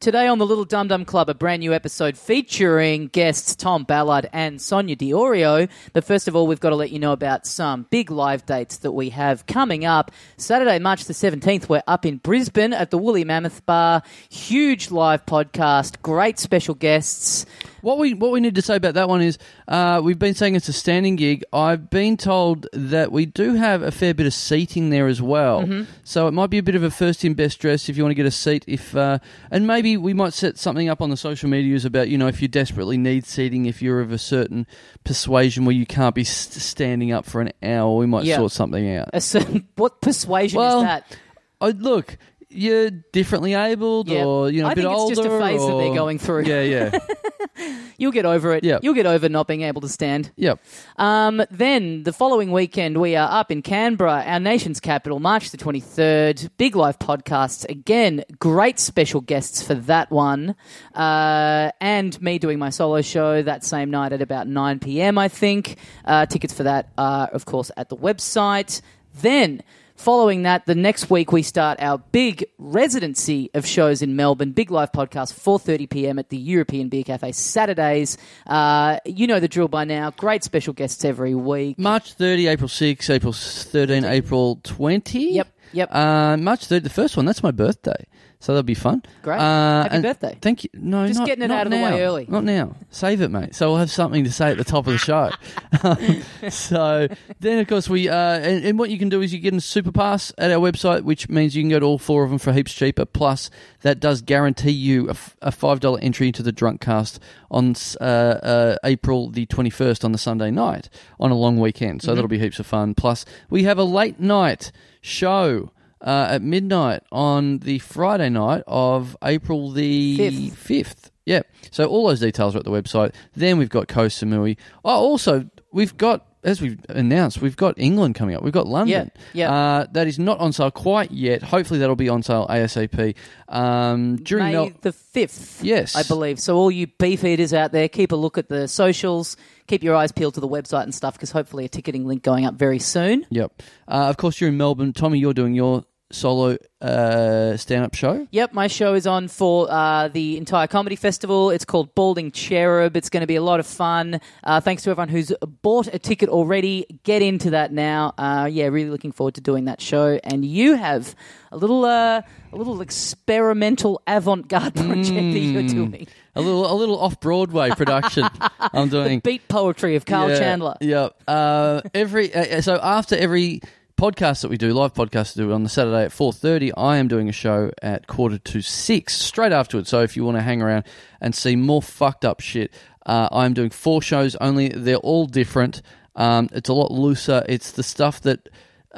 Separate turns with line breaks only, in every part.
Today on the Little Dum Dum Club, a brand new episode featuring guests Tom Ballard and Sonia Diorio. But first of all, we've got to let you know about some big live dates that we have coming up. Saturday, March the 17th, we're up in Brisbane at the Woolly Mammoth Bar. Huge live podcast, great special guests.
What we what we need to say about that one is uh, we've been saying it's a standing gig. I've been told that we do have a fair bit of seating there as well,
Mm-hmm.
so it might be a bit of a first in best dress if you want to get a seat. If uh, and maybe we might set something up on the social medias about you know if you desperately need seating if you're of a certain persuasion where you can't be st- standing up for an hour, we might
Yeah.
sort something out.
A certain- what persuasion
Well,
is that?
I look. You're differently abled,
Yeah.
or you know, a
I
bit
think
older.
it's just a phase that they're
or-
going through.
Yeah, yeah,
You'll get over it.
Yeah.
You'll get over not being able to stand.
yep.
Um, then the following weekend, we are up in Canberra, our nation's capital, March the 23rd. Big Life Podcasts. Again, great special guests for that one. Uh, and me doing my solo show that same night at about 9 p.m., I think. Uh, tickets for that are, of course, at the website. Then. Following that, the next week we start our big residency of shows in Melbourne. Big live podcast, four thirty PM at the European Beer Cafe Saturdays. Uh, you know the drill by now. Great special guests every week.
March 30, April 6, April 13, April 20.
Yep, yep.
Uh, March 30, the first one, that's my birthday. So that'll be fun.
Great.
Uh,
Happy
and
birthday.
Thank you. No,
Just
not-
getting it
not
out of the
now.
way early.
Not now. Save it, mate. So we'll have something to say at the top of the show. so then, of course, we, uh, and, and what you can do is you get a super pass at our website, which means you can go to all four of them for heaps cheaper. Plus, that does guarantee you a, f- a $5 entry into the drunk cast on s- uh, uh, April the 21st on the Sunday night on a long weekend. So that'll be heaps of fun. Plus, we have a late night show. Uh, at midnight on the Friday night of April the
Fifth.
fifth. Yeah. So all those details are at the website. Then we've got Koh Samui. Oh, also we've got as we've announced, we've got England coming up. We've got London.
Yeah, yeah.
Uh, that is not on sale quite yet. Hopefully that'll be on sale ASAP. Um, during
May
Mel-
the fifth,
Yes.
I believe. So all you beef eaters out there, keep a look at the socials. Keep your eyes peeled to the website and stuff because hopefully a ticketing link going up very soon.
Yep. Uh, of course you're in Melbourne. Tommy, you're doing your solo uh, stand up show.
Yep, my show is on for uh, the entire comedy festival. It's called Balding Cherub. It's going to be a lot of fun. Uh, thanks to everyone who's bought a ticket already. Get into that now. Uh, yeah, really looking forward to doing that show. And you have a little, uh, a little experimental avant-garde project that you're doing.
A little a little off Broadway production I'm doing.
Beat poetry of Carl
yeah,
Chandler.
Yeah. Uh, every uh, so after every podcast that we do, live podcast that we do on the Saturday at four thirty, I am doing a show at quarter to six straight afterwards. So if you want to hang around and see more fucked up shit, uh, I am doing four shows only. They're all different. Um, it's a lot looser. It's the stuff that.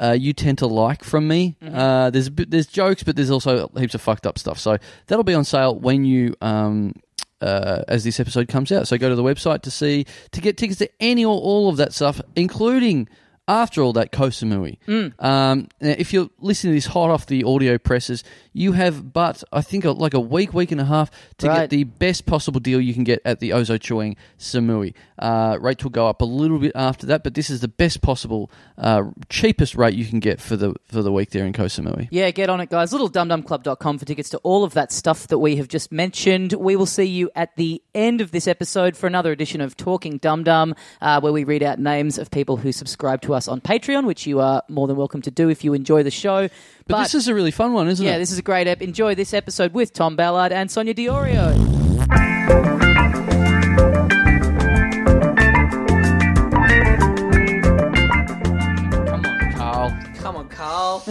Uh, you tend to like from me.
Mm-hmm.
Uh, there's a bit, there's jokes, but there's also heaps of fucked up stuff. So that'll be on sale when you um, uh, as this episode comes out. So go to the website to see to get tickets to any or all of that stuff, including after all that Koh Samui.
Mm.
Um, now, if you're listening to this hot off the audio presses, you have but I think uh, like a week, week and a half to
Right.
get the best possible deal you can get at the Ozo Chewing Samui. Uh, rate will go up a little bit after that, but this is the best possible, uh, cheapest rate you can get for the for the week there in Koh Samui.
Yeah, get on it, guys. LittleDumDumClub.com for tickets to all of that stuff that we have just mentioned. We will see you at the end of this episode for another edition of Talking Dum Dum, uh, where we read out names of people who subscribe to us on Patreon, which you are more than welcome to do if you enjoy the show. But,
But, this is a really fun one, isn't
yeah,
it?
this is a great app. Enjoy this episode with Tom Ballard and Sonia Diorio.
Come on, Carl.
Come on, Carl.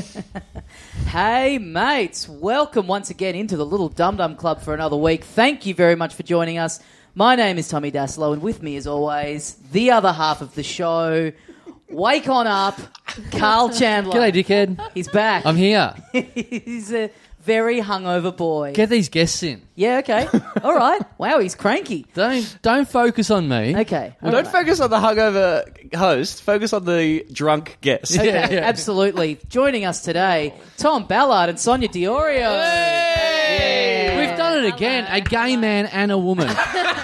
hey, mates. Welcome once again into the Little Dum Dum Club for another week. Thank you very much for joining us. My name is Tommy Daslow, and with me, as always, the other half of the show. Wake on up, Carl Chandler.
G'day, dickhead.
He's back.
I'm here.
he's a very hungover boy.
Get these guests in.
yeah, okay. All right. Wow, he's cranky.
Don't don't focus on me.
Okay. all
Don't
right.
focus on the hungover host. Focus on the drunk guest.
Yeah,
Okay,
yeah.
Absolutely. Joining us today, Tom Ballard and Sonia Diorio.
We've done it again. A gay man and a woman. are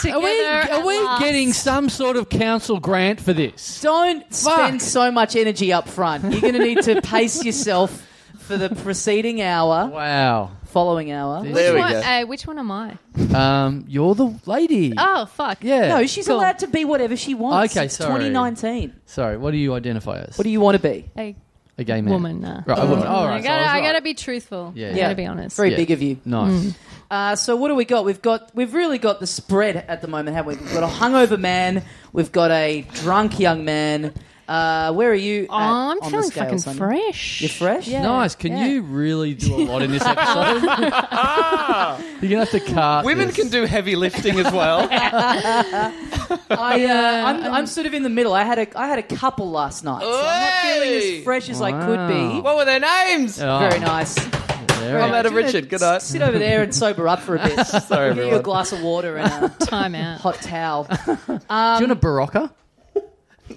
together.
we are
at
we
last.
getting some sort of council grant for this?
Don't spend
Fuck.
so much energy up front. You're going to need to pace yourself for the preceding hour.
Wow.
following hour.
There
There
which,
we
one,
go.
Uh, which one am I?
Um, you're the lady.
Oh fuck.
Yeah.
No, she's
Cool.
allowed to be whatever she wants.
Okay,
It's
sorry.
2019.
Sorry, what do you identify as?
What do you want to be?
A
a gay man.
woman. Uh,
Right, a woman. All right.
I
so I
gotta,
was
I
right.
gotta be truthful.
Yeah.
I
Yeah.
gotta be honest.
Very
Yeah.
big of you.
Nice.
Uh, so what do we got? We've got we've really got the spread at the moment, haven't we? We've got a hungover man. We've got a drunk young man. Uh, where are you? at
Oh, I'm
on the
feeling
scale,
fucking
Sonia?
fresh.
You're fresh.
Yeah.
Nice. Can
Yeah.
you really do a lot in this episode? You're gonna have to cart.
Women
this.
can do heavy lifting as well.
I, uh,
Yeah.
I'm, I'm sort of in the middle. I had a I had a couple last night. So I'm not feeling
Hey!
as fresh as I could be.
Wow.
what were their names?
Oh,
Very nice.
very
I'm
nice.
out of
Do you wanna
Richard. Good night.
s- Sit over there and sober up for a bit.
Sorry,
Give you a
everyone.
glass of water and a
Time out.
hot towel.
Do you want a barocca?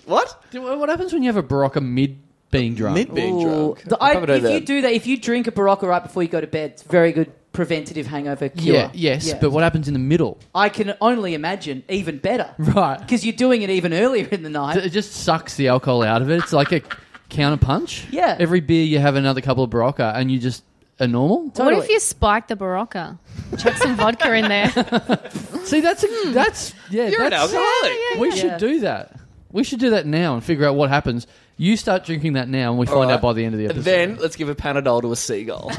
What?
Do- What happens when you have a barocca mid being drunk?
Mid being
Ooh.
drunk.
The-
I
I-
probably
if
don't
you
know.
do that, if you drink a Barocca right before you go to bed, it's very good preventative hangover cure.
Yeah. Yes.
Yeah.
But what happens in the middle?
I can only imagine even better.
Right.
Because you're doing it even earlier in the
It
night.
just sucks the alcohol out of it. It's like a counter punch.
Yeah.
Every beer you have another couple of barocca, and you just are normal.
Totally.
What if you spike the Barocca? Chuck some vodka in there.
See, that's
Hmm.
a, that's yeah.
You're an
that's,
alcoholic.
We
yeah. Yeah.
should do that. We should do that now and figure out what happens. You start drinking that now, and we find
right.
out by the end of the episode.
Then let's give a Panadol to a seagull.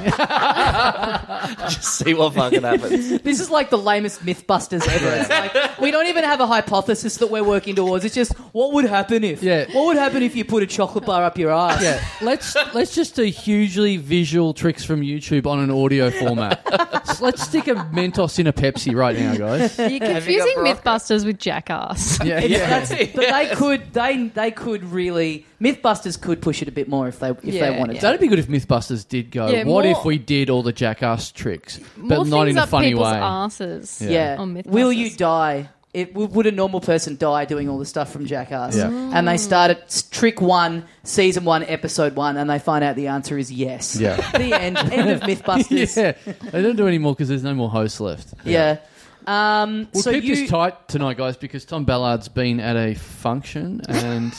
Just see what fucking happens.
This is like the lamest Mythbusters ever. It's like, we don't even have a hypothesis that we're working towards. It's just what would happen if?
Yeah.
What would happen if you put a chocolate bar up your ass?
yeah, let's let's just do hugely visual tricks from YouTube on an audio format. S- let's stick a Mentos in a Pepsi right now, guys.
You're
you
confusing
got Barocca?
Mythbusters with Jackass.
Yeah,
It's-
yeah.
that's- but they could they they could really Mythbusters could push it a bit more if they if
Yeah,
they wanted
yeah.
to.
That'd be good if MythBusters did go.
Yeah,
what
more-
if we did all the jackass tricks, but
More
not
things
in a
up
funny way?
people's asses.
Yeah.
On Mythbusters.
Will you die? It, would would a normal person die doing all the stuff from Jackass?
Yeah.
And they start at s- trick one, season one, episode one, and they find out the answer is yes.
Yeah.
The end. End of Mythbusters.
yeah, they don't do any more because there's no more hosts left.
Yeah. Um,
We'll
so
keep
you,
this tight tonight, guys, because Tom Ballard's been at a function and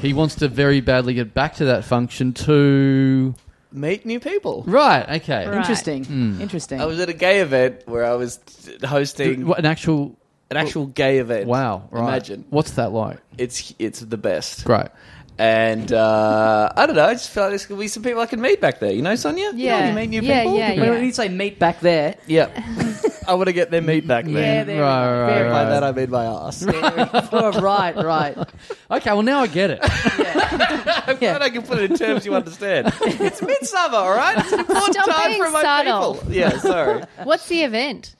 he wants to very badly get back to that function to.
Meet new people.
Right, Hmm. okay.
Right.
interesting, interesting.
I was at a gay event where I was t- hosting
What, an actual.
an actual gay event.
Wow, right.
Imagine.
What's that like?
It's it's the best.
Great.
And uh, I don't know. I just felt like there's going to be some people I could meet back there. You know, Sonia? You, know,
Yeah.
you meet new
Yeah,
people.
yeah,
Wait, when you say meet back there,
Yeah. I want to get their meat back
yeah,
there.
there we
Right,
go.
right,
Very
By
right.
that I mean my ass.
much. Oh, right, right.
Okay, well, now I get it.
I'm glad I can put it in terms you understand. It's midsummer, all right? It's an important
Stop
time
being
for my
subtle.
people. Yeah, sorry.
What's the event?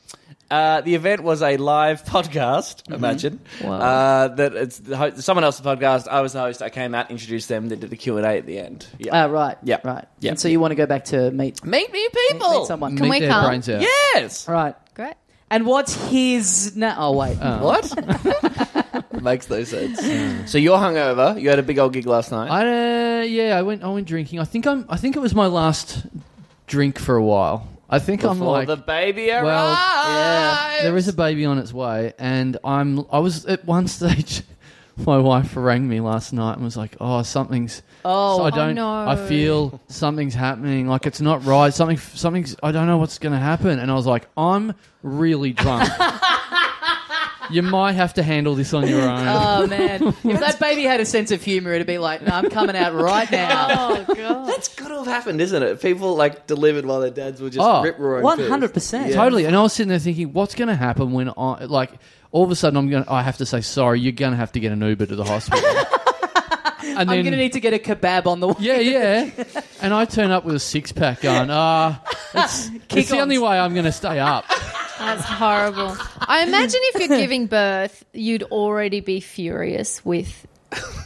Uh, the event was a live podcast.
Mm-hmm.
Imagine uh, that it's the ho- someone else's podcast. I was the host. I came out, introduced them, then did the Q and A at the end. Yeah,
Uh, right,
Yeah.
right.
Yeah. Oh,
And so you want to go back to meet,
meet new
meet
people.
someone.
Can
Meet
we
their
come?
brains out.
Yes.
Right.
Great.
And what's his? Na- oh wait.
What? Makes no sense. So you're hungover. You had a big old gig last night.
I uh, yeah, I went. I went drinking. I think I'm. I think it was my last drink for a while. I think I'm
Before
like
the baby arrived.
well, there is a baby on its way, and I'm. I was at one stage. My wife rang me last night and was like, "Oh, something's.
Oh,
so
oh,
I don't.
no.
I feel something's happening. Like it's not right. Something. Something's. I don't know what's going to happen." And I was like, "I'm really drunk. you might have to handle this on your own."
Oh man! If that baby had a sense of humor, it'd be like, "No, I'm coming out right now."
Oh god.
That's got to have happened, isn't it? People like delivered while their dads were just
Oh,
rip roaring.
One hundred percent.
Totally. And I was sitting there thinking, what's going to happen when I like all of a sudden I'm going to I have to say sorry, you're going to have to get an Uber to the hospital. and
I'm gonna need to get a kebab on the way.
yeah, yeah. And I turn up with a six pack going, ah, it's, it's the
ons.
only way I'm going to stay up.
That's horrible. I imagine if you're giving birth, you'd already be furious with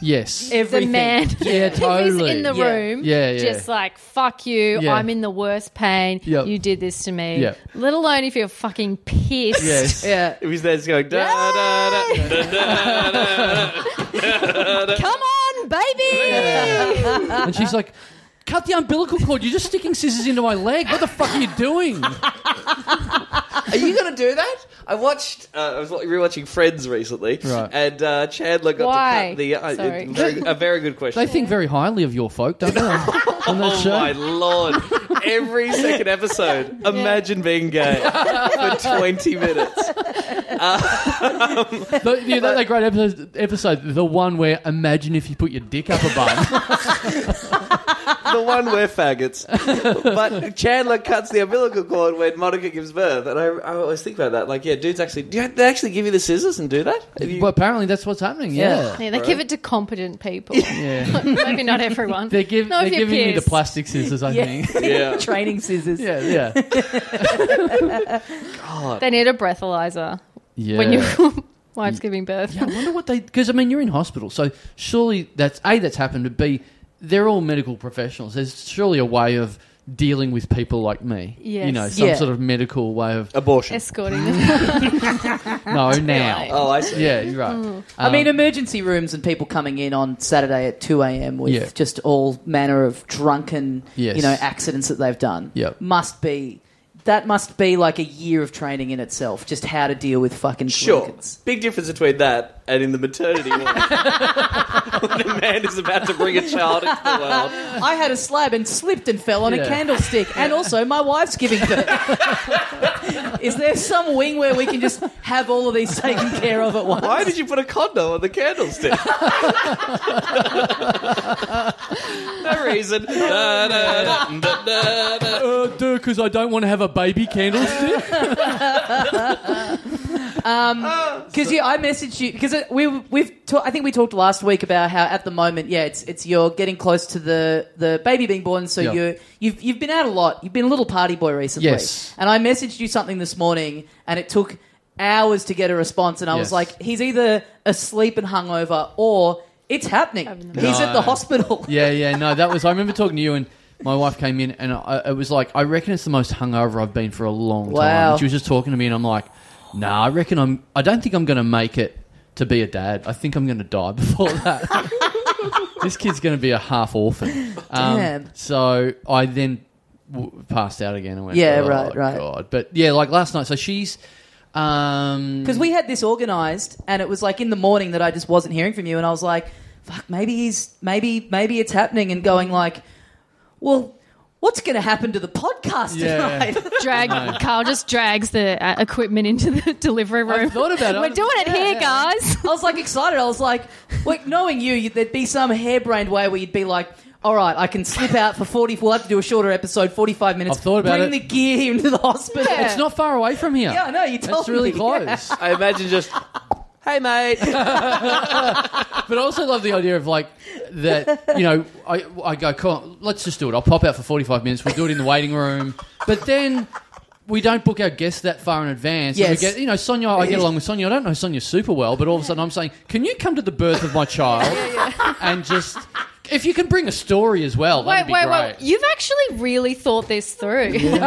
Yes.
Everything.
the man
Yeah,
who's
totally.
in the
Yeah.
room.
Yeah, yeah.
Just like fuck you.
Yeah.
I'm in the worst pain.
Yep.
You did this to me.
Yep.
Let alone if you're fucking pissed.
Yes.
Yeah.
It was there just going da da da. da, da, da, da.
Come on, baby.
And she's like, cut the umbilical cord. You're just sticking scissors into my leg. What the fuck are you doing?
Are you going to do that? I watched. Uh, I was rewatching Friends recently,
Right.
and uh, Chandler got to
Why?
cut the. Uh,
Sorry.
very- a very good
They
question.
think very highly of your folk, don't they? On that
Oh
show.
my lord! Every second episode, imagine being gay for twenty minutes.
The, you know, that great episode, episode, the one where imagine if you put your dick up a bum.
The one where faggots. But Chandler cuts the umbilical cord when Monica gives birth, and I, I always think about that. Like, yeah, dudes actually do they actually give you the scissors and do that? Have you-
well, apparently that's what's happening. Yeah,
Yeah, they give it to competent people.
yeah.
Maybe not everyone.
They're, give,
Not
they're
if you're
giving you the
pissed.
plastic scissors, I think.
yeah.
Training scissors.
Yeah, yeah,
They need a breathalyzer
yeah.
when your wife's giving birth.
I wonder what they because I mean you're in hospital, so surely that's a that's happened. But b they're all medical professionals. There's surely a way of dealing with people like me. you
Yes.
know, some
Yeah.
sort of medical way of
Abortion.
Escorting them.
no now.
Oh, I see.
Yeah, you're right.
Mm.
Um,
I mean, um, emergency rooms and people coming in on Saturday at 2 a.m. with
Yeah.
just all manner of drunken,
Yes.
you know, accidents that they've done.
Yep.
Must be. That must be like a year of training in itself, just how to deal with fucking
Sure.
drunkards.
Big difference between that and in the maternity ward. when a man is about to bring a child into the world.
I had a slab and slipped and fell on
Yeah.
a candlestick, and also my wife's giving birth. Is there some wing where we can just have all of these taken care of at once?
Why did you put a condom on the candlestick? no reason. Da, da, da, da, da, da.
because Uh, I don't want to have a baby candlestick.
Because yeah, I messaged you because we we've ta- I think we talked last week about how at the moment yeah it's it's you're getting close to the the baby being born so
Yeah.
you you've you've been out a lot you've been a little party boy recently
Yes.
and I messaged you something this morning and it took hours to get a response and I
Yes.
was like he's either asleep and hungover or it's happening
Having the
he's at the
No.
hospital
yeah, yeah. No, that was. I remember talking to you and. My wife came in and I, it was like, I reckon it's the most hungover I've been for a long time.
Wow.
And she was just talking to me and I'm like, nah, I reckon I'm, I don't think I'm going to make it to be a dad. I think I'm going to die before that. this kid's going to be a half orphan. Um,
Damn.
So I then w- passed out again and went,
Yeah,
oh,
right, right.
God. But yeah, like last night. So she's, um,
Because we had this organised, and it was like in the morning that I just wasn't hearing from you, and I was like, "Fuck, maybe he's maybe maybe it's happening," and going like, "Well, what's going to happen to the podcast
Yeah.
tonight?"
Drag Carl just drags the uh, equipment into the delivery room.
thought about it.
We're doing it here, guys.
I was like excited. I was like, "Like knowing you, you, there'd be some harebrained way where you'd be like." All right, I can slip out for 40. We'll have to do a shorter episode, 45 minutes.
I've thought about
Bring the
it.
gear here into the hospital.
Yeah.
it's not far away from here.
Yeah, I know, you told
It's really
me.
close.
I imagine just, hey, mate.
But I also love the idea of like that. You know, I I go, Come on, let's just do it. I'll pop out for forty five minutes. We'll do it in the waiting room. But then we don't book our guests that far in advance. And we
Yes.
get, you know, Sonia. I get along with Sonia. I don't know Sonia super well, but all of a sudden I'm saying, can you come to the birth of my child? And just if you can bring a story as well, that'd
Wait,
be
wait,
great.
wait. You've actually really thought this through. Oh,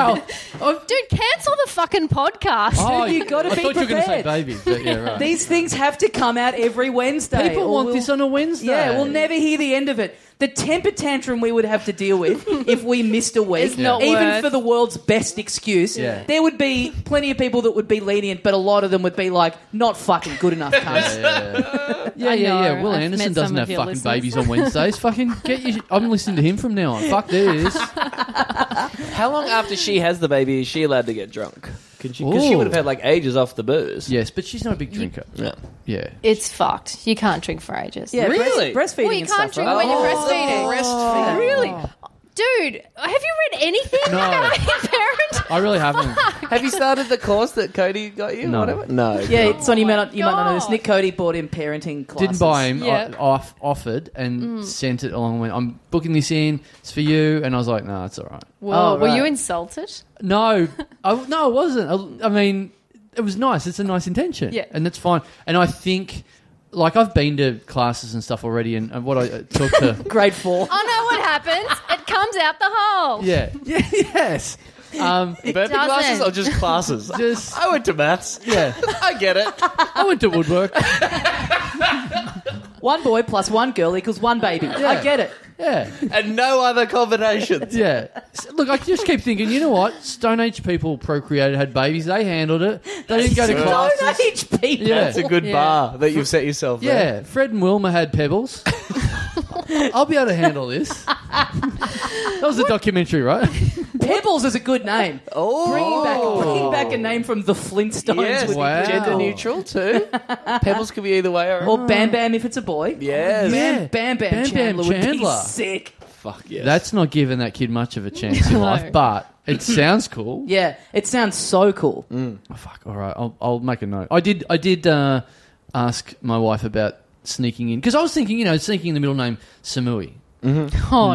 Well, I've-
Dude, cancel the fucking podcast.
oh,
you gotta
I
be
thought you were going to say
prepared.
baby, but yeah, right.
These things have to come out every Wednesday.
People
or
want
we'll-
this on a Wednesday.
Yeah, we'll never hear the end of it. The temper tantrum we would have to deal with if we missed a week,
It's not
even
worth-
for the world's best excuse,
Yeah.
there would be plenty of people that would be lenient, but a lot of them would be like, "Not fucking good enough, cunts."
Yeah,
I
yeah,
know.
yeah. Will
I've
Anderson
met
doesn't
some of
have
your
fucking
listeners.
babies on Wednesdays. fucking get you. I'm listening to him from now on. Fuck this.
How long after she has the baby is she allowed to get drunk? Because she, 'cause she
Ooh.
would have had like ages off the booze.
yes, but she's not a big drinker.
Yeah.
Yeah.
It's fucked. You can't drink for ages.
Yeah,
Really?
breast- breastfeeding
Well, you
and
can't
stuff.
drink
right?
when you're Oh. breastfeeding. Oh.
breastfeeding.
Really? Dude, have you read anything
No.
about being a parent?
I really haven't.
Have you started the course that Cody got you?
No.
Whatever? No.
Yeah, it's on you might not, you might not know this.
Oh God.
Nick Cody bought in parenting classes.
Didn't buy him.
Yeah. Mm.
I, off, offered and sent it along. and Went, I'm booking this in. It's for you. And I was like, no, it's all right.
Whoa,
Oh,
were you
right.
insulted?
No, I, no, it wasn't. I, I mean, it was nice. It's a nice intention.
Yeah.
And that's fine. And I think, like, I've been to classes and stuff already. And, and what I uh, took to.
grade four.
Oh no, what happens? It comes out the hole.
Yeah. yeah. Yes. Um,
Burpee classes
doesn't.
or just classes?
just
I went to maths.
yeah.
I get it.
I went to woodwork.
One boy plus one girl equals one baby. I get it.
Yeah,
and no other combinations.
yeah. S- Look, I just keep thinking. You know what? Stone Age people procreated, had babies. They handled it. They didn't go to
Don't
classes.
age people.
Yeah.
That's a good
Yeah.
bar that you've set yourself. there.
Yeah, Fred and Wilma had pebbles. I'll be able to handle this. That was a documentary, right?
Pebbles is a good name.
Oh,
Bringing back, bringing back a name from the Flintstones.
yes,
would be
Wow.
gender neutral too. Pebbles could be either way. I
Or Bam Bam if it's a boy.
Yes.
Bam Bam, Bam,
Bam Bam
Chandler, would be
Chandler.
sick.
Fuck yes.
That's not giving that kid much of a chance in
No.
life, but it sounds cool.
Yeah, it sounds so cool.
Oh, fuck. All right, I'll, I'll make a note. I did. I did uh, ask my wife about sneaking in because I was thinking, you know, sneaking in the middle name Samui.
Oh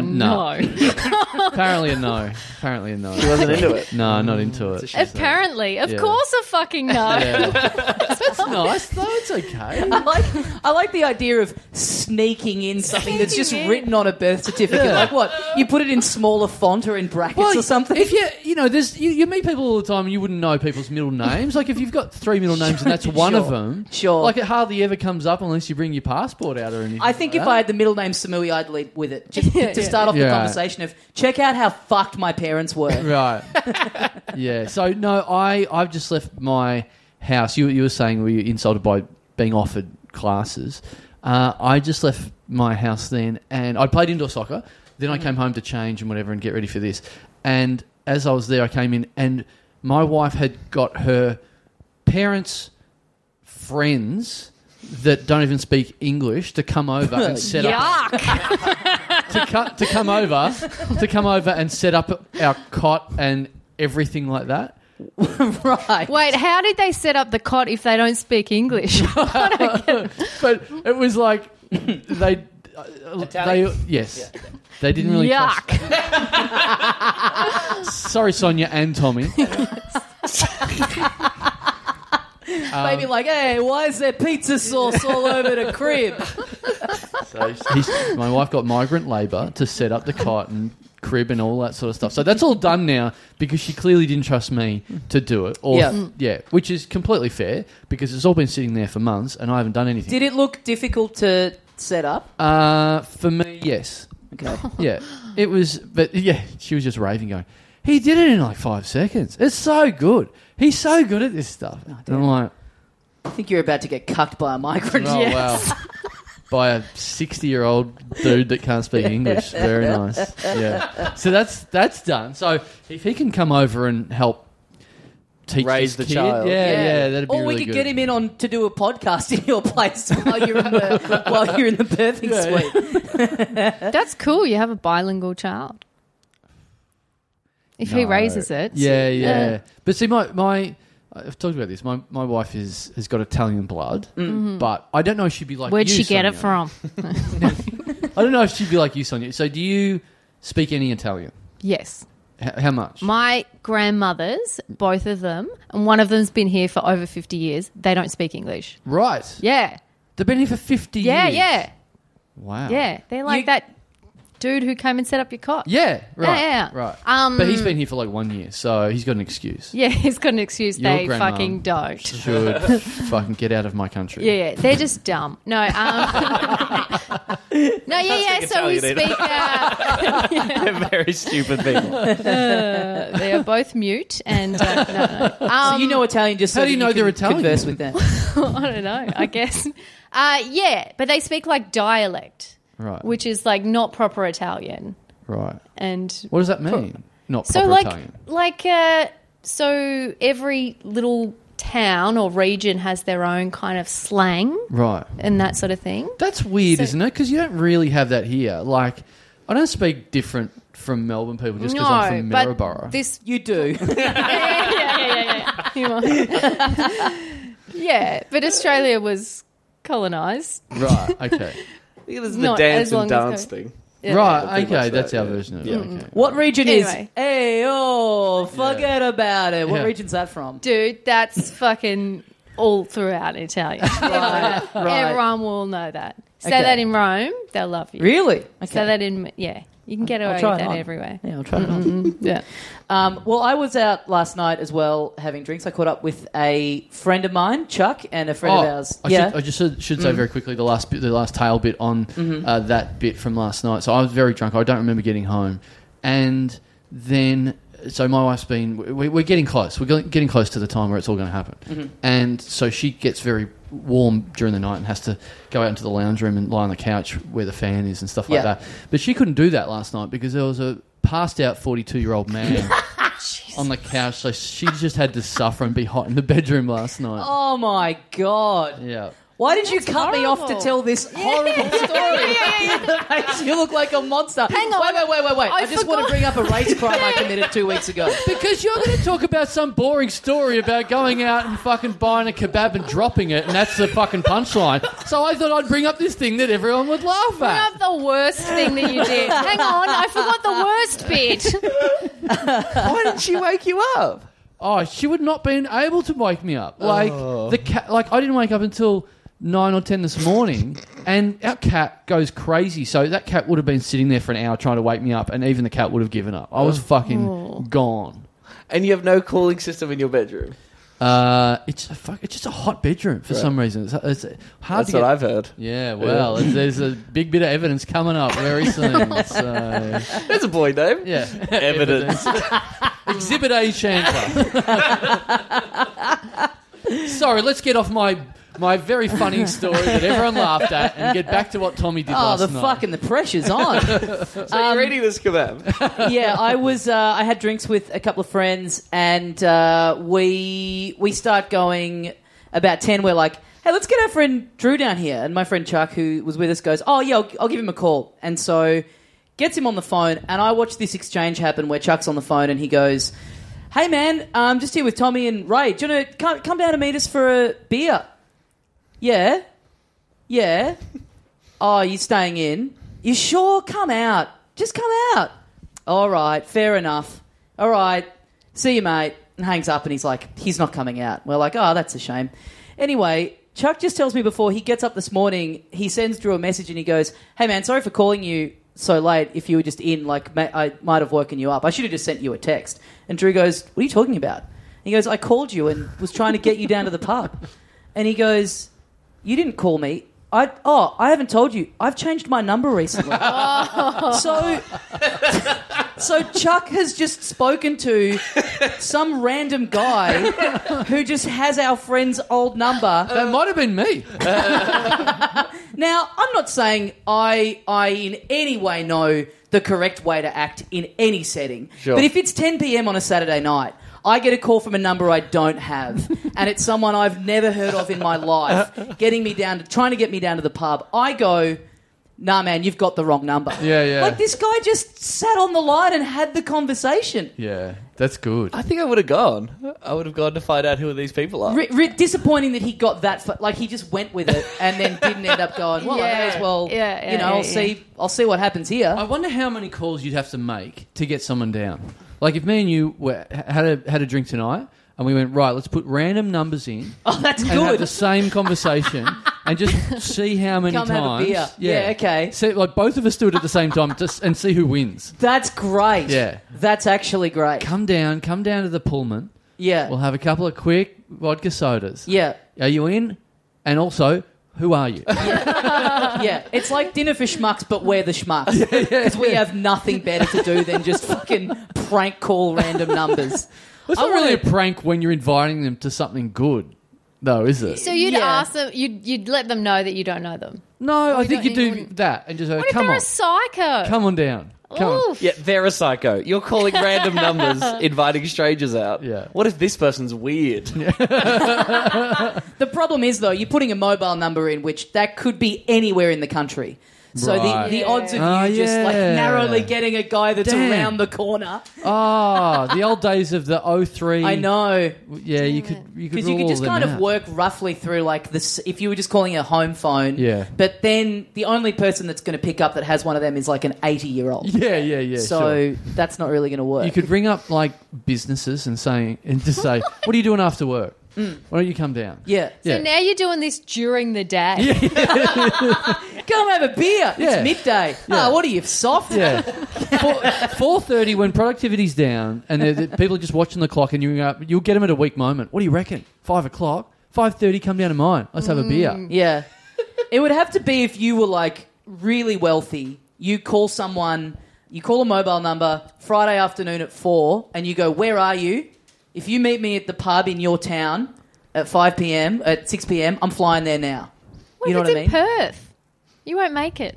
No.
no!
Apparently a no. Apparently a no.
she wasn't into it.
No, not into it.
Apparently, of
Yeah.
course, a fucking no.
That's nice though. It's okay.
I like I like the idea of sneaking in something that's just
Sneaking in.
written on a birth certificate.
Yeah.
Like what? You put it in smaller font or in brackets or something?
If you you know, there's you, you meet people all the time and you wouldn't know people's middle names. Like if you've got three middle names and that's one of
Sure.
them,
Sure.
Like it hardly ever comes up unless you bring your passport out or anything.
I think
like
if
that.
I had the middle name Samui, I'd lead with it. Just
Yeah,
to
yeah.
start off
Yeah.
the conversation of check out how fucked my parents were.
Right. yeah. So no, I I've just left my house. You you were saying we were insulted by being offered classes. Uh, I just left my house then, and I played indoor soccer. Then I came home to change and whatever and get ready for this. And as I was there, I came in, and my wife had got her parents' friends that don't even speak English to come over and set up
Yuck!
to, co- to come over, to come over and set up our cot and everything like that.
right.
Wait, how did they set up the cot if they don't speak English?
But it was like they, uh, they yes, they didn't really. trust-
Yuck!
Sorry, Sonia and Tommy. Um,
Maybe like, hey, why is there pizza sauce all over the crib?
He's, my wife got migrant labour to set up the cot and crib and all that sort of stuff. So that's all done now because she clearly didn't trust me to do it. Or
Yeah.
yeah, which is completely fair because it's all been sitting there for months and I haven't done anything.
Did it look difficult to set up?
Uh, for me, yes.
Okay.
Yeah, it was. But yeah, she was just raving, going, "He did it in like five seconds. It's so good. He's so good at this stuff." and I'm like,
I think you're about to get cucked by a migrant.
"Oh
Yeah.
wow." By a sixty-year-old dude that can't speak English, very nice. Yeah, so that's that's done. So if he can come over and help teach
Raise
this
the
kid,
child.
yeah, yeah, that'd be
or
really
we could
good.
get him in on to do a podcast in your place while you're in the while you're in the birthing suite.
That's cool. You have a bilingual child. If he
No.
raises it,
Yeah, yeah.
Yeah.
But see, my my I've talked about this. My my wife is has got Italian blood, but I don't know if she'd be like.
Mm-hmm. where'd
you,
she get it
Sonia.
from?
I don't know if she'd be like you, Sonia. So, do you speak any Italian?
Yes.
H- how much?
My grandmothers, both of them, and one of them's been here for over 50 years, they don't speak English.
right.
Yeah.
They've been here for fifty
Yeah,
years.
yeah.
Wow.
Yeah. They're like
You-
that dude who came and set up your cot.
Yeah. Right.
Yeah, yeah.
Right.
Um,
but he's been here for like one year, so he's got an excuse.
Yeah, he's got an excuse.
Your
they
grandma.
fucking don't.
Should fucking get out of my country.
Yeah, yeah, they're just dumb. No, um, no, yeah, yeah. So we
Italian either.
speak. Uh,
They're very stupid people.
Uh, they are both mute, and uh, no, no. Um,
so you know Italian just so
How do you
that
know
can
they're Italian?
Converse with them.
I don't know. I guess. Uh, yeah, but they speak like dialect,
Right.
which is like not proper Italian,
Right.
and
What does that mean? Not
so
proper
like
Italian.
like uh, so every little town or region has their own kind of slang
Right.
and that sort of thing.
That's weird,
So-
isn't it? Because you don't really have that here. Like, I don't speak different from Melbourne people just because I'm from
but
Maryborough.
this
You do.
yeah, yeah, yeah, yeah, yeah. yeah, but Australia was colonized.
right. Okay.
This is the
Not
dance
as long
and
as
dance
they-
thing.
Yeah.
Right.
pretty much
Okay.
that,
That's our
yeah.
version of it.
Yeah.
Okay.
What region
Anyway.
is? Hey, oh, forget about it. What
Yeah.
region's that from?
Dude, that's fucking all throughout Italia. Everyone will know that. Say
Okay.
that in Rome, they'll love you.
Really? Okay.
Say that in, yeah. You can get
I'll
away with
try it
that
on.
everywhere.
Yeah, I'll try it
Mm-hmm.
on.
Yeah.
Um, well, I was out last night as well having drinks. I caught up with a friend of mine, Chuck, and a friend of ours.
Oh, I,
yeah. Mm.
should, I just should, should say very quickly the last bit, the last tail bit on
Mm-hmm.
uh, that bit from last night. So I was very drunk. I don't remember getting home, and then so my wife's been. We, we're getting close. We're going- getting close to the time where it's all going to happen,
Mm-hmm.
and so she gets very warm during the night and has to go out into the lounge room and lie on the couch where the fan is and stuff like
Yeah.
that. But she couldn't do that last night because there was a passed out forty two year old man. On the couch, so she just had to suffer and be hot in the bedroom last night.
oh my god!
Yeah.
Why did you cut me off to
horrible.
tell this horrible story that makes you look like a monster?
Hang on.
Wait, wait, wait, wait, wait!
I
I, just want to
forgot.
bring up a race crime I committed two weeks ago.
Because you're going to talk about some boring story about going out and fucking buying a kebab and dropping it, and that's the fucking punchline. So I thought I'd bring up this thing that everyone would laugh at.
Not Oh, the worst thing that you did. Hang on, I forgot the worst bit.
Why didn't she wake you up?
Oh, she would not been able to wake me up. Like
Oh.
the cat. Like I didn't wake up until nine or ten this morning, and our cat goes crazy. So that cat would have been sitting there for an hour trying to wake me up, and even the cat would have given up. I
Oh.
was fucking gone.
And you have no calling system in your bedroom.
Uh, it's a fuck, It's just a hot bedroom for some reason. It's, it's hard
That's
to
what
get
I've heard.
Yeah, well, it's- there's a big bit of evidence coming up very soon. So,
There's a boy name.
yeah,
Evidence.
Exhibit A Chandler. Sorry, let's get off my my very funny story that everyone laughed at and get back to what Tommy did
Oh,
last
the
night.
fucking the pressure's on.
So you're eating this kebab.
yeah, I was. Uh, I had drinks with a couple of friends, and uh, we we start going about ten. We're like, hey, let's get our friend Drew down here, and my friend Chuck, who was with us, goes, oh yeah, I'll, I'll give him a call, and so gets him on the phone, and I watch this exchange happen where Chuck's on the phone, and he goes. Hey man, I'm just here with Tommy and Ray. Do you want to come, come down and meet us for a beer? Yeah, yeah. Oh, you staying in? You sure? Come out. Just come out. All right, fair enough. All right, see you, mate. And hangs up and he's like, he's not coming out. We're like, oh, that's a shame. Anyway, Chuck just tells me before he gets up this morning, he sends Drew a message and he goes, hey, man, sorry for calling you so late. If you were just in, like, ma- I might have woken you up. I should have just sent you a text. And Drew goes, what are you talking about? And he goes, I called you and was trying to get you down to the pub. And he goes, you didn't call me. I oh, I haven't told you. I've changed my number recently. so so Chuck has just spoken to some random guy who just has our friend's old number.
That might have been me.
Now, I'm not saying I I in any way know the correct way to act in any setting.
Sure.
But if it's 10 p.m. on a Saturday night, I get a call from a number I don't have, and it's someone I've never heard of in my life, getting me down to trying to get me down to the pub. I go, nah, man, you've got the wrong number.
Yeah, yeah.
Like this guy just sat on the line and had the conversation.
Yeah, that's good.
I think I would have gone. I would have gone to find out who these people are.
R- disappointing that he got that. Fu- like he just went with it and then didn't end up going. Well, I may
Yeah.
as well.
Yeah, yeah,
you know,
yeah,
I'll
yeah.
see. I'll see what happens here.
I wonder how many calls you'd have to make to get someone down. Like if me and you were, had a had a drink tonight and we went right, let's put random numbers in.
oh, that's
and have
good.
the same conversation and just see how many
Come have a
times.
beer. Yeah, okay.
So like both of us do it at the same time, just and see who wins.
That's great.
Yeah.
That's actually great.
Come down, come down to the Pullman.
Yeah.
We'll have a couple of quick vodka sodas.
yeah.
Are you in? And also, who are you?
Yeah. It's like dinner for schmucks, but we're the schmucks. Because we have nothing better to do than just fucking prank call random numbers.
It's
I
not really a
wanna-
prank when you're inviting them to something good, though, is it?
So you'd
Yeah.
ask them, you'd, you'd let them know that you don't know them.
No, I think
don't
you do
even-
that and just go,
What if
come
they're
on,
a psycho?
come on down. Come on.
Oof.
Yeah, they're a psycho. You're calling random numbers, inviting strangers out.
Yeah.
What if this person's weird?
The problem is, though, you're putting a mobile number in, which that could be anywhere in the country. So
Right.
the, the odds of you
Oh,
just like
yeah.
narrowly getting a guy that's
Damn.
around the corner.
Ah, the old days of the 03.
I know.
Yeah, you could you could
Because you
rule
could just
all them
kind of
out.
work roughly through like this if you were just calling a home phone.
Yeah.
But then the only person that's going to pick up that has one of them is like an 80 year old.
Yeah, yeah, yeah. sure.
so that's not really going to work.
You could ring up like businesses and saying and just say, "What are you doing after work? Why don't you come down?"
yeah.
So now you're doing this during the day.
Come have a beer.
Yeah.
It's midday.
Yeah.
Oh, what are you soft?
Yeah, four thirty when productivity's down and they're- they're- people are just watching the clock, and you uh, you'll get them at a weak moment. What do you reckon? Five o'clock, five thirty. Come down to mine. Let's have a beer.
Yeah. It would have to be if you were like really wealthy. You call someone, you call a mobile number Friday afternoon at four, and you go, Where are you? If you meet me at the pub in your town at 5 p.m., at 6 p.m., I'm flying there now.
What
you know
if
what I
it's
mean?
in Perth? You won't make it.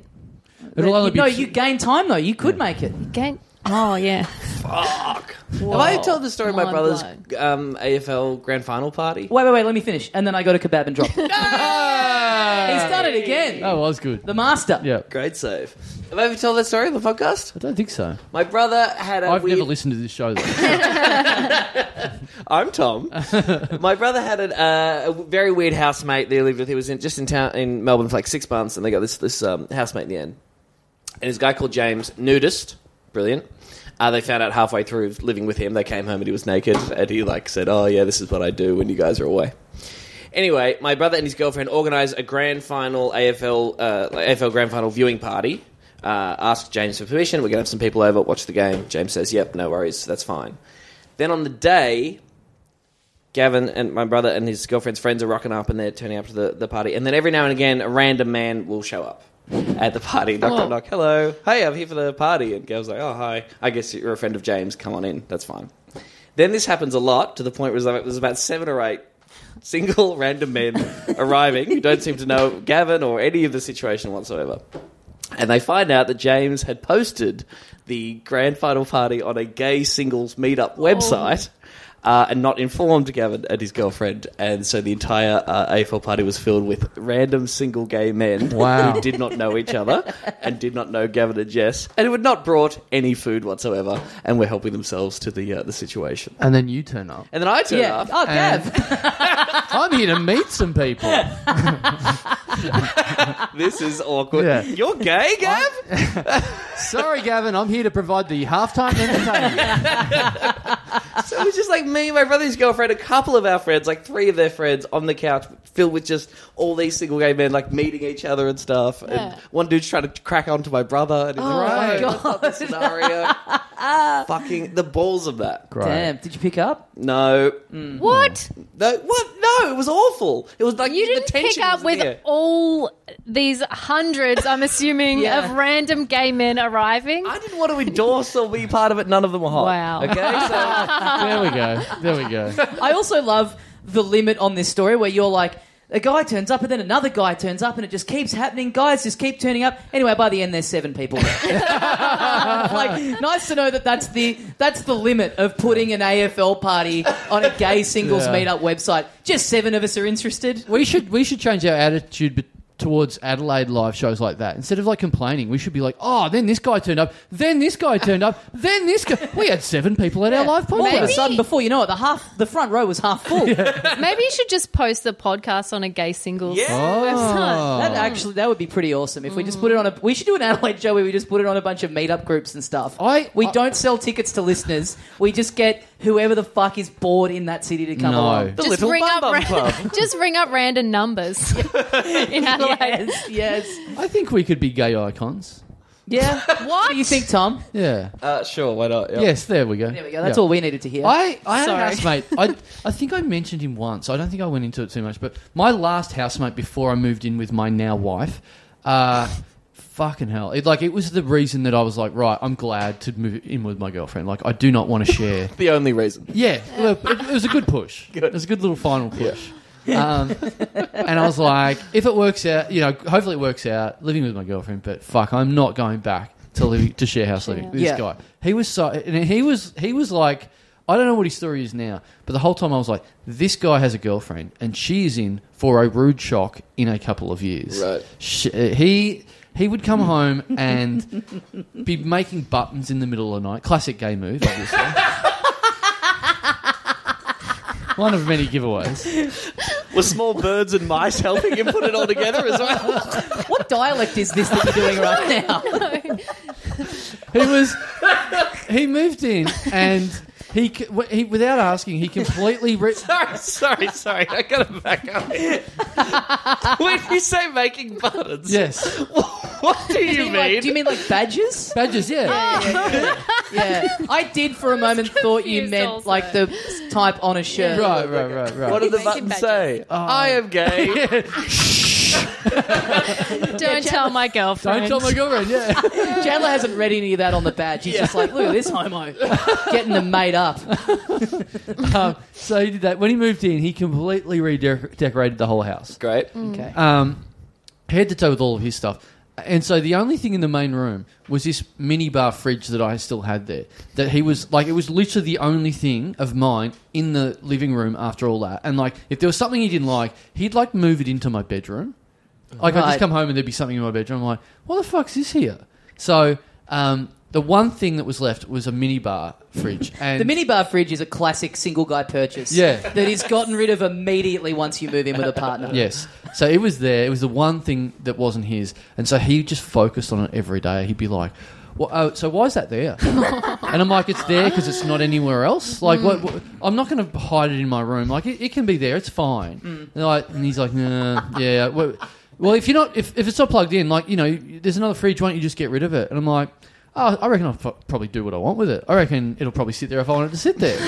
It'll only be
no, you gain time though. You could make it.
Again. Oh yeah.
Have I told the story of my
mind
brother's um, AFL grand final party?
Wait, wait, wait. Let me finish, and then I go to kebab and drop. He's done it again.
That was Oh, good.
The master.
Yeah,
Great save. Have I ever told that story on the podcast?
I don't think so.
My brother had a
I've
weird-
never listened to this show. Though.
I'm Tom. My brother had an, uh, a very weird housemate that he lived with. He was in, just in town in Melbourne for like six months, and they got this this um, housemate in the end. And this guy called James, nudist, brilliant. Uh, they found out halfway through living with him. They came home and he was naked, and he like said, "Oh yeah, this is what I do when you guys are away." Anyway, my brother and his girlfriend organised a grand final AFL uh, AFL grand final viewing party. Uh, asked James for permission. We're gonna have some people over, watch the game. James says, "Yep, no worries, that's fine." Then on the day, Gavin and my brother and his girlfriend's friends are rocking up and they're turning up to the, the party. And then every now and again, a random man will show up at the party. Knock, knock, knock. Hello. Hey, I'm here for the party. And Gav's like, oh, hi. I guess you're a friend of James. Come on in. That's fine. Then this happens a lot to the point where there's about seven or eight single random men arriving who don't seem to know Gavin or any of the situation whatsoever. And they find out that James had posted the grand final party on a gay singles meetup website uh, and not informed Gavin and his girlfriend. And so the entire uh, AFL party was filled with random single gay men
Wow.
who did not know each other and did not know Gavin and Jess and who had not brought any food whatsoever and were helping themselves to the, uh, the situation.
and then you turn up.
And then I turned
Yeah.
up.
Oh, Gav.
I'm here to meet some people.
This is awkward.
Yeah.
You're gay, Gav?
Sorry, Gavin. I'm here to provide the halftime entertainment.
So it was just like me, my brother's girlfriend, a couple of our friends, like three of their friends on the couch, filled with just all these single gay men, like meeting each other and stuff.
Yeah.
And one dude's trying to crack onto my brother, and he's
Oh, my
like, "No, that's not the scenario. Fucking the balls of that.
Great.
Damn. Did you pick up?
No,
What?
no, what? No, it was awful. It was like
You
the
didn't
tension
pick up
was
with
there.
all these hundreds, I'm assuming,
Yeah.
of random gay men arriving.
I didn't want to endorse or be part of it. None of them were hot.
Wow.
Okay, so
There we go. There we go.
I also love the limit on this story where you're like, a guy turns up and then another guy turns up and it just keeps happening. Guys just keep turning up. Anyway, by the end, there's seven people. there. like, nice to know that that's the that's the limit of putting an AFL party on a gay singles
Yeah.
meetup website. Just seven of us are interested.
We should we should change our attitude bet- towards Adelaide live shows like that. Instead of like complaining, we should be like, oh, then this guy turned up, then this guy turned up, then this guy. We had seven people at our live
All of a
podcast.
sudden, before you know it, the half the front row was half full.
Maybe you should just post the podcast on a gay singles
Yeah.
website.
Oh.
That actually, that would be pretty awesome if we just put it on a. We should do an Adelaide show where we just put it on a bunch of meetup groups and stuff.
I-
we
I-
don't sell tickets to listeners. We just get whoever the fuck is bored in that city to come
No.
along.
the little bum bum club.
just ring up random numbers in Adelaide.
Yes, yes,
I think we could be gay icons.
yeah. what? do you think, Tom?
Yeah.
Uh, sure, why not? Yeah.
Yes. There we go.
There we go. That's
Yeah.
all we needed to hear.
I, I had
Sorry.
a housemate. I, I think I mentioned him once. I don't think I went into it too much, but my last housemate before I moved in with my now wife, uh, fucking hell, it like it was the reason that I was like, right, I'm glad to move in with my girlfriend. Like, I do not want to share.
The only reason.
yeah, look, it, it was a good push. It was a good little final push. Um, and I was like, if it works out, you know, hopefully it works out. Living with my girlfriend, but fuck, I'm not going back to live, to share house living. This
Yeah.
guy, he was so, and he was he was like, I don't know what his story is now, but the whole time I was like, this guy has a girlfriend, and she is in for a rude shock in a couple of years.
Right.
She, uh, he. He would come home and be making buttons in the middle of the night. Classic gay move, obviously. One of many giveaways.
Were small birds and mice helping him put it all together as well?
what dialect is this that you're doing right now?
he was he moved in and He, c- w- he without asking, he completely. Re-
Sorry, sorry, sorry. I gotta back up. here. when you say making buttons,
yes,
what do you, mean?
Like, do you mean like badges?
badges. Yeah.
yeah, I did for a moment thought you
confused
meant
also.
like the type on a shirt.
Right, right, right, right.
what did the
Making
buttons
badges.
say? I am gay.
Don't tell my girlfriend.
Don't tell my girlfriend. Yeah.
Chandler hasn't read any of that on the badge. He's just like, look at this homo getting them made up.
um, so he did that. When he moved in, he completely redecorated the whole house.
Great.
Okay.
Um, head to toe with all of his stuff. And so the only thing in the main room was this minibar fridge that I still had there. That he was like, it was literally the only thing of mine in the living room after all that. And like, if there was something he didn't like, he'd like move it into my bedroom. Like, I'd
Right.
just come home and there'd be something in my bedroom. I'm like, what the fuck's this here? So, um, the one thing that was left was a minibar fridge. And
The minibar fridge is a classic single guy purchase.
Yeah.
That is gotten rid of immediately once you move in with a partner.
Yes. So it was there. It was the one thing that wasn't his, and so he just focused on it every day. He'd be like, well, oh, "So why is that there?" and I'm like, "It's there because it's not anywhere else. Like, what, what- I'm not going to hide it in my room. Like, it, it can be there. It's fine."
Mm.
And, like, and he's like, "Nah, yeah." Well, well, if you're not, if, if it's not plugged in, like you know, there's another fridge. Why don't you just get rid of it? And I'm like. Oh, I reckon I'll pro- probably do what I want with it. I reckon it'll probably sit there if I want it to sit there.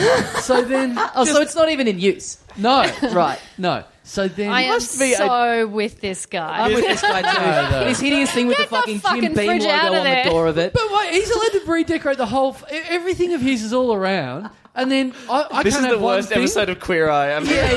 so then,
Oh, so it's not even in use.
no,
Right.
no. So then,
I am
must be a-
so with this guy.
I'm with this guy too.
No, no.
This hideous thing with
Get
the fucking,
the fucking
Jim Beam
fridge
logo
out
on
of there.
the door of it.
But wait, he's allowed to redecorate the whole. F- e, everything of his is all around, and then I, I
This
can't
is the
have one
worst
thing.
episode of Queer Eye. I've
yeah,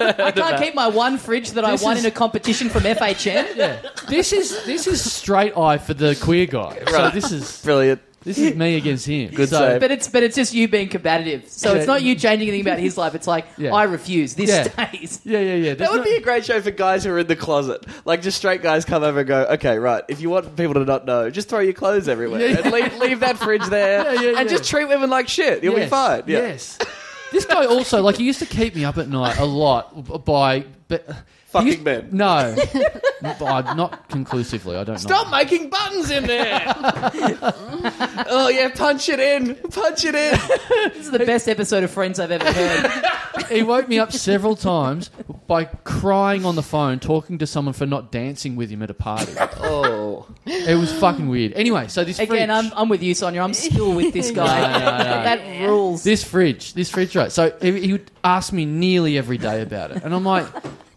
yeah. I can't keep my one fridge that
This
I won
is-
in a competition from FHM.
Yeah. This is this is straight eye for the queer guy. So
Right.
this is
Brilliant.
this is me against him.
Good
so,
save.
But it's but it's just you being combative. So it's
Yeah.
not you changing anything about his life. It's like
Yeah.
I refuse. This
Yeah.
stays.
Yeah, yeah, yeah.
That
There's
would
no-
be a great show for guys who are in the closet. Like, just straight guys come over and go, okay, right, if you want people to not know, just throw your clothes everywhere.
Yeah, yeah.
And leave, leave that fridge there.
Yeah, yeah,
and
yeah.
just treat women like shit. You'll be
Yes,
fine. Yeah.
Yes. This guy also like he used to keep me up at night a lot by but he
Fucking
used-
men.
No, By- not conclusively. I don't
Stop
know.
making buttons in there. oh, yeah, punch it in. Punch it in.
This is the best episode of Friends I've ever heard.
He woke me up several times by crying on the phone, talking to someone for not dancing with him at a party.
Oh.
It was fucking weird. Anyway, so this fridge,
Again, I'm, I'm with you, Sonia. I'm still with this guy.
No, no, no.
That rules.
this fridge, this fridge, right? So he, he would ask me nearly every day about it, and I'm like,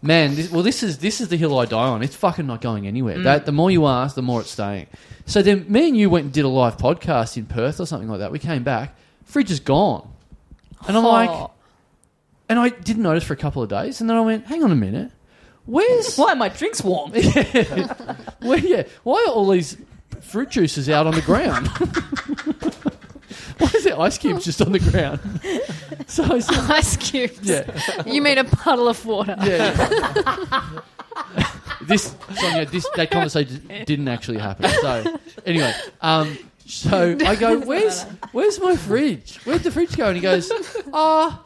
man, this, well, this is this is the hill I die on. It's fucking not going
Mm.
anywhere. That the more you ask, the more it's staying. So then, me and you went and did a live podcast in Perth or something like that. We came back, fridge is gone, and I'm
Oh.
like,
Oh,
and I didn't notice for a couple of days, and then I went, hang on a minute, where's
Why are my drinks warm?
Well, yeah. Why are all these fruit juices out on the ground? Why is there ice cubes just on the ground? So I said,
Ice cubes.
yeah,
You mean a puddle of water?
yeah. this Sonia, this that conversation didn't actually happen. So anyway, um, so I go, where's where's my fridge? Where'd the fridge go? And he goes, ah.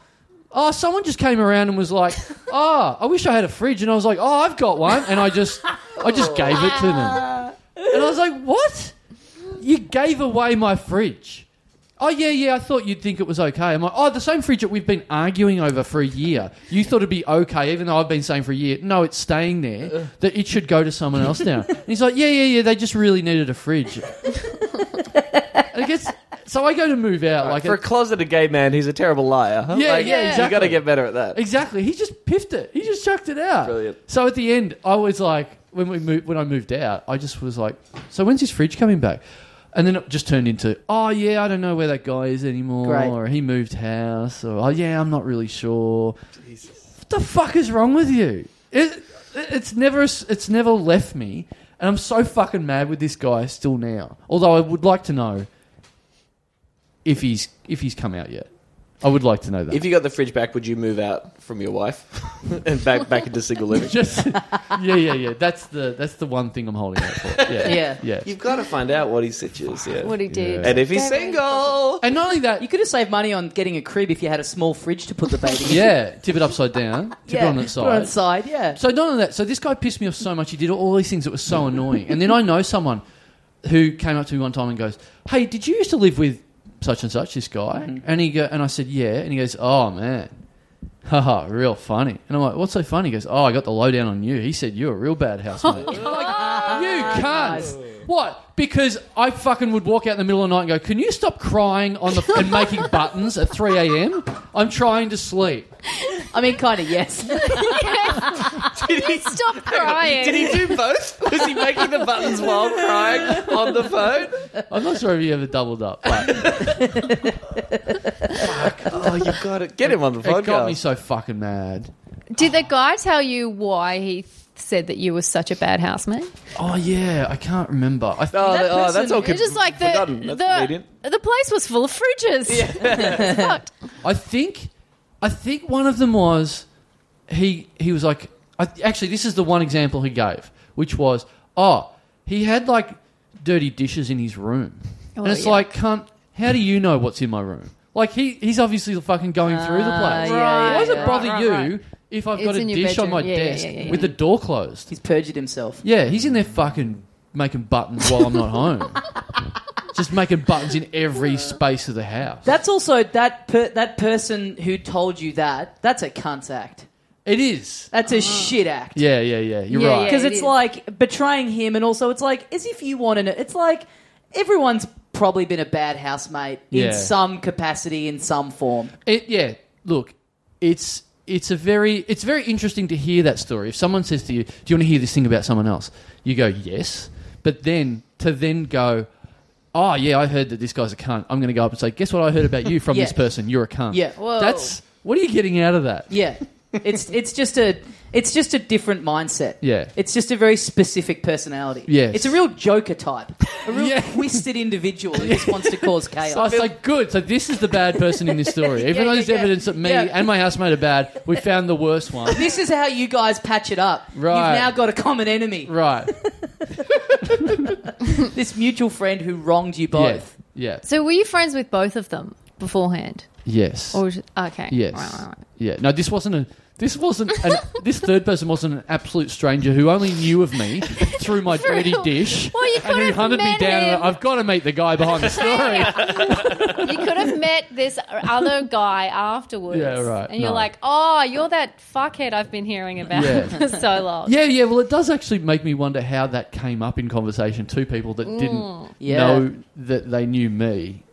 Oh, someone just came around and was like, "Oh, I wish I had a fridge." And I was like, "Oh, I've got one." And I just, I just gave it to them. And I was like, what? You gave away my fridge. Oh, yeah, yeah, I thought you'd think it was okay. I'm like, oh, the same fridge that we've been arguing over for a year. You thought it'd be okay, even though I've been saying for a year, no, it's staying there, that it should go to someone else now. and he's like, yeah, yeah, yeah, they just really needed a fridge. I guess, so I go to move out. like
For a closeted gay man, he's a terrible liar. huh?
Yeah,
Like,
yeah,
you got to
exactly.
get better at that.
Exactly. He just piffed it. He just chucked it out.
Brilliant.
So at the end, I was like, when we moved, when I moved out, I just was like, so when's his fridge coming back? And then it just turned into, oh yeah, I don't know where that guy is anymore,
Great.
or he moved house, or oh yeah, I'm not really sure. What the fuck is wrong with you? It, it's never it's never left me, and I'm so fucking mad with this guy still now. Although I would like to know if he's if he's come out yet. I would like to know that.
If you got the fridge back, would you move out from your wife and back back into single living?
Just yeah, yeah, yeah. That's the that's the one thing I'm holding out for. Yeah,
Yeah.
yeah.
You've got to find out what his sitch is, yeah.
What he did.
and if he's
Don't
single,
And not only that,
You could have saved money on getting a crib if you had a small fridge to put the baby in.
yeah, tip it upside down, tip it on its
Put it on
side.
its side, yeah.
So not only that, so this guy pissed me off so much. He did all these things that were so annoying. And then I know someone who came up to me one time and goes, "Hey, did you used to live with such and such, this guy, and he go, and I said, yeah, and he goes, oh man, haha, real funny. And I'm like, what's so funny? He goes, oh, I got the lowdown on you. He said you're a real bad housemate. I'm like, you
Nice.
can't. What? Because I fucking would walk out in the middle of the night and go, "Can you stop crying on the and making buttons at 3 a.m.? I'm trying to sleep."
I mean, kind of yes.
Stop crying.
Did he do both? Was he making the buttons while crying on the phone?
I'm not sure if he ever doubled up, but
Oh, you got it. Get him on the
it
podcast.
got me so fucking mad.
Did the guy tell you why he th- said that you were such a bad housemate?
Oh yeah, I can't remember. I
Oh,
thought
that- oh, that's
person-
all.
It was just like the
forgotten. That's
the,
convenient.
the place was full of fridges. Fucked.
I think I think one of them was he he was like I, actually this is the one example he gave, which was oh he had like dirty dishes in his room,
Oh,
and it's
yeah.
like cunt, how do you know what's in my room? Like he he's obviously fucking going through the
Ah,
place.
yeah, yeah,
Why does
yeah.
it bother
Right,
you
right, right.
if I've
It's
got a
in your
dish on
bedroom.
my
Yeah, yeah,
desk
yeah, yeah.
with the door closed?
He's perjured himself.
Yeah, he's in there fucking making buttons while I'm not home. Just making buttons in every space of the house.
That's also that per- that person who told you that. That's a cunt act.
It is.
That's a shit act.
Yeah, yeah, yeah. You're
Yeah,
right.
Ah. yeah.
because
it
it's
is.
like betraying him, and also it's like as if you wanted it. It's like everyone's probably been a bad housemate
Yeah.
in some capacity, in some form.
It, yeah. Look, it's it's a very it's very interesting to hear that story. If someone says to you, "Do you want to hear this thing about someone else?" You go, "Yes," but then to then go, "Oh yeah, I heard that this guy's a cunt." I'm going to go up and say, "Guess what I heard about you from
Yeah.
this person? You're a cunt."
Yeah.
Whoa.
That's what are you getting out of that?
Yeah, it's it's just a it's just a different mindset.
Yeah.
it's just a very specific personality.
Yes.
it's a real joker type, a real
Yeah.
twisted individual who just wants to cause
So I
chaos.
was like, good. So this is the bad person in this story. Even
Yeah,
though
yeah,
there's
yeah.
evidence that me
Yeah.
and my housemate are bad, we found the worst one.
This is how you guys patch it up.
Right.
You've now got a common enemy.
Right.
This mutual friend who wronged you
Yeah.
both.
Yeah.
So were you friends with both of them beforehand?
Yes.
Or was it- okay.
Yes.
Right, right, right.
Yeah. No, this wasn't a. This wasn't. An, this third person wasn't an absolute stranger who only knew of me through my
For
dirty
real.
dish.
Well, you
and
could
he
have
hunted me
met
down.
him.
And I've got to meet the guy behind the story.
You could have met this other guy afterwards.
Yeah, right,
And you're
no.
like, oh, you're that fuckhead I've been hearing about
Yeah.
for so long.
yeah, yeah. Well, it does actually make me wonder how that came up in conversation. Two people that didn't
Yeah.
know that they knew me.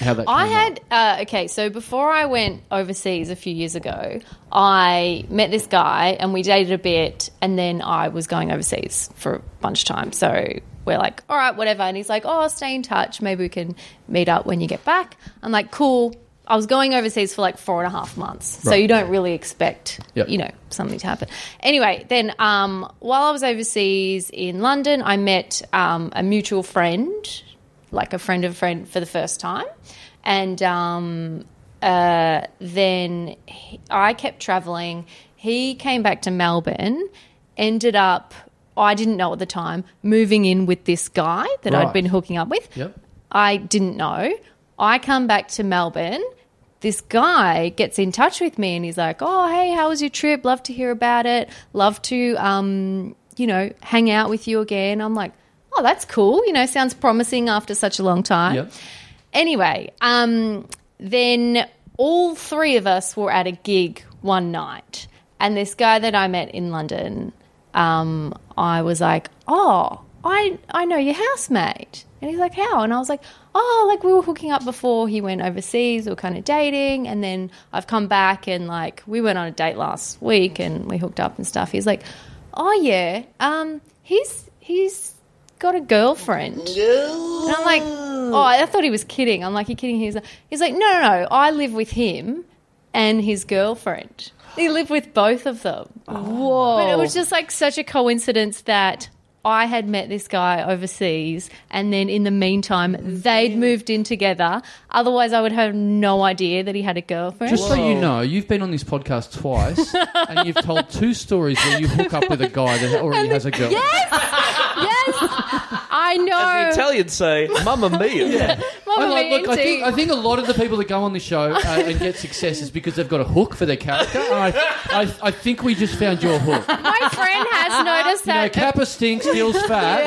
How that.
I
came
had
Up.
uh, okay. So before I went overseas a few years ago, I met this guy and we dated a bit, and then I was going overseas for a bunch of time. So we're like, all right, whatever. And he's like, oh, stay in touch. Maybe we can meet up when you get back. I'm like, cool. I was going overseas for like four and a half months, so
Right.
you don't really expect,
Yep.
you know, something to happen. Anyway, then um, while I was overseas in London, I met um, a mutual friend, like a friend of a friend for the first time. And um, uh, then he, I kept traveling. He came back to Melbourne, ended up, I didn't know at the time, moving in with this guy that
Right.
I'd been hooking up with.
Yep.
I didn't know. I come back to Melbourne. This guy gets in touch with me and he's like, "Oh, hey, how was your trip? Love to hear about it. Love to, um, you know, hang out with you again." I'm like, "Oh, that's cool. You know, sounds promising after such a long time."
Yep.
Anyway, um, then all three of us were at a gig one night, and this guy that I met in London, um, I was like, "Oh, I I know your housemate," and he's like, "How?" And I was like, "Oh, like we were hooking up before he went overseas. We were kind of dating, and then I've come back and like we went on a date last week and we hooked up and stuff." He's like, "Oh yeah, um, he's he's got a girlfriend." And I'm like, oh, I thought he was kidding. I'm like, you kidding? He's like, he's like, no, no, no. I live with him and his girlfriend. He lived with both of them. Whoa! But it was just like such a coincidence that I had met this guy overseas, and then in the meantime, they'd moved in together. Otherwise, I would have no idea that he had a girlfriend.
Just so you know, you've been on this podcast twice, and you've told two stories where you hook up with a guy that already has a girl.
yes, yes, I
The
know.
Italians say, "Mamma mia."
Mamma
I like,
mia
look, I think,
indeed.
I think a lot of the people that go on the show uh, and get success is because they've got a hook for their character. And I, I, I think we just found your hook.
My friend has noticed
You know,
that
Kappa stinks, steals fat,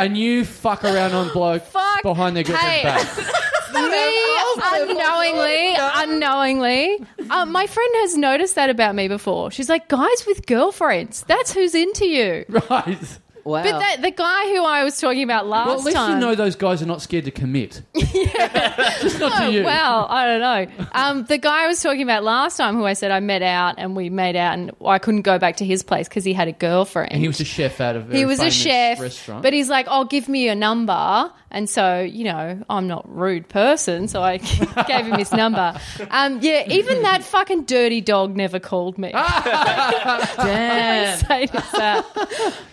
and you fuck around on bloke
Fuck.
behind their girlfriend's
Hey.
back.
me unknowingly, unknowingly, uh, my friend has noticed that about me before. She's like, guys with girlfriends, that's who's into you.
Right.
Wow.
But that, the guy who I was talking about last
Well, at least
time.
you know those guys are not scared to commit. Just not
Oh,
to you.
well, I don't know. Um, the guy I was talking about last time, who I said I met out and we made out, and I couldn't go back to his place because he had a girlfriend.
And he was a chef out of
He was a chef,
restaurant.
but he's like, "Oh, give me your number." And so, you know, I'm not a rude person, so I gave him his number. Um, yeah, even that fucking dirty dog never called me.
Ah,
Damn.
Say to that.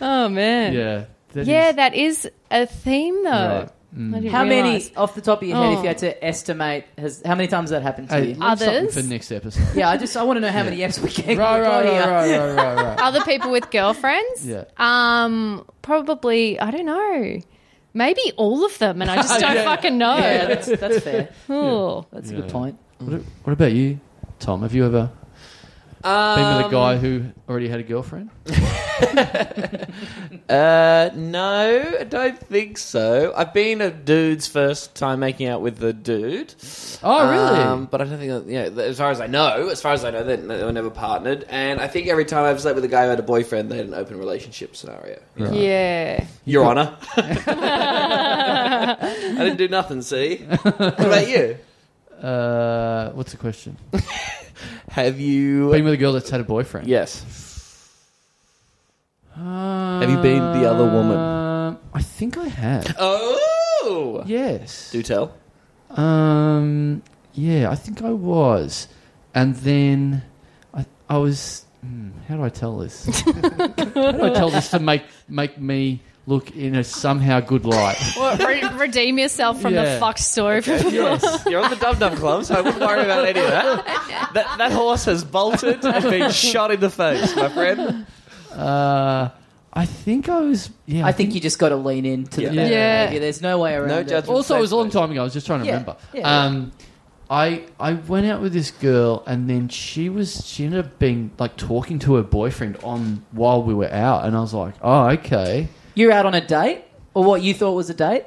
Oh man, yeah,
yeah. That is-
that is a theme though.
Right. Mm.
I didn't
How
realise.
many, off the top of your head, if
Oh.
you had to estimate, has how many times has that happened to
Hey,
you?
leave something
Others?
for next episode.
yeah, I just I want to know how many F's we can
right, right,
record
right,
here.
right, right, right, right.
other people with girlfriends?
Yeah.
Um, probably, I don't know. Maybe all of them, and I just don't
Yeah.
fucking know.
Yeah, that's, that's fair.
Cool.
That's a
Yeah.
good point.
What, what about you, Tom? Have you ever been with a guy who already had a girlfriend?
Uh, no, I don't think so. I've been a dude's first time making out with the dude.
Oh, really?
Um, but I don't think, that, yeah, th- as far as I know, as far as I know, they, they were never partnered. And I think every time I've slept with a guy who had a boyfriend, they had an open relationship scenario.
Yeah.
Your Honour. I didn't do nothing, see? What about you?
Uh, what's the question?
Have you.
Been with a girl that's had a boyfriend?
yes.
Um,
Have you been the other woman?
I think I have.
Oh!
Yes.
Do tell.
Um, yeah, I think I was, and then I I was. Hmm, how do I tell this? how do I tell this to make make me look in a somehow good light?
Or re- redeem yourself from
Yeah.
the fuck story.
Yes. You're on the Dum Dum Club, so I wouldn't worry about any of that. That, that horse has bolted and been shot in the face, my friend.
Uh, I think I was. Yeah,
I think you just got to lean into
Yeah.
the better
Yeah.
behaviour. There's no way around
No
it.
judgment.
Also, it was a long
Safe
time ago. I was just trying to
Yeah.
remember.
Yeah.
Um, I I went out with this girl, and then she was she ended up being like talking to her boyfriend on while we were out, and I was like, oh okay,
You're out on a date, or what you thought was a date.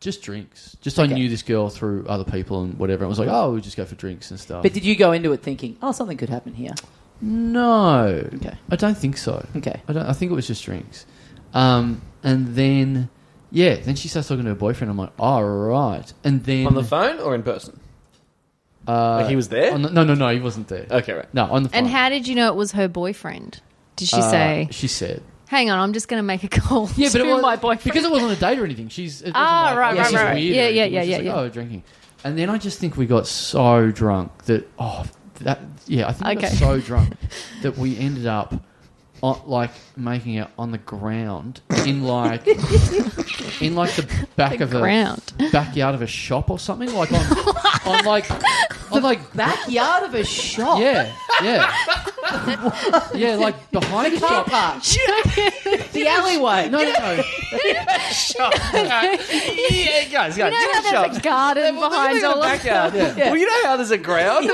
just drinks. Just
Okay.
I knew this girl through other people and whatever. I was like, oh, we just go for drinks and stuff.
But did you go into it thinking, oh, something could happen here?
no,
Okay.
I don't think so.
Okay.
I don't. I think it was just drinks. Um, and then yeah, then she starts talking to her boyfriend. I'm like, all right, and then
On the phone or in person?
uh,
Like he was there?
on the- no, no, no, he wasn't there.
Okay, right.
No, on the phone.
And how did you know it was her boyfriend? Did she
Uh,
say,
She said.
hang on, I'm just going to make a call
Yeah, but
to
it was
my boyfriend?
because it wasn't a date or anything. She's it wasn't
Ah,
like,
right,
oh,
right,
this is
right.
weird or
Yeah, yeah,
anything. It was
yeah,
just
yeah,
like, Oh, drinking, and then I just think we got so drunk that oh that yeah I think we got
Okay.
so drunk that we ended up on, like making it on the ground in like in like the back
The
of
ground.
a backyard of a shop or something like on on like on like
Backyard of a shop.
yeah yeah yeah like behind a
Car
shop.
park. the alleyway.
No, no, no.
yeah, guys, guys,
you know how there's a garden behind all of
Well, you know how there's a ground.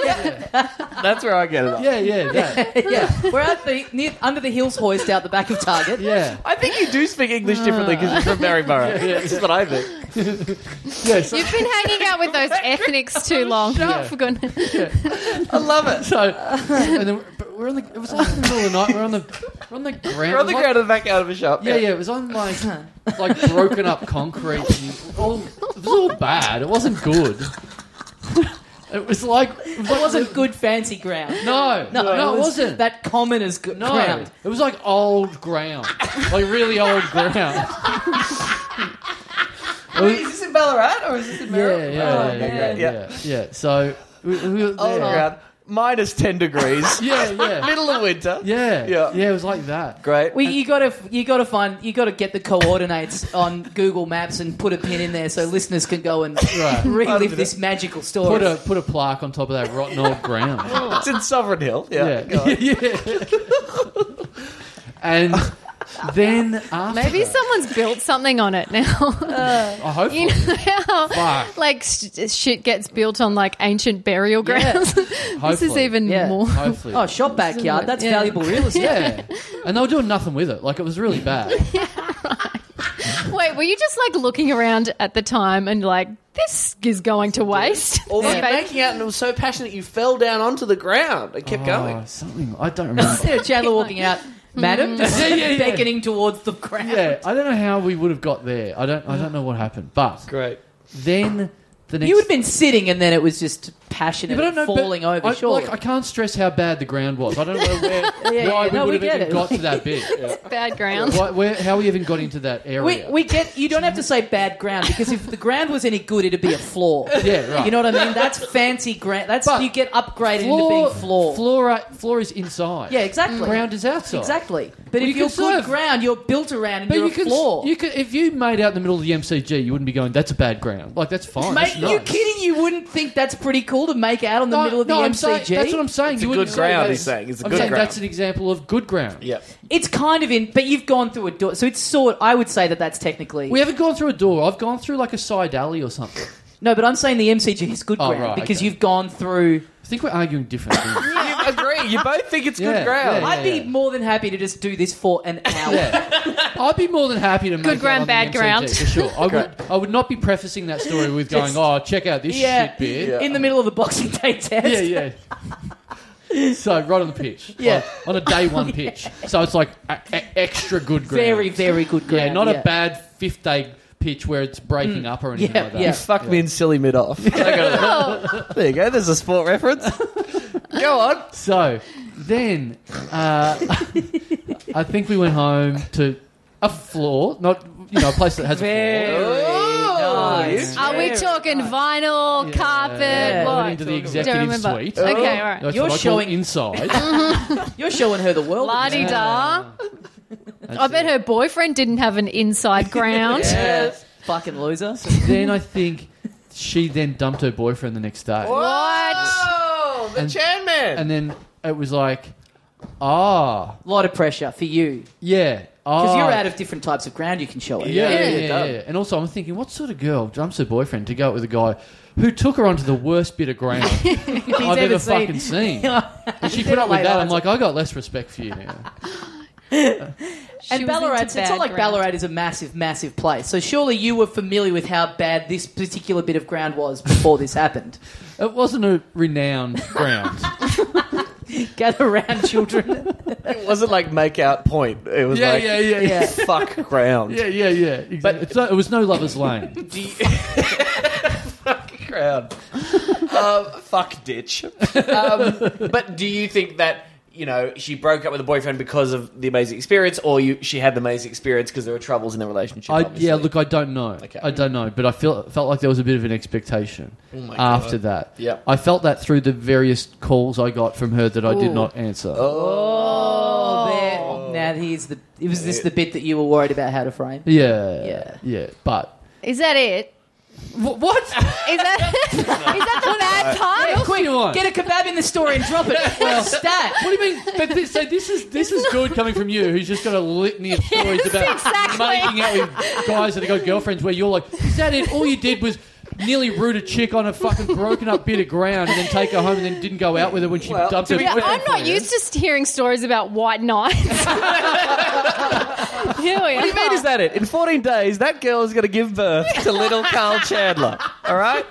That's where I get it.
Yeah, yeah, that.
yeah, we're at the near, under the hills hoist out the back of Target.
yeah.
I think you do speak English differently because you're from Maryborough. That's what I think.
You've been hanging out with those ethnics too long.
Yeah.
For goodness-
I love it.
So, and then but we're on the. It was like in the middle of the night. We're on the. We're on the ground.
We're on the
like-
ground of the back out of a shop.
Yeah, yeah. It was on like like broken up concrete. And all, it was all bad. It wasn't good. It was like it
It wasn't good fancy ground.
No, no, no, it, was, not
That commoner's good
no,
ground.
it was like old ground, like really old ground.
Wait, is this in Ballarat or is this in
Yeah,
Maryborough?
yeah,
Oh,
yeah, yeah,
okay,
yeah, yeah. So we, we were
Old
there.
ground, minus ten degrees,
Yeah, yeah,
middle of winter.
yeah,
Yeah.
yeah, yeah. It was like that.
Great.
We, you gotta, you gotta find, you gotta get the coordinates on Google Maps and put a pin in there so listeners can go and
Right.
relive this magical story.
Put a put a plaque on top of that rotten old ground.
it's in Sovereign Hill. Yeah. go
Yeah.
on.
Yeah. and then after
Maybe
that- oh,
someone's built something on it now.
I hope
You know how
Fuck.
like sh- shit gets built on like ancient burial
Yeah.
grounds. this is
Hopefully.
even
Yeah.
more.
hopefully.
oh, shop backyard. That's valuable real estate.
yeah. And they were doing nothing with it. Like it was really bad.
Wait, were you just like looking around at the time and like this is going to waste.
Or
This
yeah.
baby-
making out and it was so passionate you fell down onto the ground and kept
Oh,
going.
something I don't remember.
Chandler walking out, madam, just
Mm. Yeah, yeah, yeah.
beckoning towards the crowd.
yeah, I don't know how we would have got there. I don't. I don't know what happened. But
Great.
then the next.
You would have been sitting, and then it was just passionate
Yeah, but I
and
don't know, but
falling over.
I,
Sure,
like, I can't stress how bad the ground was. I don't know where,
yeah,
why
yeah.
we
No,
would
we
have
get
even
it.
got to that bit.
bad ground.
Why, where, how we even got into that area?
We, we get you don't have to say bad ground because if the ground was any good it'd be a floor.
Yeah, right.
You know what I mean? That's fancy ground. That's
But
you get upgraded into
floor,
being floor.
Floor, floor is inside.
Yeah, exactly.
Ground is outside.
Exactly. But
Well, you
if you're
can
good
serve.
ground, you're built around and
But
you're
you
a
could,
floor.
you could, if you made out in the middle of the MCG, you wouldn't be going. That's a bad ground. Like that's fine.
Mate,
that's
you
nice.
kidding? You wouldn't think that's pretty cool to make out in the
No,
middle of
no,
the
I'm
MCG.
saying- that's what I'm saying.
It's
you
a
wouldn't
good
say
ground,
that.
he's saying. It's a
I'm
good
saying
ground.
That's an example of good ground.
Yeah.
it's kind of in, but you've gone through a door, so it's sort. I would say that that's technically
We haven't gone through a door. I've gone through like a side alley or something.
no. But I'm saying the MCG is good
Oh,
ground
right,
because
okay.
you've gone through.
I think we're arguing different things.
You agree. You both think it's
Yeah,
good ground.
yeah.
I'd be more than happy to just do this for an hour.
Yeah. I'd be more than happy to make
Good
it
ground,
on the
bad
MCG,
ground.
for sure. I would. I would not be prefacing that story with going,
Just-
"Oh, check out this
Yeah.
shit bit."
in the middle of a Boxing Day test.
Yeah, yeah. so right on the pitch.
Yeah.
On, on a day one pitch. So it's like a, a- extra good ground.
Very, very good ground. Mm.
yeah, not a bad fifth day pitch where it's breaking up or anything
Yeah,
like that.
yeah.
Fuck me in silly mid off. there you go. There's a sport reference. go on.
So then, uh, I think we went home to a floor, not you know a place that has a
Very
floor.
nice.
Are we talking vinyl, carpet?
Yeah.
What?
I went into the
Don't
executive
remember.
suite.
Okay, all right.
That's
You're
what I call
showing-
inside.
You're showing her the world.
La di da. I bet her boyfriend didn't have an inside ground.
Yeah. Fucking loser.
then I think she then dumped her boyfriend the next day.
What?
Oh, the
And-
Chan Man.
and then it was like, ah,
A lot of pressure for you
yeah,
because
ah,
you're out of different types of ground you can show her.
yeah, yeah,
Yeah.
yeah, yeah, yeah. And also, I'm thinking, what sort of girl dumps her boyfriend to go out with a guy who took her onto the worst bit of ground I've ever
ever seen.
fucking seen? And she
He's
put
ever
up with
laid
that.
eyes
I'm like, I got less respect for you now.
and Ballarat, it's not like Ballarat is a massive, massive place. So surely you were familiar with how bad this particular bit of ground was before this happened.
It wasn't a renowned ground.
Gather around, children.
It wasn't like make out point. It was
yeah,
like
yeah, yeah, yeah,
Yeah.
fuck ground.
yeah, yeah, yeah. Exactly. But it's not, it was no lovers' lane.
Do you- fuck ground. Um, fuck ditch. Um, but do you think that you know she broke up with a boyfriend because of the amazing experience, or you she had the amazing experience because there were troubles in the relationship?
I,
obviously?
yeah, look, I don't know.
Okay. Oh
I don't know, but I feel, felt like there was a bit of an expectation
my God.
after that.
Yep.
I felt that through the various calls I got from her that I did not answer.
Oh, there. Now here's the. It was this the bit that you were worried about how to frame?
Yeah,
Yeah.
yeah. But
Is that it?
what?
Is that, is that the bad part?
do you want?
Get a kebab in the store and drop it. well, stat.
What do you mean? But this, so this is this is good coming from you, who's just got a litany of stories about
exactly.
making out with guys that have got girlfriends. Where you're like, is that it? All you did was nearly root a chick on a fucking broken up bit of ground, and then take her home, and then didn't go out with her when she
Well,
dumped
to
her.
be
Yeah,
boyfriend
I'm
for
not
you.
used to hearing stories about white knives. Here we
What do you mean is that it? In 14 days, that girl is going to give birth to little Carl Chandler. All right?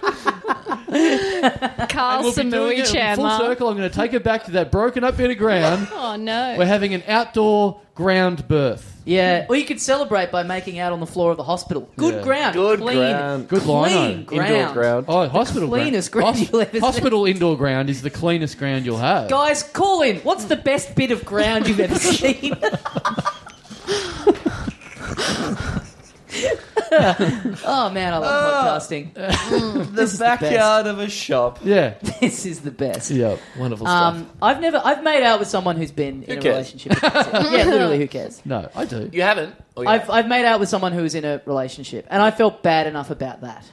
Carl
We'll be doing
Samui
it in full
Chandler.
circle. I'm going to take her back to that broken up bit of ground.
Oh no.
We're having an outdoor ground birth.
Yeah, or you could celebrate by making out on the floor of the hospital. Good
Yeah.
ground,
Good
clean,
ground.
Good
clean
lino.
ground.
Indoor ground.
Oh, hospital
cleanest
ground.
ground you'll ever see.
hospital indoor ground is the cleanest ground you'll have.
Guys, call in. What's the best bit of ground you've ever seen? oh man, I love podcasting.
The backyard of a shop.
Yeah,
This is the best.
yeah, wonderful
Um, I've never, I've made out with someone who's been in a
cares?
relationship. yeah, literally, who cares?
No, I do.
You haven't? Oh, you
I've,
have.
I've made out with someone who was in a relationship, and I felt bad enough about that.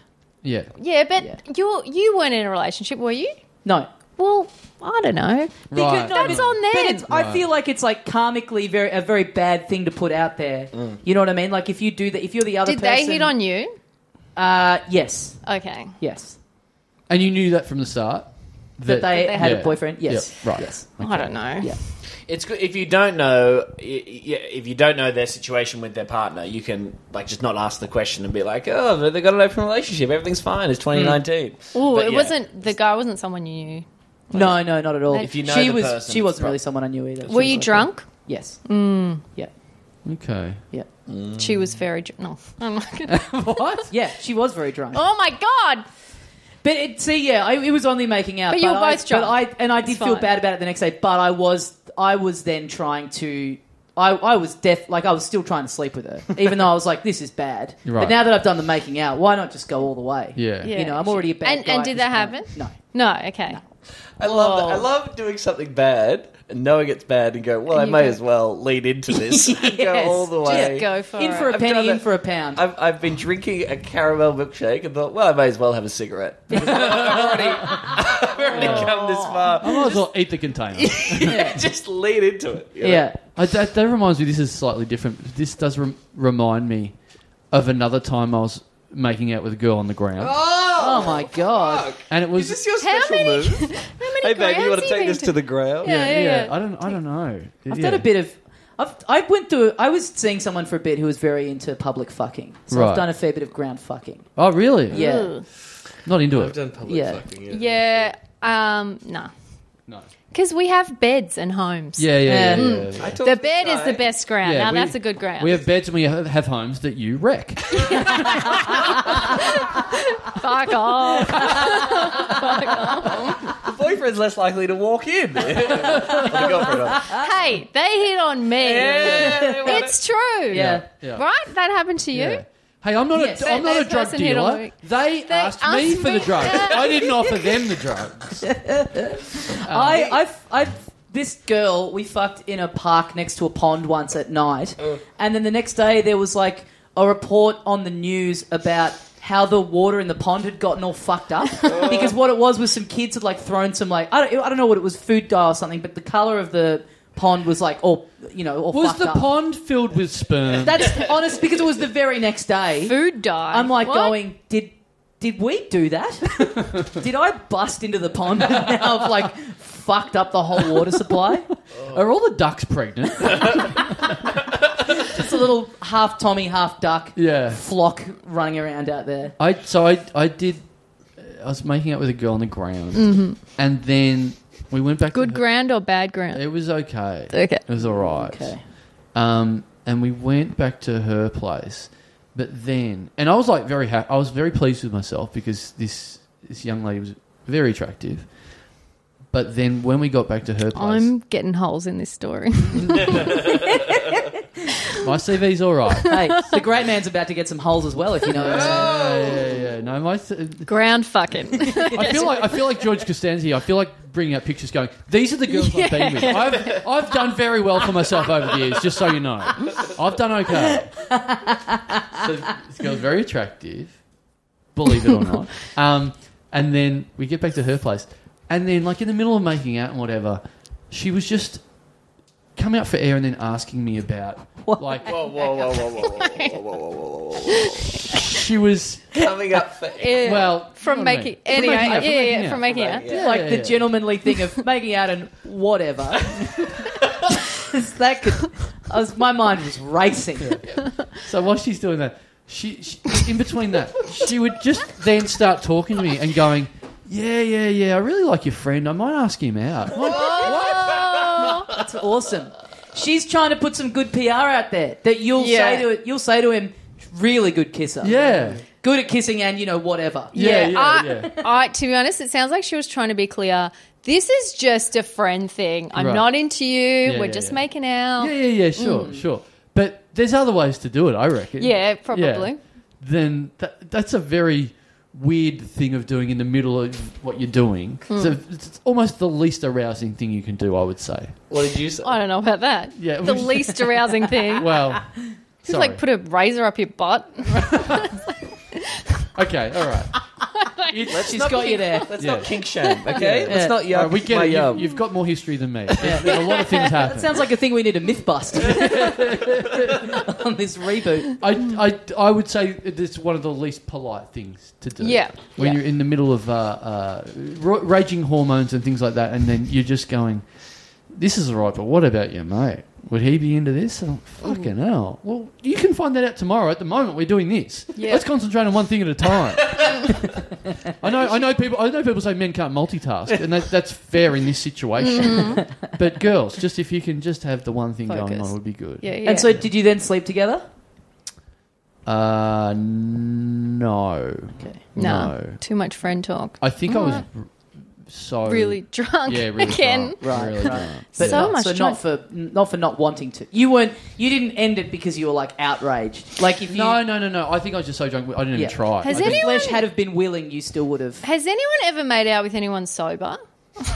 Yeah,
yeah, but
Yeah.
you you weren't in a relationship, were you?
No,
Well, I don't know.
right.
no,
That's on them.
But it's, I feel like it's like karmically very a very bad thing to put out there. You know what I mean? Like if you do that, if you're the other
Did
person,
they hit on you?
Uh, yes,
Okay.
yes.
and you knew that from the start.
that they
they
had
had-
a boyfriend. Yes,
Yeah, right.
Yes.
I don't know.
Yeah.
It's good if you don't know. y- y- If you don't know their situation with their partner, you can like just not ask the question and be like, "Oh, they- they got an open relationship. Everything's fine. It's 2019."
Oh,
But
Hmm. it
yeah.
wasn't the guy wasn't someone you knew.
No, no, not at all.
If
you know
she
the
was,
person,
she
it's
wasn't
prob-
really someone I knew either. She
Were
was
you
like-
drunk? Hmm.
Yes. Yeah.
Okay.
Yeah.
Mm.
She was very dr- no. I'm not gonna-
What? Yeah, she was very drunk.
oh my god!
But it, see, yeah, I, it was only making out.
But you were
I,
both drunk.
But I and I did
It's
feel
fine.
bad about it the next day. But I was, I was then trying to. I, I was deaf, like I was still trying to sleep with her, even though I was like, "This is bad."
You're
But
right.
now that I've done the making out, why not just go all the way?
Yeah.
Yeah.
you know, I'm already a bad
And-
guy
and
at
did
this
that
point.
happen?
No,
No, okay.
I love that. I
Whoa.
love doing something bad and knowing it's bad and go, "Well, I
you
may
go-
as well lean into this. and go
Yes,
all the
just
way."
Just go for
in
it.
for a
I've done
penny, in
it.
for a pound.
I've, I've been drinking a caramel milkshake and thought, well, I may as well have a cigarette. I've already, I've already come this
I
Oh.
far.
might as well eat the container.
Just lean into it. you know?
yeah,
I, that, that reminds me. This is slightly different. This does rem- remind me of another time I was making out with a girl on the ground,
Oh,
Oh, my God.
fuck.
and it was
Is this your
How
special
many-
move?
How many
Hey, baby, you want
grams
to
you
take
been
this to the ground?
Yeah, yeah, yeah.
I don't. I don't know.
I've done a bit of. I've, I went through. I was seeing someone for a bit who was very into public fucking, so
Right.
I've done a fair bit of ground fucking.
Oh, really?
Yeah.
Ugh.
Not into
I've
it.
done public
Yeah.
fucking. Yeah.
Yeah. Um. Nah.
No.
Because we have beds and homes. Mm.
Yeah, yeah, yeah. yeah, yeah, yeah.
I talked to
The bed
this
is the
guy-
best ground.
Yeah,
Um,
we-
now that's a good ground.
We have beds and we have, have homes that you wreck.
Fuck off.
The boyfriend's less likely to walk in. Or the girlfriend.
hey, they hit on me.
Yeah, they
It's true.
Yeah.
Yeah.
Right? That happened to you?
Yeah. Hey, I'm not
Yes.
a, I'm
That-
not a
that
drug
person hit on
dealer.
me.
They, asked, me
asked
for the
me-
drugs. I didn't offer them the drugs. Uh,
I, I've, I've, this girl we fucked in a park next to a pond once at night,
Uh.
and then the next day there was like a report on the news about how the water in the pond had gotten all fucked up
Uh.
because what it was was some kids had like thrown some like I don't, I don't know what it was food dye or something, but the color of the pond was like all you know all
Was
fucked
the
up.
pond filled with sperm?
That's honest because it was the very next day.
Food dye.
I'm like
What?
going, did did we do that? did I bust into the pond and now I've like fucked up the whole water supply?
Are all the ducks pregnant?
It's a little half Tommy, half duck
yeah.
flock running around out there.
I so I I did. I was making out with a girl on the ground, and then we went back.
Mm-hmm. Good
to her-
ground or bad ground?
It was okay.
Okay.
It was all right.
Okay.
Um, and we went back to her place, but then, and I was like very happy. I was very pleased with myself because this this young lady was very attractive. But then when we got back to her place,
I'm getting holes in this story.
my CV's all right.
Hey,
yeah,
the great man's about to get some holes as well, if you know what I'm saying.
yeah, yeah. No, my. C-
ground fucking.
I feel like I feel like George Costanza. here. I feel like bringing out pictures, going, "These are the girls I've been with. I've I've done very well for myself over the years. Just so you know, I've done okay." So this girl's very attractive, believe it or not. Um, and then we get back to her place, and then like in the middle of making out and whatever, she was just coming out for air and then asking me about like
Whoa, whoa, whoa, whoa, whoa, whoa, whoa, whoa, whoa, whoa, whoa, whoa.
she was
Coming up for
Yeah.
well
from
you know what I
making
mean. From
anyway,
making out, from
yeah,
making
yeah,
out.
from making out.
Yeah.
like
yeah,
the
yeah.
gentlemanly thing of making out and whatever. that could, I was, my mind was racing.
So while she's doing that, she, she in between that, she would just then start talking to me and going, "Yeah, yeah, yeah, I really like your friend. I might ask him out." I'm like,
Oh,
That's awesome. She's trying to put some good PR out there that you'll
Yeah.
say to it. You'll say to him, "Really good kisser.
yeah,
good at kissing, and you know whatever."
yeah, yeah,
yeah. I,
yeah.
I, to be honest, it sounds like she was trying to be clear. This is just a friend thing. I'm
Right.
not into you.
Yeah,
We're
yeah,
just
yeah.
making out.
yeah, yeah, yeah, sure, sure. But there's other ways to do it, I reckon.
Mm. Yeah, probably.
Then that, that's a very weird thing of doing in the middle of what you're doing.
Hmm.
So it's, it's almost the least arousing thing you can do, I would say.
What did you say?
I don't know about that.
Yeah, it
the
was-
least arousing thing.
Well,
Just
sorry.
like put a razor up your butt.
okay, all right. It's,
Let's
She's
not
got you
kink-
there.
Let's
Yeah.
not kink shame, okay?
Yeah.
Let's not yuck
All right, we get
my
it.
um,
You,
yum.
you've got more history than me. There's been a lot of things happen.
That sounds like a thing we need a myth bust on this reboot.
I, I, I would say it's one of the least polite things to do.
Yeah.
When
Yeah.
you're in the middle of uh, uh, ra- raging hormones and things like that, and then you're just going, this is all right, but what about your mate? Would he be into this? Oh, fucking hell. Well, you can find that out tomorrow. At the moment, we're doing this.
Yeah.
Let's concentrate on one thing at a time. I know, I know people. I know people say men can't multitask, and that, that's fair in this situation. But girls, just if you can just have the one thing going
Mm-hmm. Focus.
on, would be good.
Yeah, yeah.
And so, did you then sleep together?
Uh, no.
Okay.
no,
No.
too much friend talk.
I think I was r- so
Really drunk
yeah, really
again.
drunk, really
Right, right.
drunk.
So
not-
much
so
time.
not for not for not wanting to. You weren't. You didn't end it because you were like outraged. Like if you,
No, no, no, no. I think I was just so drunk. I didn't
Yeah.
even try.
Has
I
if
anyone-
flesh had have been willing, you still would have.
Has anyone ever made out with anyone sober?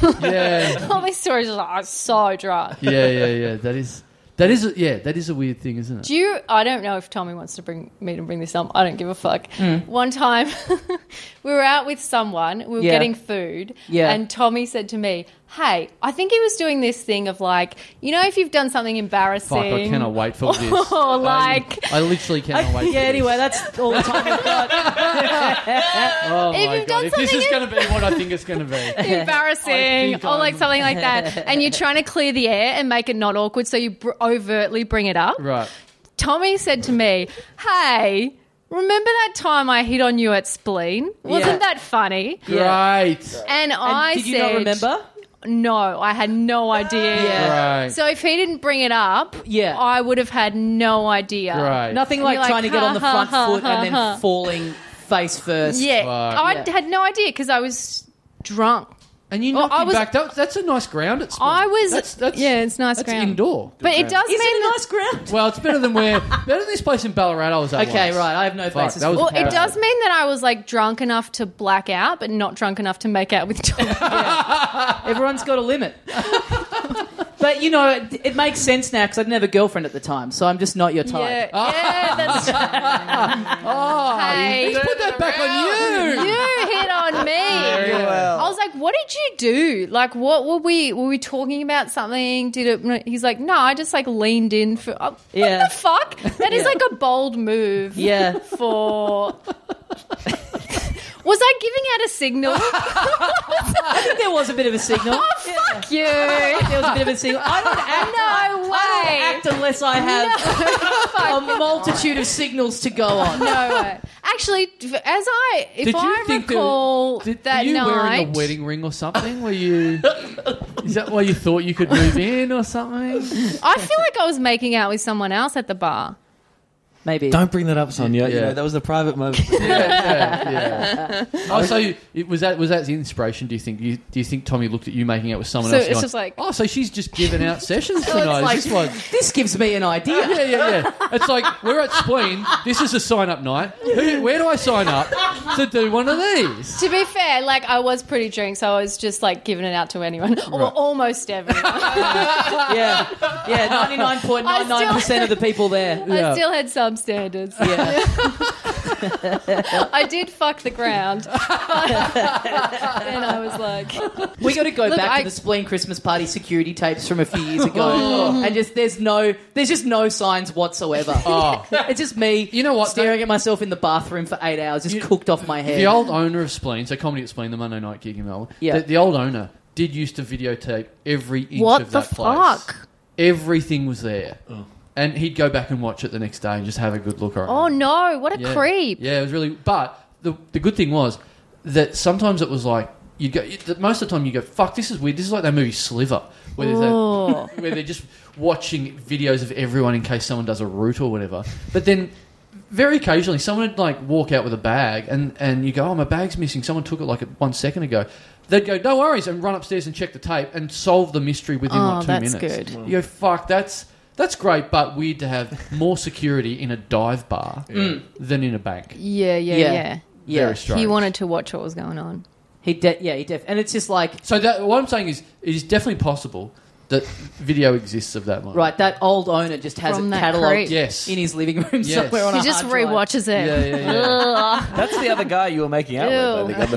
just- Yeah,
All these stories are like, "I was so drunk.
yeah, yeah, yeah. That is, that is, a, yeah, that is a weird thing, isn't it?
Do you? I don't know if Tommy wants to bring me to bring this up. I don't give a fuck.
Hmm.
One time, we were out with someone. We were
Yeah.
getting food,
Yeah.
and Tommy said to me, "Hey, I think he was doing this thing of like, you know, if you've done something embarrassing,
Fuck! I cannot wait for this.
or Oh, like,
I, I literally cannot wait.
yeah.
for
Anyway,
this.
that's all the time we've got.
oh
if
my
you've
god!
done
If this
something
is going to be what I think it's going to be, I
embarrassing
think
or like
I'm-
something like that and you're trying to clear the air and make it not awkward so you br- overtly bring it up
right?
tommy said to me hey remember that time i hit on you at spleen wasn't
Yeah.
that funny
Yeah.
Great.
And
and, i
did you
said
not remember?
no i had no idea
Yeah.
Right.
so if he didn't bring it up
Yeah.
i would have had no idea
Right.
Nothing
And
like,
you're like,
trying to get on the
ha,
front
ha,
foot
ha,
and
ha.
then falling face first.
yeah
Fuck.
i
Yeah.
had no idea because i was drunk
And you
Well,
knocked
I
him
was-
back. That, that's a nice ground. It's
I was-
That's, that's,
yeah, it's nice
that's
ground.
Indoor,
but it does
Is
mean
it a
that-
nice ground?
Well, it's better than where better than this place in Ballarat I was at.
Okay,
once.
right. I have no
Fuck,
basis.
that was
for
Well, it
Apparently.
does mean that I was like drunk enough to black out, but not drunk enough to make out with Tom.
Everyone's got a limit. but you know, it, it makes sense now because I didn't have a girlfriend at the time, so I'm just not your
yeah,
type.
yeah, that's
Oh,
Hey.
you put that back on you.
you hit on me.
well.
I was like, "What did you do? Like, what were we? Were we talking about something? Did it?" He's like, "No, I just like leaned in for." oh,
Yeah.
What the fuck? That is
Yeah.
like a bold move.
Yeah.
For. Was I giving out a signal?
I think there was a bit of a signal.
Oh, Fuck you!
There was a bit of a signal. I don't act,
No way! Oh
act unless I have a multitude of signals to go on.
no way. Actually, if- as I if
Did you
I
think there-
recall
Did, were
that
you
night,
wearing a wedding ring or something? Were you? Is that why you thought you could move in or something?
I feel like I was making out with someone else at the bar.
Maybe.
Don't bring that up, Sonia. You
Yeah.
know, that was the private moment.
yeah, yeah. Oh, so you- it, was that was that the inspiration? Do you think? You, do you think Tommy looked at you making out with someone
So
else?
it's
going,
just like-
oh, so she's just giving out sessions
So it's
tonight.
like-
Is this one.
This gives me an idea.
Yeah, yeah, yeah. It's like we're at Spleen. This is a sign up night. Who, where do I sign up to do one of these?
To be fair, like I was pretty drunk, so I was just like giving it out to anyone, or
Right.
almost everyone.
Yeah, yeah. Ninety nine point nine nine percent of the people there.
I
Yeah.
still had some standards.
Yeah,
I did fuck the ground, but then I was like,
we got to go
Look,
back
I-
to the spleen Christmas party security tapes from a few years ago, and just there's no, there's just no signs whatsoever.
Oh.
It's just me.
You know what,
Staring at myself in the bathroom for eight hours, just
You-
cooked off my head.
The old owner of Spleen, so Comedy at Spleen, the Monday night gig in Melbourne.
Yeah.
The, the old owner did used to videotape every inch
"What
of
the
that place.
fuck?"
Everything was there, and he'd go back and watch it the next day and just have a good look around.
Oh
Mm.
no! What a
yeah.
creep!
Yeah, it was really. But the the good thing was that sometimes it was like you go. you- that Most of the time you go, "Fuck, this is weird." This is like that movie Sliver, where there's
Oh.
that, where they're just watching videos of everyone in case someone does a route or whatever. But then. Very occasionally, someone would like walk out with a bag, and, and you go, "Oh, my bag's missing." Someone took it like one second ago. They'd go, "No worries," and run upstairs and check the tape and solve the mystery within
Oh,
like two
that's
minutes.
good.
You go, "Fuck, that's that's great, but weird to have more security in a dive bar Mm. than in a bank."
Yeah, yeah,
Yeah.
yeah.
yeah,
Very strange.
He wanted to watch what was going on.
he de- yeah, he def- and it's just like
So that what I'm saying is, it is definitely possible that video exists of that one.
Right, that old owner just has
From
it
that
catalogued
creep.
Yes.
in his living room
Yes.
somewhere on
He
a
just
hard drive.
rewatches it.
Yeah, yeah, yeah.
That's the other guy you were making out with. I think, on the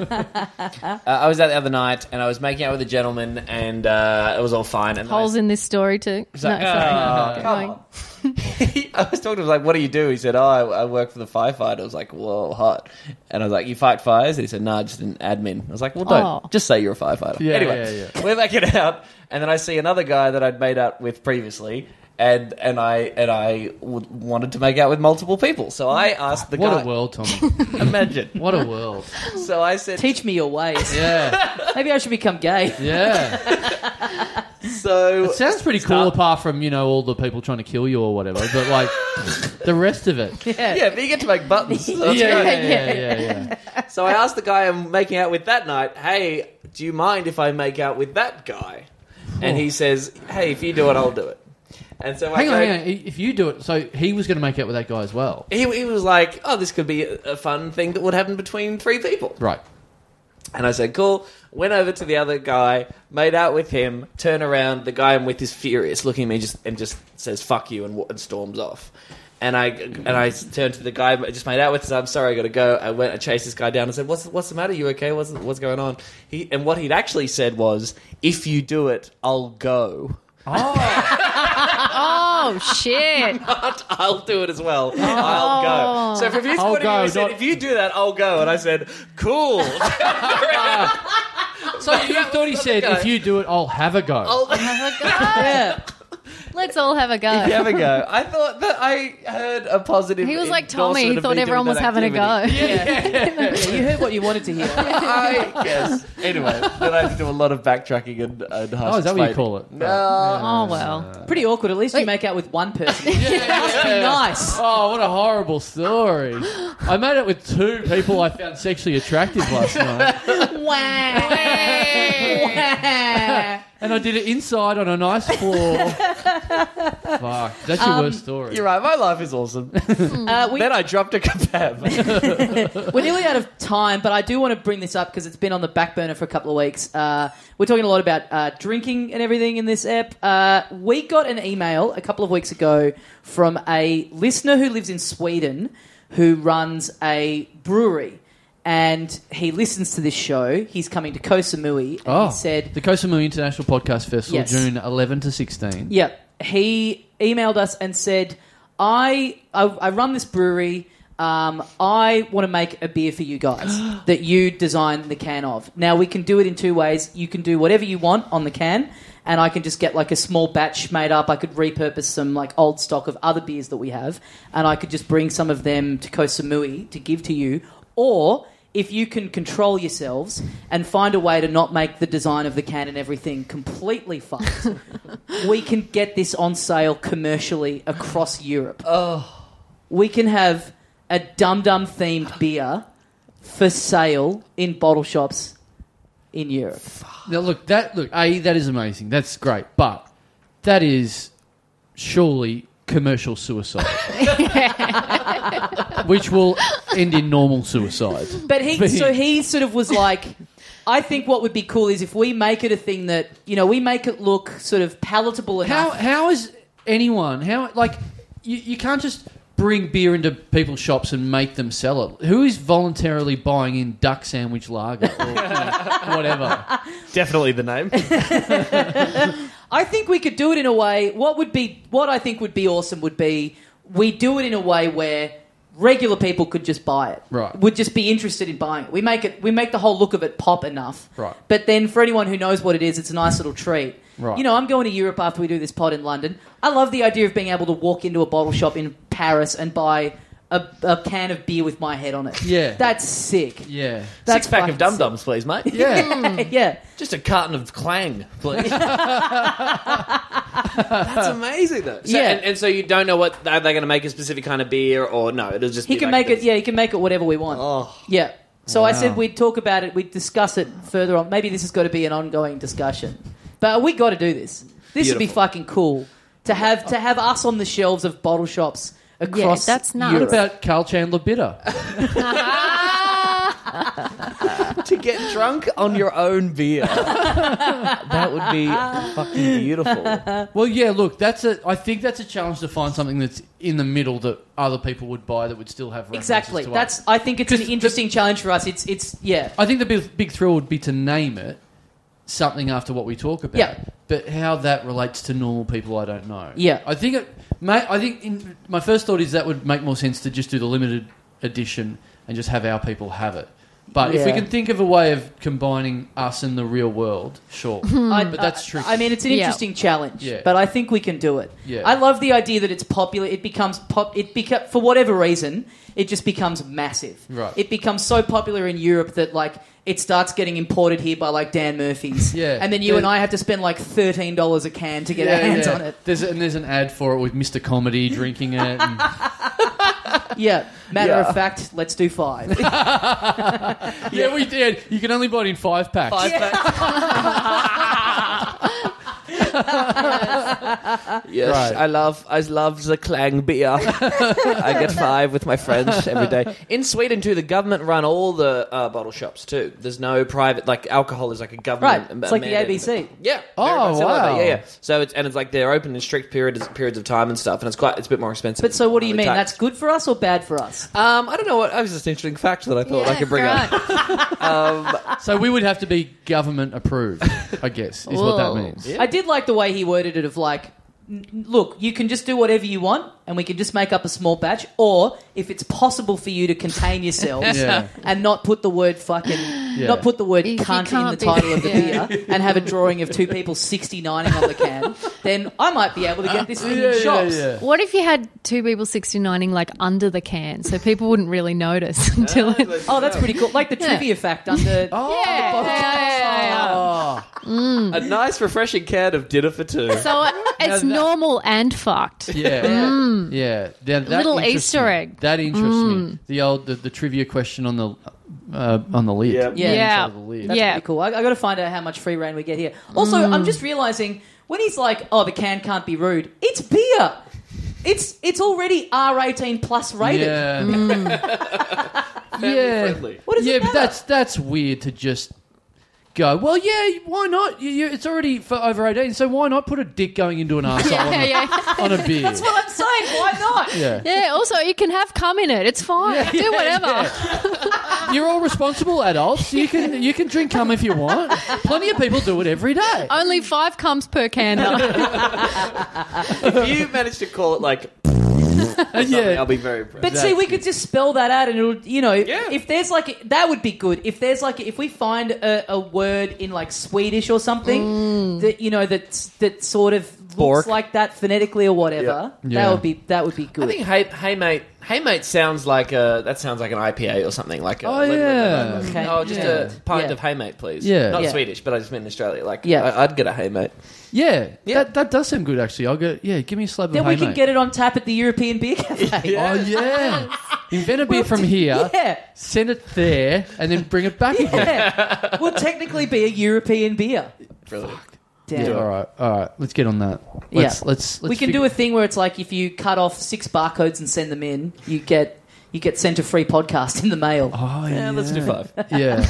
Ew. Yeah.
Uh, I was out the other night and I was making out with a gentleman and uh, it was all fine. And then I-
Holes in this story too. No,
like,
sorry.
"Ah,
"Oh,
Keep
come
going.
I was talking to him like, "What do you do?" He said, "Oh, I, I work for the firefighter." I was like, "Whoa, hot!" And I was like, "You fight fires?" And he said, "Nah, just an admin." I was like, "Well, don't
Oh.
just say you're a firefighter."
Yeah,
anyway,
yeah,
we're making out, and then I see another guy that I'd made out with previously. And, and I and I w- wanted to make out with multiple people, so I asked the
What
guy.
a world, Tommy.
Imagine.
What a world.
So I said,
Teach me your ways.
Yeah.
Maybe I should become gay.
Yeah.
so
It sounds pretty cool apart from, you know, all the people trying to kill you or whatever, but like the rest of it. Yeah,
yeah, but you get to make buttons. So that's
yeah,
great.
yeah, yeah, yeah, yeah.
So I asked the guy I'm making out with that night, hey, do you mind if I make out with that guy? And he says, hey, if you do it, I'll do it. And so I
Hang
go-
on, hang on. If you do it, so he was going to make out with that guy as well.
He, he was like, oh, this could be a, a fun thing that would happen between three people.
Right.
And I said, cool. Went over to the other guy, made out with him, turn around. The guy I'm with is furious, looking at me just, and just says, fuck you, and, wa- and storms off. And I and I turned to the guy I just made out with. Said, I'm sorry, I got to go. I went. I chased this guy down and said, "What's what's the matter? You okay? What's what's going on?" He and what he'd actually said was, "If you do it, I'll go.
Oh shit!
Not I'll do it as well. I'll go." So from his
Oh. I'll
point of view,
go,
he said,
not-
"If you do that, I'll go." And I said, "Cool."
So you thought he said,
guy.
if you do it, I'll have a go.
yeah.
Let's all have a go.
If you have a go. I thought that I heard a positive.
He was like Tommy.
endorsement
He
of
thought
me
everyone
doing
was
that
having
activity.
a go.
Yeah, you heard what you wanted to hear.
I, yes. Anyway, then I had to do a lot of backtracking and, and Uh,
Oh, is that what you call it?
No.
Oh well.
Pretty awkward. At least you make out with one person. Must be nice.
Oh, what a horrible story. I made it with two people I found sexually attractive last night.
Wow.
And I did it inside on an ice floor. Fuck. That's your
Um,
worst story.
You're right. My life is awesome.
Uh, we,
then I dropped a kebab.
we're nearly out of time, but I do want to bring this up because it's been on the back burner for a couple of weeks. Uh, we're talking a lot about uh, drinking and everything in this app. Uh, we got an email a couple of weeks ago from a listener who lives in Sweden who runs a brewery. And he listens to this show. He's coming to Koh Samui. And
Oh,
he said,
the Kosamui International Podcast Festival,
Yes.
June 11 to 16.
Yeah, he emailed us and said, "I I, I run this brewery. Um, I want to make a beer for you guys that you design the can of. Now we can do it in two ways. You can do whatever you want on the can." And I can just get like a small batch made up. I could repurpose some like old stock of other beers that we have, and I could just bring some of them to Koh Samui to give to you. Or if you can control yourselves and find a way to not make the design of the can and everything completely fucked, we can get this on sale commercially across Europe. Oh. We can have a dum dum themed beer for sale in bottle shops in Europe.
Now look, that look, a that is amazing. That's great, but that is surely commercial suicide, which will end in normal suicide.
But he,
But-
so he sort of was like, I think what would be cool is if we make it a thing that you know we make it look sort of palatable
How
enough.
how is anyone how like you, you can't just bring beer into people's shops and make them sell it. Who is voluntarily buying in duck sandwich lager or you know, whatever?
Definitely the name.
I think we could do it in a way. What would be what I think would be awesome would be we do it in a way where regular people could just buy it.
Right.
Would just be interested in buying it. We make it we make the whole look of it pop enough.
Right.
But then for anyone who knows what it is, it's a nice little treat.
Right.
You know, I'm going to Europe after we do this pod in London. I love the idea of being able to walk into a bottle shop in Paris and buy a, a can of beer with my head on it.
Yeah.
That's sick.
Yeah.
That's
Six pack
fucking
of dum dums, please, mate.
Yeah.
sick. yeah.
Just a carton of Clang, please. That's amazing, though. So,
Yeah.
and, and so you don't know what are they going to make a specific kind of beer or no? It'll just
He
be
can
like
make it.
this.
Yeah, he can make it whatever we want.
Oh.
Yeah. So I
Wow.
said we'd talk about it. We'd discuss it further on. Maybe this has got to be an ongoing discussion. But we got to do this. This would be
Beautiful.
fucking cool to have to have us on the shelves of bottle shops across.
that's nice.
Europe.
What about Carl Chandler Bitter?
to get drunk on your own beer. that would be fucking beautiful.
Well, yeah. Look, that's a. I think that's a challenge to find something that's in the middle that other people would buy that would still have references
Exactly.
to us.
That's. I think it's an
'Cause the-
interesting challenge for us. It's. It's. Yeah.
I think the big, big thrill would be to name it something after what we talk about.
Yeah.
But how that relates to normal people, I don't know.
Yeah.
I think it. ma I think in, my first thought is that would make more sense to just do the limited edition and just have our people have it. But if we
Yeah.
can think of a way of combining us and the real world, sure.
I,
but that's true.
I mean, it's an
Yeah.
interesting challenge,
Yeah.
but I think we can do it.
Yeah.
I love the idea that it's popular. It becomes pop. It beca- for whatever reason, it just becomes massive.
Right.
It becomes so popular in Europe that like it starts getting imported here by like Dan Murphy's.
Yeah.
And then you
Yeah.
and I have to spend like thirteen dollars a can to get our hands on it.
There's a, and there's an ad for it with Mr. Comedy drinking it. And,
Yeah. Matter
Yeah.
of fact, let's do five.
yeah, we did. You can only buy it in five packs.
Yes,
Right.
I love I love the clang beer. I get five with my friends every day. In Sweden too, the government run all the uh, bottle shops too. There's no private like alcohol is like a government.
Right. It's like the
mandated
ABC.
thing. Yeah. very
Oh,
much similar to that.
wow.
Yeah, yeah. So it's and it's like they're open in strict periods periods of time and stuff, and it's quite it's a bit more expensive.
but so, what do you
Really
mean?
tight.
That's good for us or bad for us?
um I don't know what I was just an interesting fact that I thought I could bring up. Um,
So we would have to be government approved, I guess, is what that
Whoa.
means.
I did like the way he worded it of like, n- look, you can just do whatever you want and we can just make up a small batch, or if it's possible for you to contain yourselves
Yeah.
and not put the word fucking, not put the word
If you
cunt in the
can't be-
title of the
Yeah.
beer and have a drawing of two people 69ing on the can, then I might be able to get this thing in shops.
What if you had two people 69ing like under the can so people wouldn't really notice until it.
Oh, that's pretty cool. Like the trivia fact under.
Yeah, yeah, yeah, yeah.
Oh.
a nice refreshing can of dinner for two.
So uh, it's normal and fucked.
Yeah,
Mm.
yeah. Now, that
Little
interests
Easter
me.
egg.
That interests
Mm.
me. The old the, the trivia question on the uh, on the lid.
Yep.
Yeah.
Yeah.
Inside of the lid.
That's
Yeah.
pretty cool. I, I got to find out how much free reign we get here. Also,
Mm.
I'm just realizing when he's like, "Oh, the can can't be rude." It's beer. It's it's already R18 plus rated.
Yeah,
Mm.
friendly.
yeah.
What does it
yeah, but
matter?
that's that's weird to just go. Well, yeah, why not? You, you, it's already for over eighteen, so why not put a dick going into an arsehole on,
Yeah,
a-
yeah.
on a beer?
Well, I'm saying, why not?
yeah.
Yeah, also, you can have cum in it. It's fine. Do whatever.
You're all responsible adults. You can you can drink cum if you want. Plenty of people do it every day.
Oh,
Only five cums per can. though.
if you manage to call it like something, I'll be very impressed.
But see, we could just spell that out, and it'll, you know,
Yeah.
if there's like that would be good. If there's like if we find a, a word in like Swedish or something
Mm.
that you know that's that sort of looks
Bork.
like that phonetically or whatever,
Yeah.
that would be that would be good.
I think hey, hey mate, hey mate sounds like a that sounds like an IPA or something like. A,
Oh, yeah.
Okay.
Oh, just
Yeah.
a pint
Yeah.
of hey mate, please.
Yeah.
Not
Yeah.
Swedish, but I just meant in Australia. Like,
Yeah.
I, I'd get a hey mate.
Yeah,
Yeah.
That, that does sound good actually. I'll go. Yeah, give me a slab of
then
hay,
we can
mate.
get it on tap at the European Beer Cafe.
Oh yeah, invent a beer from here,
Yeah.
send it there, and then bring it back again.
Yeah. Would technically be a European beer.
Brilliant.
Damn.
all right, all right. Let's get on that. Let's,
Yeah.
let's, let's.
we can do a thing where it's like if you cut off six barcodes and send them in, you get you get sent a free podcast in the mail.
Oh
Yeah,
yeah,
let's do five.
yeah,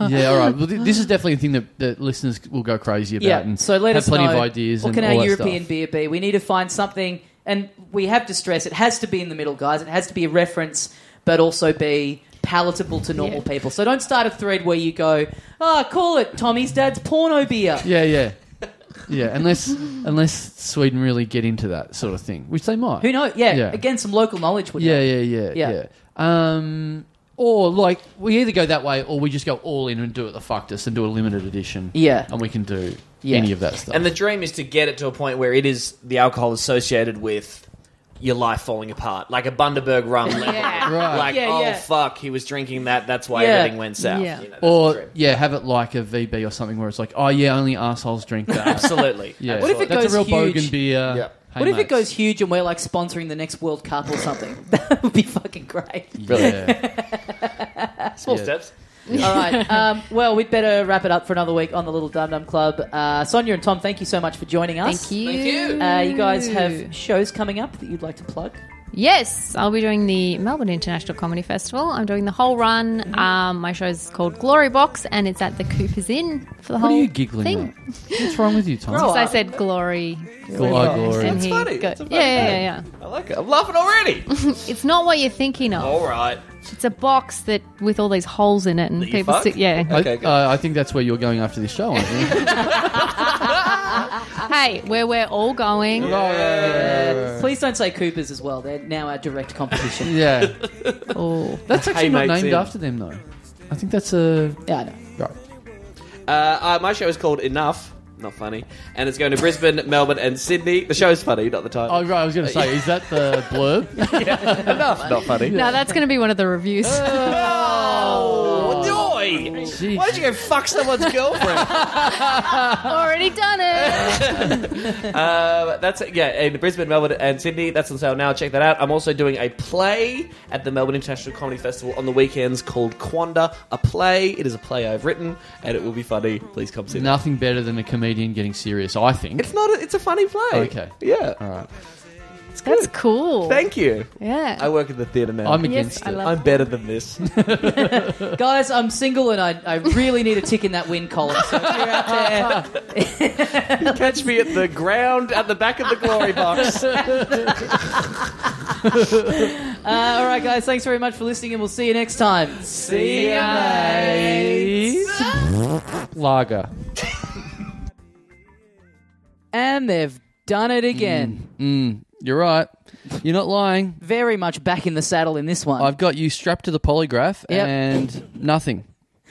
yeah. All right. Well, th- this is definitely a thing that, that listeners will go crazy about.
yeah.
and
so let
have
us
plenty
know
of ideas.
What
and
can
all
our
that
European
stuff.
beer be? We need to find something, and we have to stress it has to be in the middle, guys. It has to be a reference, but also be palatable to normal people. So don't start a thread where you go, "Ah, call it Tommy's dad's porno beer."
Yeah, yeah, yeah. Unless unless Sweden really get into that sort of thing, which they might.
Who knows? Yeah.
Yeah.
Again, some local knowledge would.
Yeah,
help.
yeah, yeah,
Yeah.
yeah. Um, or like we either go that way, or we just go all in and do it the fuckedest and do a limited edition.
Yeah.
and we can do
Yeah.
any of that stuff.
And the dream is to get it to a point where it is the alcohol associated with your life falling apart, like a Bundaberg rum. level.
Yeah.
Right.
Like,
Yeah,
oh
yeah.
fuck, he was drinking that. That's why
Yeah.
everything went south.
Yeah.
You know, that's the
or
dream.
yeah, have it like a VB or something where it's like, oh yeah, only assholes drink that.
absolutely.
yeah,
What if it
that's
goes
a real
huge?
bogan beer.
Yeah.
Hey,
What if it
mates.
goes huge and we're like sponsoring the next World Cup or something? that would be fucking great.
Yeah.
Small
Yeah.
steps.
All right. Um, well, we'd better wrap it up for another week on the Little Dum Dum Club. Uh, Sonia and Tom, thank you so much for joining us.
Thank you.
Uh, you guys have shows coming up that you'd like to plug?
Yes, I'll be doing the Melbourne International Comedy Festival. I'm doing the whole run. Um, my show's called Glory Box, and it's at the Cooper's Inn for the
What are
whole
you giggling
thing.
at? What's wrong with you, Tom?
Because I said glory.
Glory, glory.
And he
funny.
go-
That's a funny
yeah, yeah, yeah,
I like it. I'm laughing already.
yeah. It's not what you're thinking of.
All right.
It's a box that with all these holes in it, and
you
people
fuck?
sit. Yeah.
I,
Okay, good.
uh, I think that's where you're going after this show. Aren't you?
hey, where we're all going.
Oh,
Oh,
Uh, Please don't say Coopers as well. They're now our direct competition.
yeah,
Oh,
that's actually not
mates,
named
yeah.
after them though. I think that's a
yeah, I know.
right.
Uh, uh, my show is called Enough. Not funny. And it's going to Brisbane, Melbourne, and Sydney. The show's funny, not the title.
Oh, right. I was going to say, is that the blurb?
Enough, not funny.
no, that's going to be one of the reviews.
Oh, joy!
Jeez.
Why did you go fuck someone's girlfriend?
Already done it.
uh, that's yeah, in Brisbane, Melbourne, and Sydney. That's on sale now. Check that out. I'm also doing a play at the Melbourne International Comedy Festival on the weekends called Quanda. A play. It is a play I've written, and it will be funny. Please come see it.
Nothing better than a comedian getting serious. I think.
It's not. A, it's a funny play.
Okay.
Yeah.
All right.
That's cool.
Thank you.
yeah.
I work at the theatre now.
I'm
I'm,
yes,
against
I
it.
love.
better than this.
Guys, I'm single and I, I really need a tick in that win column. Uh, So if you're out there,
Catch me at the ground at the back of the glory box.
Uh, all right, guys, thanks very much for listening, and we'll see you next time. See ya,
Lager.
And they've done it again.
You're right. You're not lying.
Very much back in the saddle in this one.
I've got you strapped to the polygraph
Yep.
and nothing.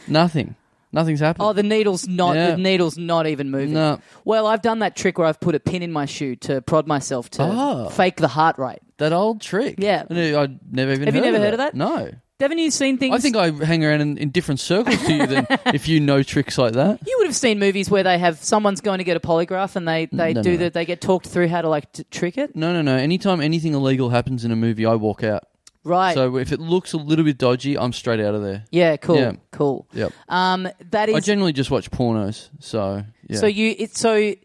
Nothing. Nothing's happened.
Oh, the needle's not
Yeah.
the needle's not even moving.
No.
Well, I've done that trick where I've put a pin in my shoe to prod myself to
Oh.
fake the heart rate.
that old trick.
Yeah.
I knew- I'd never even
Have you
heard
never
of
heard
that.
of that?
No.
Haven't you seen things?
I think I hang around in, in different circles to you than if you know tricks like that.
you would have seen movies where they have someone's going to get a polygraph and they they
No,
do
no.
that. They get talked through how to like t- trick it.
No, no, no. Anytime anything illegal happens in a movie, I walk out.
Right.
So if it looks a little bit dodgy, I'm straight out of there.
yeah. Cool.
Yeah.
Cool.
Yep.
Um. That is.
I generally just watch pornos. So yeah.
So you it's so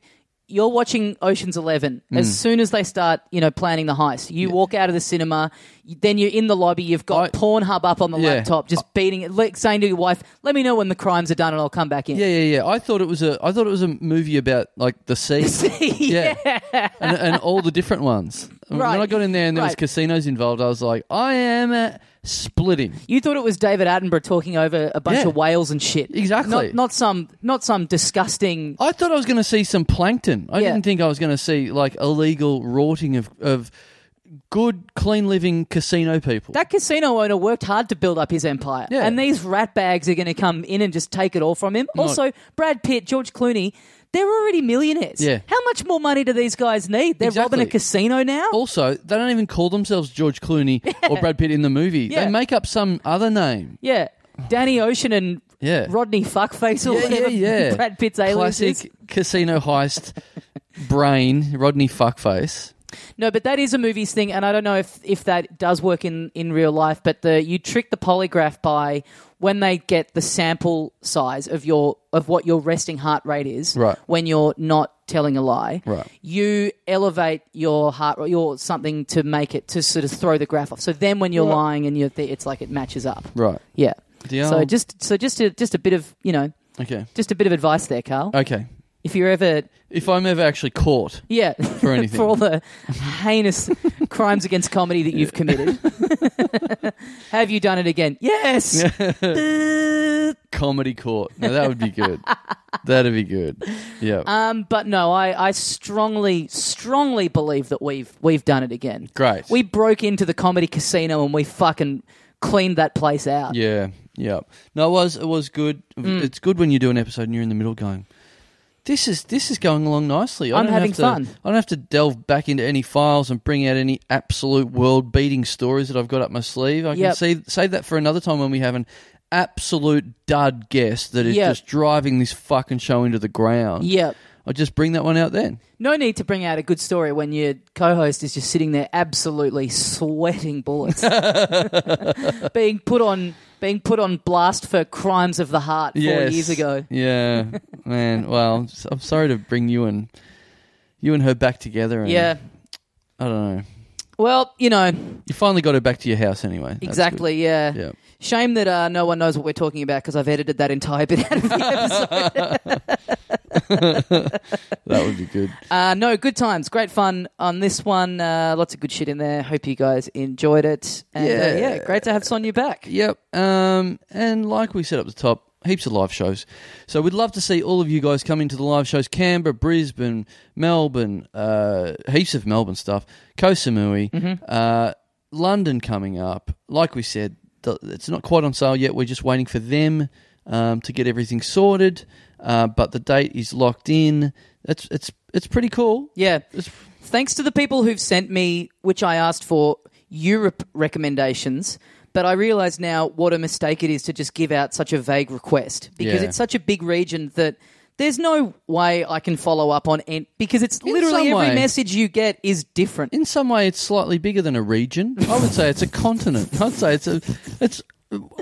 you're watching Ocean's Eleven.
Mm.
As soon as they start, you know, planning the heist, you walk out of the cinema. you- Then you're in the lobby. You've got
I-
Pornhub up on the
Yeah.
laptop, just beating it, like, saying to your wife, "Let me know when the crimes are done, and I'll come back in."
yeah, yeah, yeah. I thought it was a. I thought it was a movie about like the sea.
Yeah.
and, and all the different ones. And
Right.
When I got in there and there was
Right.
casinos involved, I was like, I am uh, splitting.
You thought it was David Attenborough talking over a bunch
Yeah.
of whales and shit.
Exactly.
Not, not some, not some disgusting.
I thought I was going to see some plankton. I
Yeah.
didn't think I was going to see like illegal rorting of of good, clean living casino people.
That casino owner worked hard to build up his empire,
Yeah.
and these rat bags are going to come in and just take it all from him. Also, Brad Pitt, George Clooney, they're already millionaires.
Yeah.
How much more money do these guys need? They're
Exactly.
robbing a casino now.
also, they don't even call themselves George Clooney or Brad Pitt in the movie.
Yeah.
They make up some other name.
yeah, Danny Ocean and
Yeah.
Rodney Fuckface or
Yeah,
whatever
yeah, yeah.
Brad Pitt's alias is.
Classic casino heist brain, Rodney Fuckface.
No, but that is a movies thing, and I don't know if, if that does work in, in real life. But the you trick the polygraph by when they get the sample size of your of what your resting heart rate is
Right.
when you're not telling a lie.
Right.
You elevate your heart rate, your something to make it to sort of throw the graph off. So then when you're lying and you're th- it's like it matches up.
Right.
Yeah.
The
So
old-
just so just a, just a bit of you know
Okay.
just a bit of advice there, Carl.
Okay.
If you're ever
If I'm ever actually caught
yeah,
for anything.
for all the heinous crimes against comedy that you've committed. Have you done it again? Yes.
comedy court. Now that would be good. That'd be good. Yeah.
um, but no, I, I strongly, strongly believe that we've we've done it again.
Great.
We broke into the comedy casino and we fucking cleaned that place out.
yeah. Yeah. No, it was it was good.
Mm.
It's good when you do an episode and you're in the middle going. This is this is going along nicely. I
I'm
don't
having
have to,
fun."
I don't have to delve back into any files and bring out any absolute world beating stories that I've got up my sleeve. I
Yep.
can see, save that for another time when we have an absolute dud guest that is
Yep.
just driving this fucking show into the ground.
Yep.
I'll just bring that one out then.
No need to bring out a good story when your co-host is just sitting there absolutely sweating bullets, being put on being put on blast for crimes of the heart four
Yes.
years ago.
Yeah, man. Well, s- I'm sorry to bring you and you and her back together. And
Yeah,
I don't know.
Well, you know,
You finally got her back to your house anyway. That's good.
exactly, yeah.
Yeah.
Shame that uh, no one knows what we're talking about because I've edited that entire bit out of the episode.
That would be good.
Uh, no, good times. Great fun on this one. Uh, lots of good shit in there. Hope you guys enjoyed it. And, yeah.
Yeah.
yeah, great to have Sonia back.
Yep. Um, and like we said up the top, heaps of live shows. So we'd love to see all of you guys come into the live shows Canberra, Brisbane, Melbourne, uh, heaps of Melbourne stuff, Koh Samui,
Mm-hmm.
uh, London coming up. Like we said, th- it's not quite on sale yet. We're just waiting for them um, to get everything sorted. Uh, but the date is locked in. It's it's it's pretty cool.
Yeah.
It's,
Thanks to the people who've sent me, which I asked for, Europe recommendations. But I realise now what a mistake it is to just give out such a vague request because
Yeah.
it's such a big region that there's no way I can follow up on it because it's literally
some
every
way.
message you get is different.
in some way it's slightly bigger than a region. I would say it's a continent. I'd say it's a it's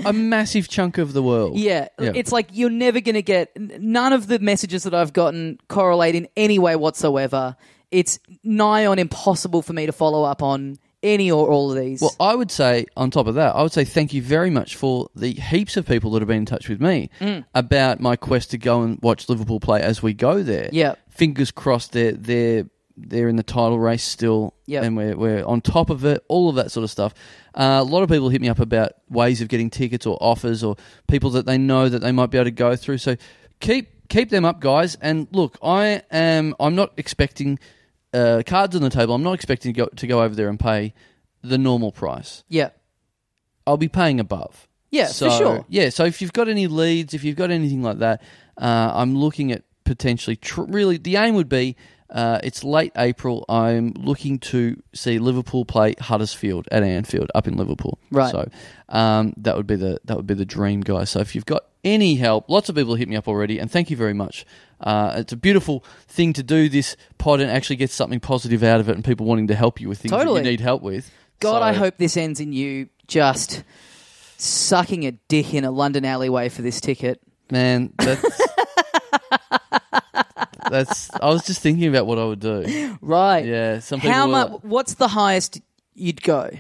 a massive chunk of the world.
Yeah, it's like you're never going to get n- none of the messages that I've gotten correlate in any way whatsoever. It's nigh on impossible for me to follow up on any or all of these.
well, I would say on top of that, I would say thank you very much for the heaps of people that have been in touch with me about my quest to go and watch Liverpool play as we go there.
Yep.
Fingers crossed they're they're they're in the title race still.
Yep.
And we're we're on top of it, all of that sort of stuff. Uh, a lot of people hit me up about ways of getting tickets or offers or people that they know that they might be able to go through. So keep keep them up, guys. And look, I am I'm not expecting uh, cards on the table. I'm not expecting to go, to go over there and pay the normal price.
yeah,
I'll be paying above.
yeah,
so,
for sure.
Yeah, so if you've got any leads, if you've got anything like that, uh, I'm looking at potentially. Tr- really, the aim would be uh, it's late April. I'm looking to see Liverpool play Huddersfield at Anfield up in Liverpool.
Right.
So um, that would be the that would be the dream, guys. So if you've got any help, lots of people hit me up already, and thank you very much. Uh, it's a beautiful thing to do this pod and actually get something positive out of it, and people wanting to help you with things
Totally.
that you need help with.
God,
So-
I hope this ends in you just sucking a dick in a London alleyway for this ticket.
Man, that's that's. I was just thinking about what I would do.
Right.
Yeah, some people.
How
were
much?
like,
What's the highest you'd go?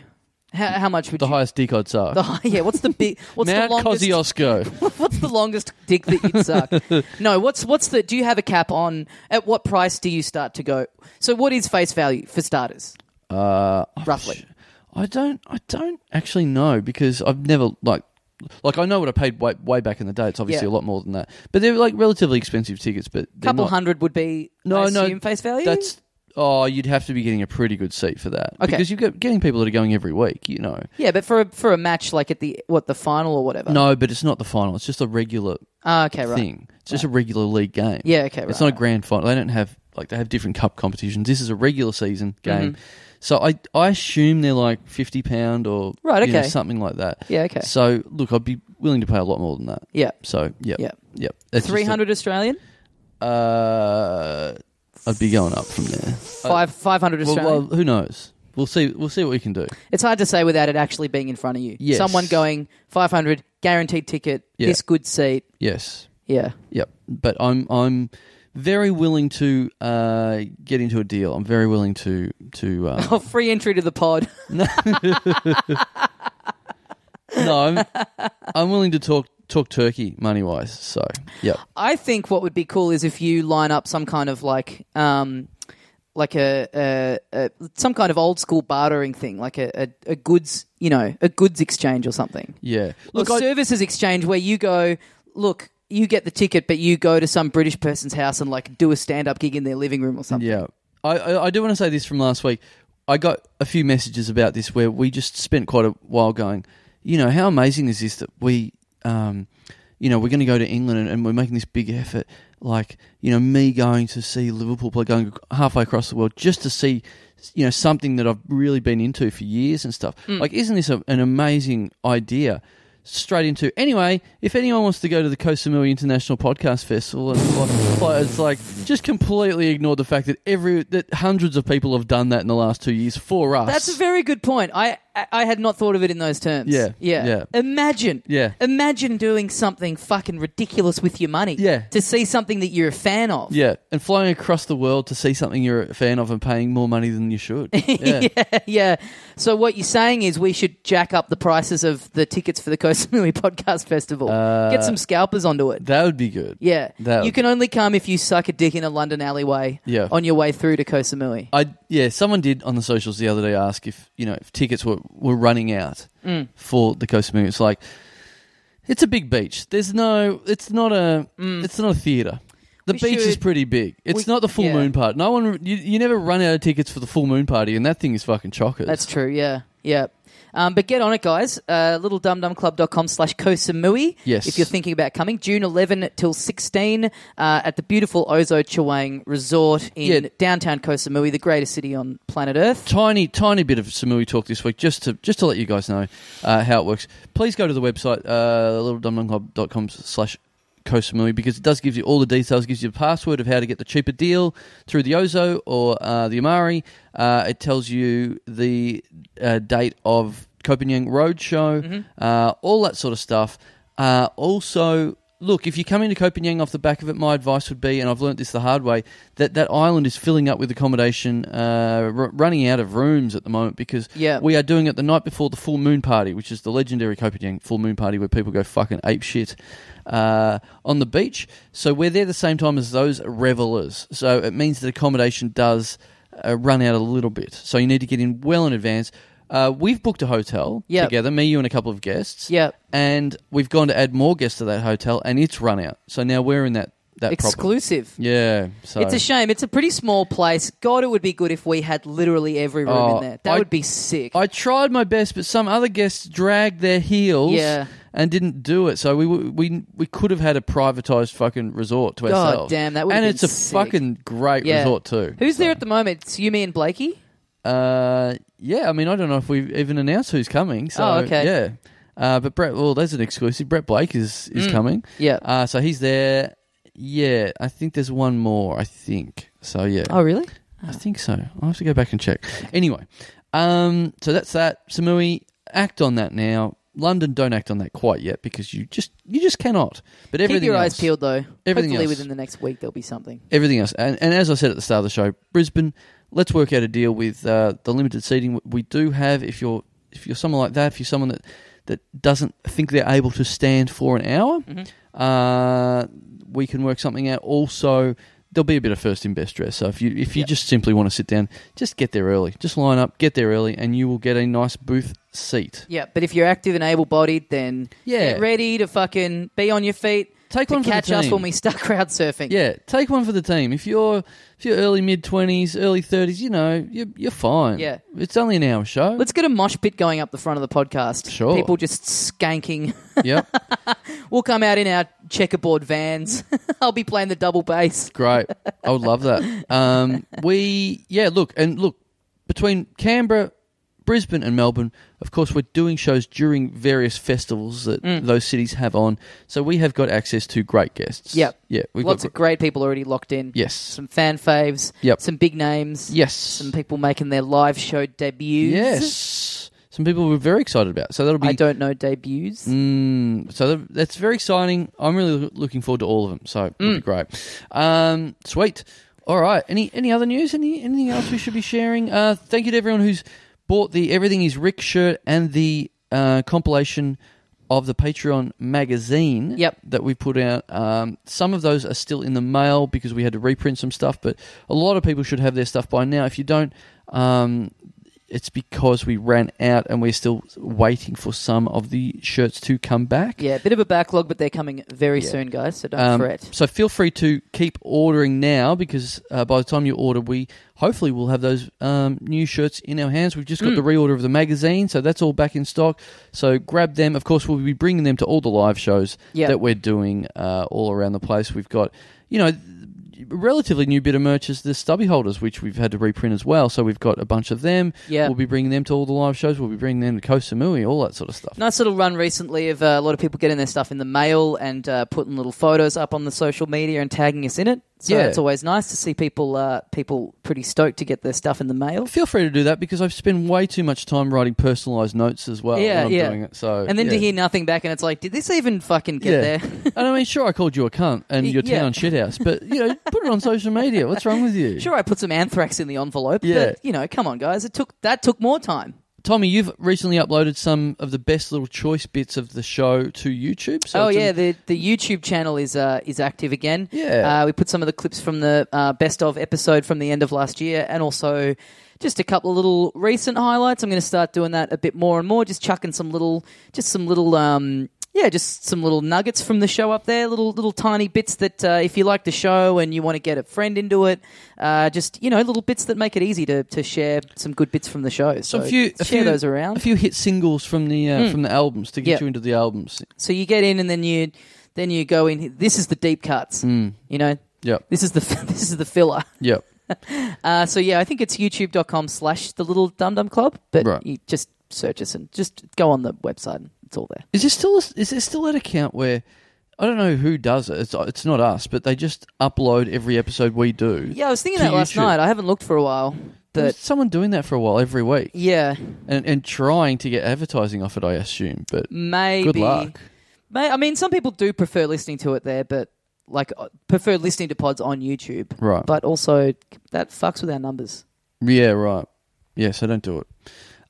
How, how much would
The
you?
highest dick I'd suck.
the high, yeah. What's the big? What's
Mount
the longest?
Kosciuszko.
What's the longest dick that you'd suck? no, what's what's the? Do you have a cap on? At what price do you start to go? So, what is face value for starters?
Uh,
Roughly.
I don't. I don't actually know because I've never like. Like I know what I paid way, way back in the day. It's obviously
Yeah.
a lot more than that, but they're like relatively expensive tickets. But
A
they're
couple
not-
hundred would be. No,
No,
I
no,
assume, face value.
That's oh, you'd have to be getting a pretty good seat for that
Okay.
because you're get- getting people that are going every week. You know,
yeah, but for a, for a match like at the what the final or whatever.
no, but it's not the final. It's just a regular
Ah, okay, right.
thing. It's just a regular league game.
Yeah, okay, right.
It's not a grand final. They don't have like they have different cup competitions. This is a regular season
Mm-hmm.
game. So I I assume they're like fifty pound or
Right,
you know,
okay.
something like that.
Yeah, okay.
So look, I'd be willing to pay a lot more than that.
Yeah.
So
Yep.
yep, yep, yep. That's just a-
Three hundred Australian,
Uh, I'd be going up from there.
five five hundred
Well,
Australian.
well, who knows? We'll see. We'll see what we can do.
it's hard to say without it actually being in front of you.
Yes.
Someone going five hundred guaranteed ticket,
Yeah.
this good seat.
Yes.
Yeah,
Yep. But I'm I'm very willing to uh, get into a deal. I'm very willing to to um,
oh, free entry to the pod.
no, I'm, I'm willing to talk talk turkey money wise. So yeah,
I think what would be cool is if you line up some kind of like, um, like a, a, a some kind of old school bartering thing, like a, a, a goods, you know, a goods exchange or something,
yeah.
look,
Look, I,
services exchange where you go, look, you get the ticket, but you go to some British person's house and like do a stand up gig in their living room or something.
yeah, I, I I do want to say this from last week. I got a few messages about this where we just spent quite a while going. You know how amazing is this that we, um, you know, we're going to go to England and, and we're making this big effort. Like you know, me going to see Liverpool play, going halfway across the world just to see, you know, something that I've really been into for years and stuff. Like, isn't this a, an amazing idea? straight into. Anyway, if anyone wants to go to the Kosamui International Podcast Festival, and fly, fly- it's like just completely ignored the fact that every that hundreds of people have done that in the last two years for us.
That's a very good point. I I- I had not thought of it in those terms.
Yeah,
Yeah.
yeah.
Imagine.
Yeah.
Imagine doing something fucking ridiculous with your money.
Yeah.
To see something that you're a fan of.
yeah, and flying across the world to see something you're a fan of and paying more money than you should. Yeah.
yeah. So what you're saying is we should jack up the prices of the tickets for the Kosamui Podcast Festival. Get some scalpers onto it.
Uh, That would be good.
Yeah.
That-
you can only come if you suck a dick in a London alleyway
Yeah.
on your way through to Kosamui.
I yeah, someone did on the socials the other day ask if you know if tickets were, were running out
Mm.
for the Coast Moon. It's like it's a big beach. There's no. It's not a. It's not a theater. The
Mm. We
beach is
should-
pretty big. It's
we-
not the full
yeah.
moon part. No one. You, you never run out of tickets for the full moon party, and that thing is fucking chockers.
That's true. Yeah. Yeah. Um, but get on it, guys. Uh, littledumdumclub.com slash Kosamui.
Yes.
If you're thinking about coming, June 11 till 16 uh, at the beautiful Ozo Chawang Resort in
Yeah.
downtown Kosamui, the greatest city on planet Earth.
tiny, tiny bit of Samui talk this week, just to just to let you guys know uh, how it works. Please go to the website uh, littledumdumclub.com slash Kosamui because it does give you all the details, gives you the password of how to get the cheaper deal through the Ozo or uh, the Amari. Uh, it tells you the uh, date of Copenhagen Roadshow, uh, all that sort of stuff. Uh, also, look, if you come into Copenhagen off the back of it, my advice would be, and I've learnt this the hard way, that that island is filling up with accommodation, uh, r- running out of rooms at the moment because
Yeah.
we are doing it the night before the full moon party, which is the legendary Copenhagen full moon party where people go fucking ape shit uh, on the beach. So we're there the same time as those revelers. So it means that accommodation does uh, run out a little bit. So you need to get in well in advance. Uh, we've booked a hotel
Yep.
together, me, you, and a couple of guests
Yep.
and we've gone to add more guests to that hotel, and it's run out. So now we're in that that problem.
Exclusive.
Yeah, so
It's a shame. It's a pretty small place. God, it would be good if we had literally every room
Oh,
in there. That
I-
would be sick.
I tried my best, but some other guests dragged their heels
Yeah.
and didn't do it. So we we we could have had a privatized fucking resort to
God
ourselves.
damn, that would've
and
been
it's a
sick.
fucking great
Yeah.
resort too.
Who's there at the moment? It's you, me, and Blakey.
Uh, yeah, I mean, I don't know if we've even announced who's coming. So,
Oh, okay.
Yeah. Uh, but Brett, well, there's an exclusive. Brett Blake is
Mm.
is coming.
Yeah.
Uh, so he's there. Yeah, I think there's one more. I think so. Yeah.
Oh, really?
I think so. I'll have to go back and check. Anyway, um, so that's that. Samui, act on that now. London, don't act on that quite yet because you just you just cannot. But everything
Keep your
else,
eyes peeled, though.
Everything
Hopefully,
else.
within the next week, there'll be something.
everything else. And, and as I said at the start of the show, Brisbane, let's work out a deal with uh, the limited seating we do have. If you're if you're someone like that, if you're someone that that doesn't think they're able to stand for an hour,
Mm-hmm.
uh, we can work something out. Also. There'll be a bit of first in best dress. So if you if you just simply want to sit down, just get there early. Just line up, get there early, and you will get a nice booth seat.
Yeah, but if you're active and able-bodied, then
Yeah.
get ready to fucking be on your feet.
Take
to
one for the
catch us
team.
when we start crowd surfing.
Yeah, take one for the team. If you're if you're early mid twenties, early thirties, you know you're you're fine.
Yeah.
it's only an hour show.
Let's get a mosh pit going up the front of the podcast.
Sure.
People just skanking.
yep.
we'll come out in our checkerboard vans. I'll be playing the double bass.
Great. I would love that. Um, we, yeah, look, and look, between Canberra, Brisbane, and Melbourne, of course, we're doing shows during various festivals that
Mm.
those cities have on. So we have got access to great guests.
Yep.
Yeah. We've
Lots
got,
of great people already locked in.
Yes.
Some fan faves.
Yep.
Some big names.
yes.
Some people making their live show debuts.
yes. Some people we're very excited about. So that'll be.
I don't know debuts.
Mm, so that- that's very exciting. I'm really loo- looking forward to all of them. So it'll be great. Um, sweet. All right. Any any other news? Any anything else we should be sharing? Uh, thank you to everyone who's bought the Everything Is Rick shirt and the uh, compilation of the Patreon magazine.
Yep.
That we put out. Um, some of those are still in the mail because we had to reprint some stuff. But a lot of people should have their stuff by now. If you don't. Um, it's because we ran out and we're still waiting for some of the shirts to come back.
Yeah, a bit of a backlog, but they're coming very
Yeah.
soon, guys. So don't
Um,
fret.
so feel free to keep ordering now because uh, by the time you order, we hopefully will have those um, new shirts in our hands. We've just got the
Hmm.
reorder of the magazine, so that's all back in stock. So grab them. Of course, we'll be bringing them to all the live shows
Yeah.
that we're doing uh, all around the place. We've got, you know, relatively new bit of merch is the stubby holders, which we've had to reprint as well. So we've got a bunch of them.
Yeah.
We'll be bringing them to all the live shows. We'll be bringing them to Koh Samui, all that sort of stuff.
Nice little run recently of uh, a lot of people getting their stuff in the mail and uh, putting little photos up on the social media and tagging us in it. So
Yeah.
it's always nice to see people uh, people pretty stoked to get their stuff in the mail.
Feel free to do that because I've spent way too much time writing personalized notes as well.
Yeah,
when I'm
yeah.
Doing it, so
And then to
yeah.
hear nothing back, and it's like, did this even fucking get
Yeah.
there?
and I mean, sure, I called you a cunt and
Y-
your
yeah.
town shithouse, but you know, put it on social media. What's wrong with you?
sure, I put some anthrax in the envelope,
Yeah.
but you know, come on, guys, it took that took more time.
Tommy, you've recently uploaded some of the best little choice bits of the show to YouTube. So
oh
it's a-
yeah, the the YouTube channel is uh, is active again.
Yeah.
uh, we put some of the clips from the uh, best of episode from the end of last year, and also just a couple of little recent highlights. I'm going to start doing that a bit more and more. Just chucking some little, just some little. Um, yeah, just some little nuggets from the show up there, little little tiny bits that uh, if you like the show and you want to get a friend into it, uh, just you know little bits that make it easy to, to share some good bits from the show. So,
So a few,
share
a few
those
a
around. Mm.
few hit singles from the uh, from the albums to get
Yep.
you into the albums.
So you get in, and then you then you go in. This is the deep cuts. You know,
Mm. Yep,
this is the this is the filler.
yep.
Uh, so yeah, I think it's youtube.com slash the little dum dum club. But
Right.
you just search us and just go on the website. and It's all there.
Is there still a, is there still that account where I don't know who does it? It's it's not us, but they just upload every episode we do.
Yeah, I was thinking
To
that last
YouTube.
night. I haven't looked for a while,
There was
but
someone doing that for a while every week
yeah,
and and trying to get advertising off it. I assume, but
maybe.
good luck.
May, I mean, some people do prefer listening to it there, but like uh, prefer listening to pods on YouTube.
Right.
But also that fucks with our numbers.
Yeah, right. Yeah, so don't do it.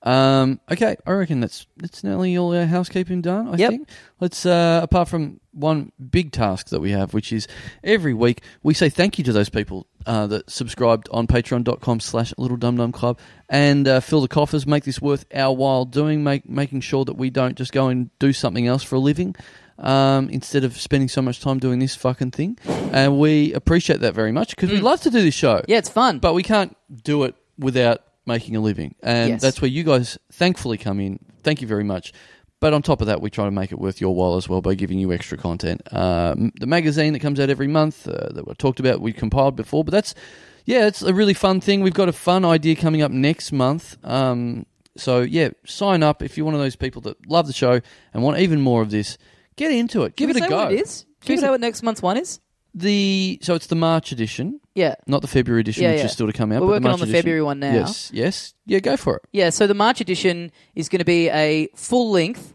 Um, okay, I reckon that's that's nearly all our housekeeping done. I
Yep.
think. Let's uh, apart from one big task that we have, which is every week we say thank you to those people uh, that subscribed on patreon.com slash little dum dum club and uh, fill the coffers, make this worth our while doing, make making sure that we don't just go and do something else for a living. Um, instead of spending so much time doing this fucking thing, and we appreciate that very much because we love to do this show.
Mm. Yeah, it's fun.
But we can't do it without making a living. And
Yes.
that's where you guys thankfully come in. Thank you very much. But on top of that, we try to make it worth your while as well by giving you extra content. Uh, m- the magazine that comes out every month uh, that we talked about, we compiled before. But that's, yeah, it's a really fun thing. We've got a fun idea coming up next month. Um, so, yeah, sign up if you're one of those people that love the show and want even more of this. Get into it. Give
Can we
it a
say
go.
What it is? Can
Give
we
it
say
a-
what next month's one is?
The so it's the March edition
Yeah.
not the February edition,
Yeah,
which
yeah.
is still to come out.
We're
but
working
March
on the
edition-
February one now.
Yes, yes, yeah, go for it.
Yeah, so the March edition is going to be a full length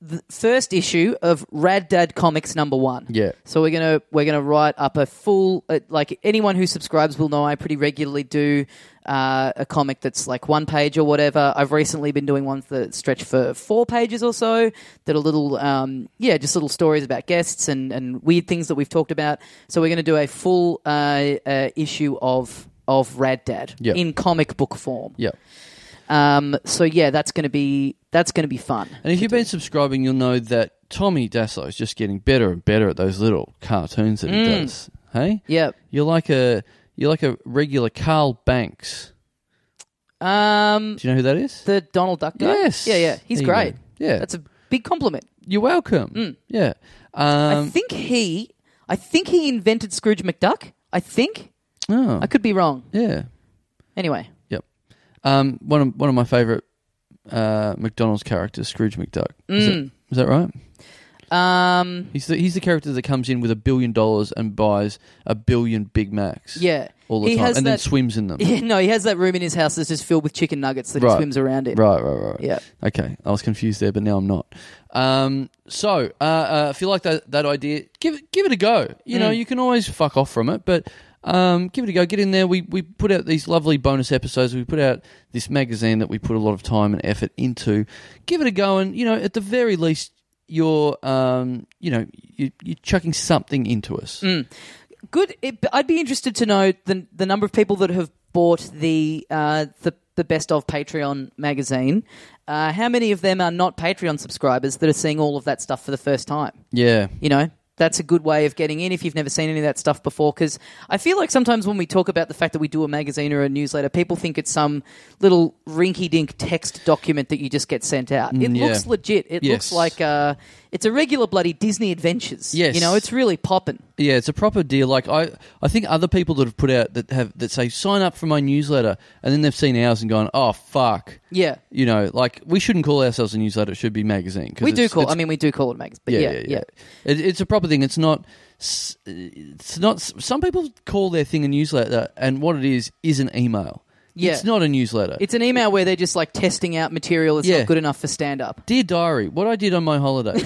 the first issue of Rad Dad Comics number 1.
Yeah.
So we're going to we're going to write up a full uh, like anyone who subscribes will know I pretty regularly do uh, a comic that's like one page or whatever. I've recently been doing ones that stretch for four pages or so that are little um, yeah, just little stories about guests and and weird things that we've talked about. So we're going to do a full uh, uh, issue of of Rad Dad
Yeah.
in comic book form.
Yeah,
Um, so yeah, that's gonna be that's gonna be fun.
and if you've been subscribing, you'll know that Tommy Dasso is just getting better and better at those little cartoons that he
Mm.
does. Hey,
Yep.
you're like a you're like a regular Carl Banks.
Um,
Do you know who that is?
the Donald Duck guy.
Yes.
Yeah, yeah. He's
There you
great.
go. Yeah.
That's a big compliment.
you're welcome. Yeah,
I
um,
think he I think he invented Scrooge McDuck. I think.
oh,
I could be wrong.
yeah.
Anyway.
Yep. Um, one of one of my favorite uh, McDonald's characters, Scrooge McDuck. Is, that-
Mm.
is that right?
Um
He's the he's the character that comes in with a billion dollars and buys a billion Big Macs.
yeah.
all the
he
time,
has
and then
that,
swims in them.
Yeah, no, he has that room in his house that's just filled with chicken nuggets that he
Right.
swims around in.
Right, right, right. right.
Yeah.
Okay, I was confused there, but now I'm not. Um, so, uh, uh, if you like that that idea, give it give it a go. You know,
Mm.
you can always fuck off from it, but um, give it a go. Get in there. We we put out these lovely bonus episodes. We put out this magazine that we put a lot of time and effort into. Give it a go, and you know, at the very least, you're um, you know, you, you're chucking something into us.
Mm. Good. It, I'd be interested to know the the number of people that have bought the uh, the the best of Patreon magazine. Uh, how many of them are not Patreon subscribers that are seeing all of that stuff for the first time?
Yeah.
You know, that's a good way of getting in if you've never seen any of that stuff before. Because I feel like sometimes when we talk about the fact that we do a magazine or a newsletter, people think it's some little rinky dink text document that you just get sent out. It
Mm, yeah.
looks legit. It
Yes.
looks like uh, It's a regular bloody Disney Adventures.
Yes.
you know it's really popping.
Yeah, it's a proper deal. Like I, I think other people that have put out that have that say sign up for my newsletter, and then they've seen ours and gone, oh fuck.
Yeah,
You know, like we shouldn't call ourselves a newsletter; it should be magazine. 'cause
we do
it's-
call.
it's-
I mean, we do call it magazine. But yeah, yeah,
It, it's a proper thing. It's not. s- It's not. Some people call their thing a newsletter, and what it is is an email.
Yeah.
It's not a newsletter.
It's an email where they're just like testing out material that's
Yeah.
not good enough for stand up.
Dear Diary, what I did on my holidays.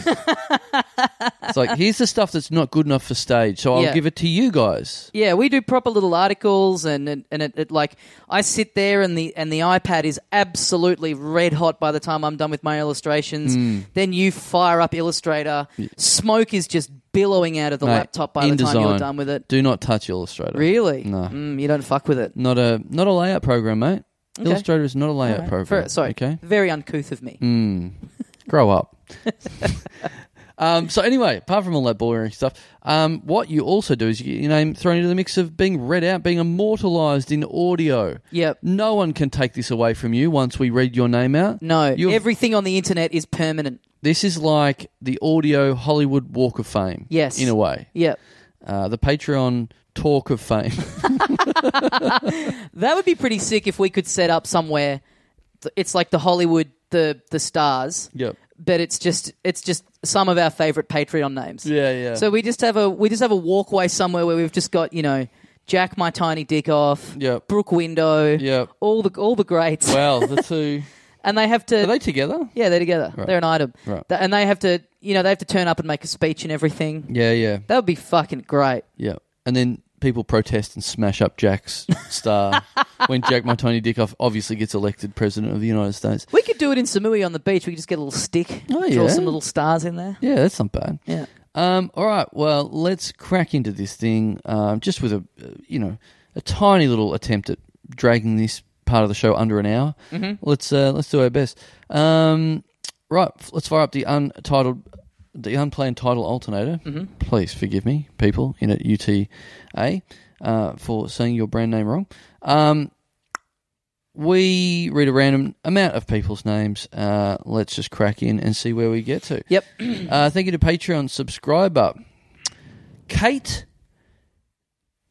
it's like, here's the stuff that's not good enough for stage, so I'll
Yeah.
give it to you guys.
Yeah, we do proper little articles, and and, and it, it like I sit there, and the and the iPad is absolutely red hot by the time I'm done with my illustrations.
Hmm.
Then you fire up Illustrator, smoke is just billowing out of the
Mate,
laptop by the time
InDesign,
you're done with it.
Do not touch Illustrator.
Really?
No.
Mm, you don't fuck with it.
Not a not a layout program, mate. Illustrator is not a layout
Alright.
program.
For- sorry,
Okay.
very uncouth of me.
Mm. Grow up. um, so anyway, apart from all that boring stuff, um, what you also do is you get your name thrown into the mix of being read out, being immortalised in audio.
Yep.
No one can take this away from you once we read your name out.
No,
You've-
everything on the internet is permanent.
This is like the audio Hollywood Walk of Fame.
Yes.
In a way.
Yep.
Uh, the Patreon Talk of Fame.
That would be pretty sick if we could set up somewhere. th- It's like the Hollywood, the the stars,
yep.
but it's just it's just some of our favorite Patreon names.
Yeah, yeah.
So we just have a we just have a walkway somewhere where we've just got you know Jack my tiny dick off,
Yep.
Brooke Window,
Yep.
all the all the greats,
Wow, the two.
and they have to
Are they together?
yeah they're together they're an item,
Right.
Th- and they have to you know they have to turn up and make a speech and everything.
Yeah, yeah,
That would be fucking great.
yeah. And then people protest and smash up Jack's star when Jack my tiny dick off obviously gets elected president of the United States.
We could do it in Samui on the beach. We could just get a little stick,
Oh,
draw
yeah.
some little stars in there.
Yeah, that's not bad.
Yeah.
Um, all right. Well, let's crack into this thing. Um, just with a, uh, you know, a tiny little attempt at dragging this part of the show under an hour. Mm-hmm. Let's uh, let's do our best. Um, right. f- Let's fire up the untitled, the unplanned title alternator. Mm-hmm. Please forgive me, people in at UTA, uh, for saying your brand name wrong. Um, we read a random amount of people's names. Uh, let's just crack in and see where we get to.
Yep.
Uh, thank you to Patreon subscriber Kate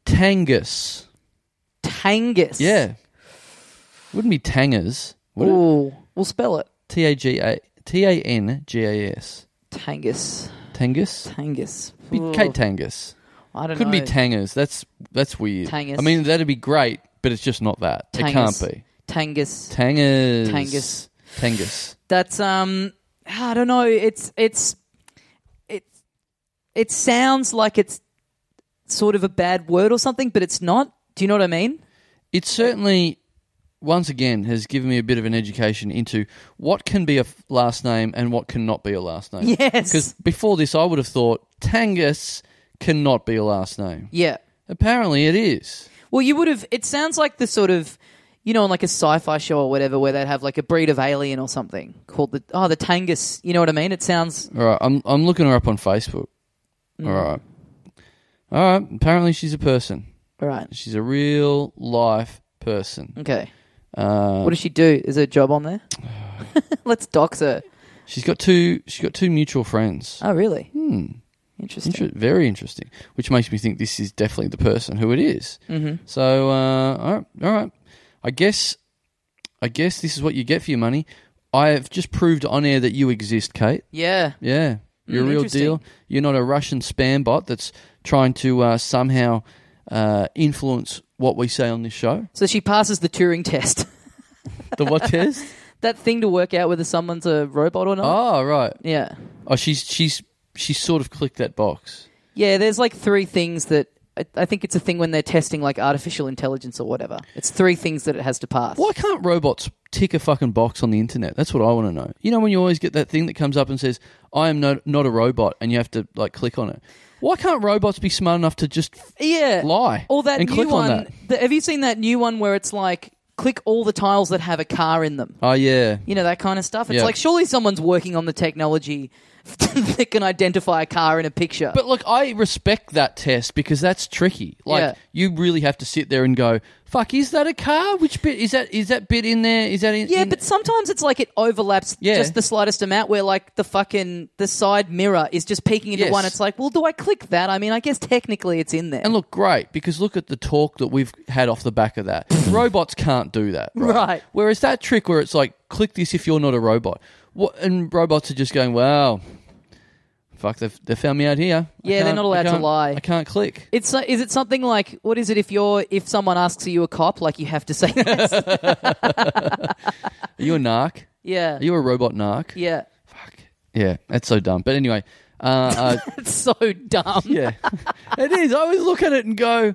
Tangus.
Tangus.
Yeah, wouldn't be Tangers. Would it?
Ooh. We'll spell it.
T a g a t a n g a s.
Tangus.
Tangus.
Tangus.
Be
Ooh,
Kate Tangus.
I don't
Couldn't
know.
be Tangers. That's that's weird.
Tangus.
I mean, that'd be great, but it's just not that. It can't
Tangus.
be
Tangus.
Tangers.
Tangus.
Tangus.
That's um. I don't know. It's it's it it sounds like it's sort of a bad word or something, but it's not. Do you know what I mean?
It certainly, once again, has given me a bit of an education into what can be a f- last name and what cannot be a last name.
Yes.
Because before this, I would have thought Tangus cannot be a last name.
Yeah.
Apparently, it is.
Well, you would have. It sounds like the sort of, you know, on like a sci-fi show or whatever, where they'd have like a breed of alien or something called the oh the Tangus. You know what I mean? It sounds
All right, I'm I'm looking her up on Facebook. All right, all right. Apparently, she's a person.
all right.
She's a real life person.
Okay.
Uh,
What does she do? Is her job on there? Let's dox her.
she's got two. She's got two mutual friends.
Oh, really?
Hmm.
Interesting.
Inter- very interesting, which makes me think this is definitely the person who it is.
Mm-hmm.
So, uh, all right, all right. I guess, I guess this is what you get for your money. I have just proved on air that you exist, Kate.
Yeah.
Yeah, you're
Mm,
a real
interesting.
deal. You're not a Russian spam bot that's trying to uh, somehow uh, influence what we say on this show.
So she passes the Turing test.
The what test?
that thing to work out whether someone's a robot or not.
Oh, right.
Yeah.
Oh, she's she's she's sort of clicked that box.
Yeah, there's like three things that I, I think it's a thing when they're testing like artificial intelligence or whatever. It's three things that it has to pass.
Why can't robots tick a fucking box on the internet? That's what I want to know. You know when you always get that thing that comes up and says, "I am no, not a robot," and you have to like click on it. Why can't robots be smart enough to just
Yeah.
lie
Or that
and
new
click
one.
on that?
the- have you seen that new one where it's like click all the tiles that have a car in them?
Oh yeah,
You know that kind of stuff. It's
Yeah.
like surely someone's working on the technology that can identify a car in a picture.
but look, I respect that test because that's tricky. Like
Yeah.
you really have to sit there and go, fuck, is that a car? Which bit is that? Is that bit in there? Is that in?
Yeah,
in-
but sometimes it's like it overlaps
Yeah.
just the slightest amount where like the fucking the side mirror is just peeking into
Yes.
one. It's like, well, do I click that? I mean, I guess technically it's in there.
And look, great, because look at the talk that we've had off the back of that. Robots can't do that. Right.
Right.
Whereas that trick where it's like, click this if you're not a robot. What, and robots are just going, wow, fuck, they've, they found me out here. I
Yeah, they're
can't-
not allowed
I
to
can't-
lie.
I can't click.
it's is it something like what is it if you're if someone asks are you a cop like you have to say yes.
Are you a narc?
yeah
Are you a robot narc?
yeah
Fuck. Yeah, that's so dumb. But anyway, uh, uh,
it's so dumb
yeah, it is. I always look at it and go,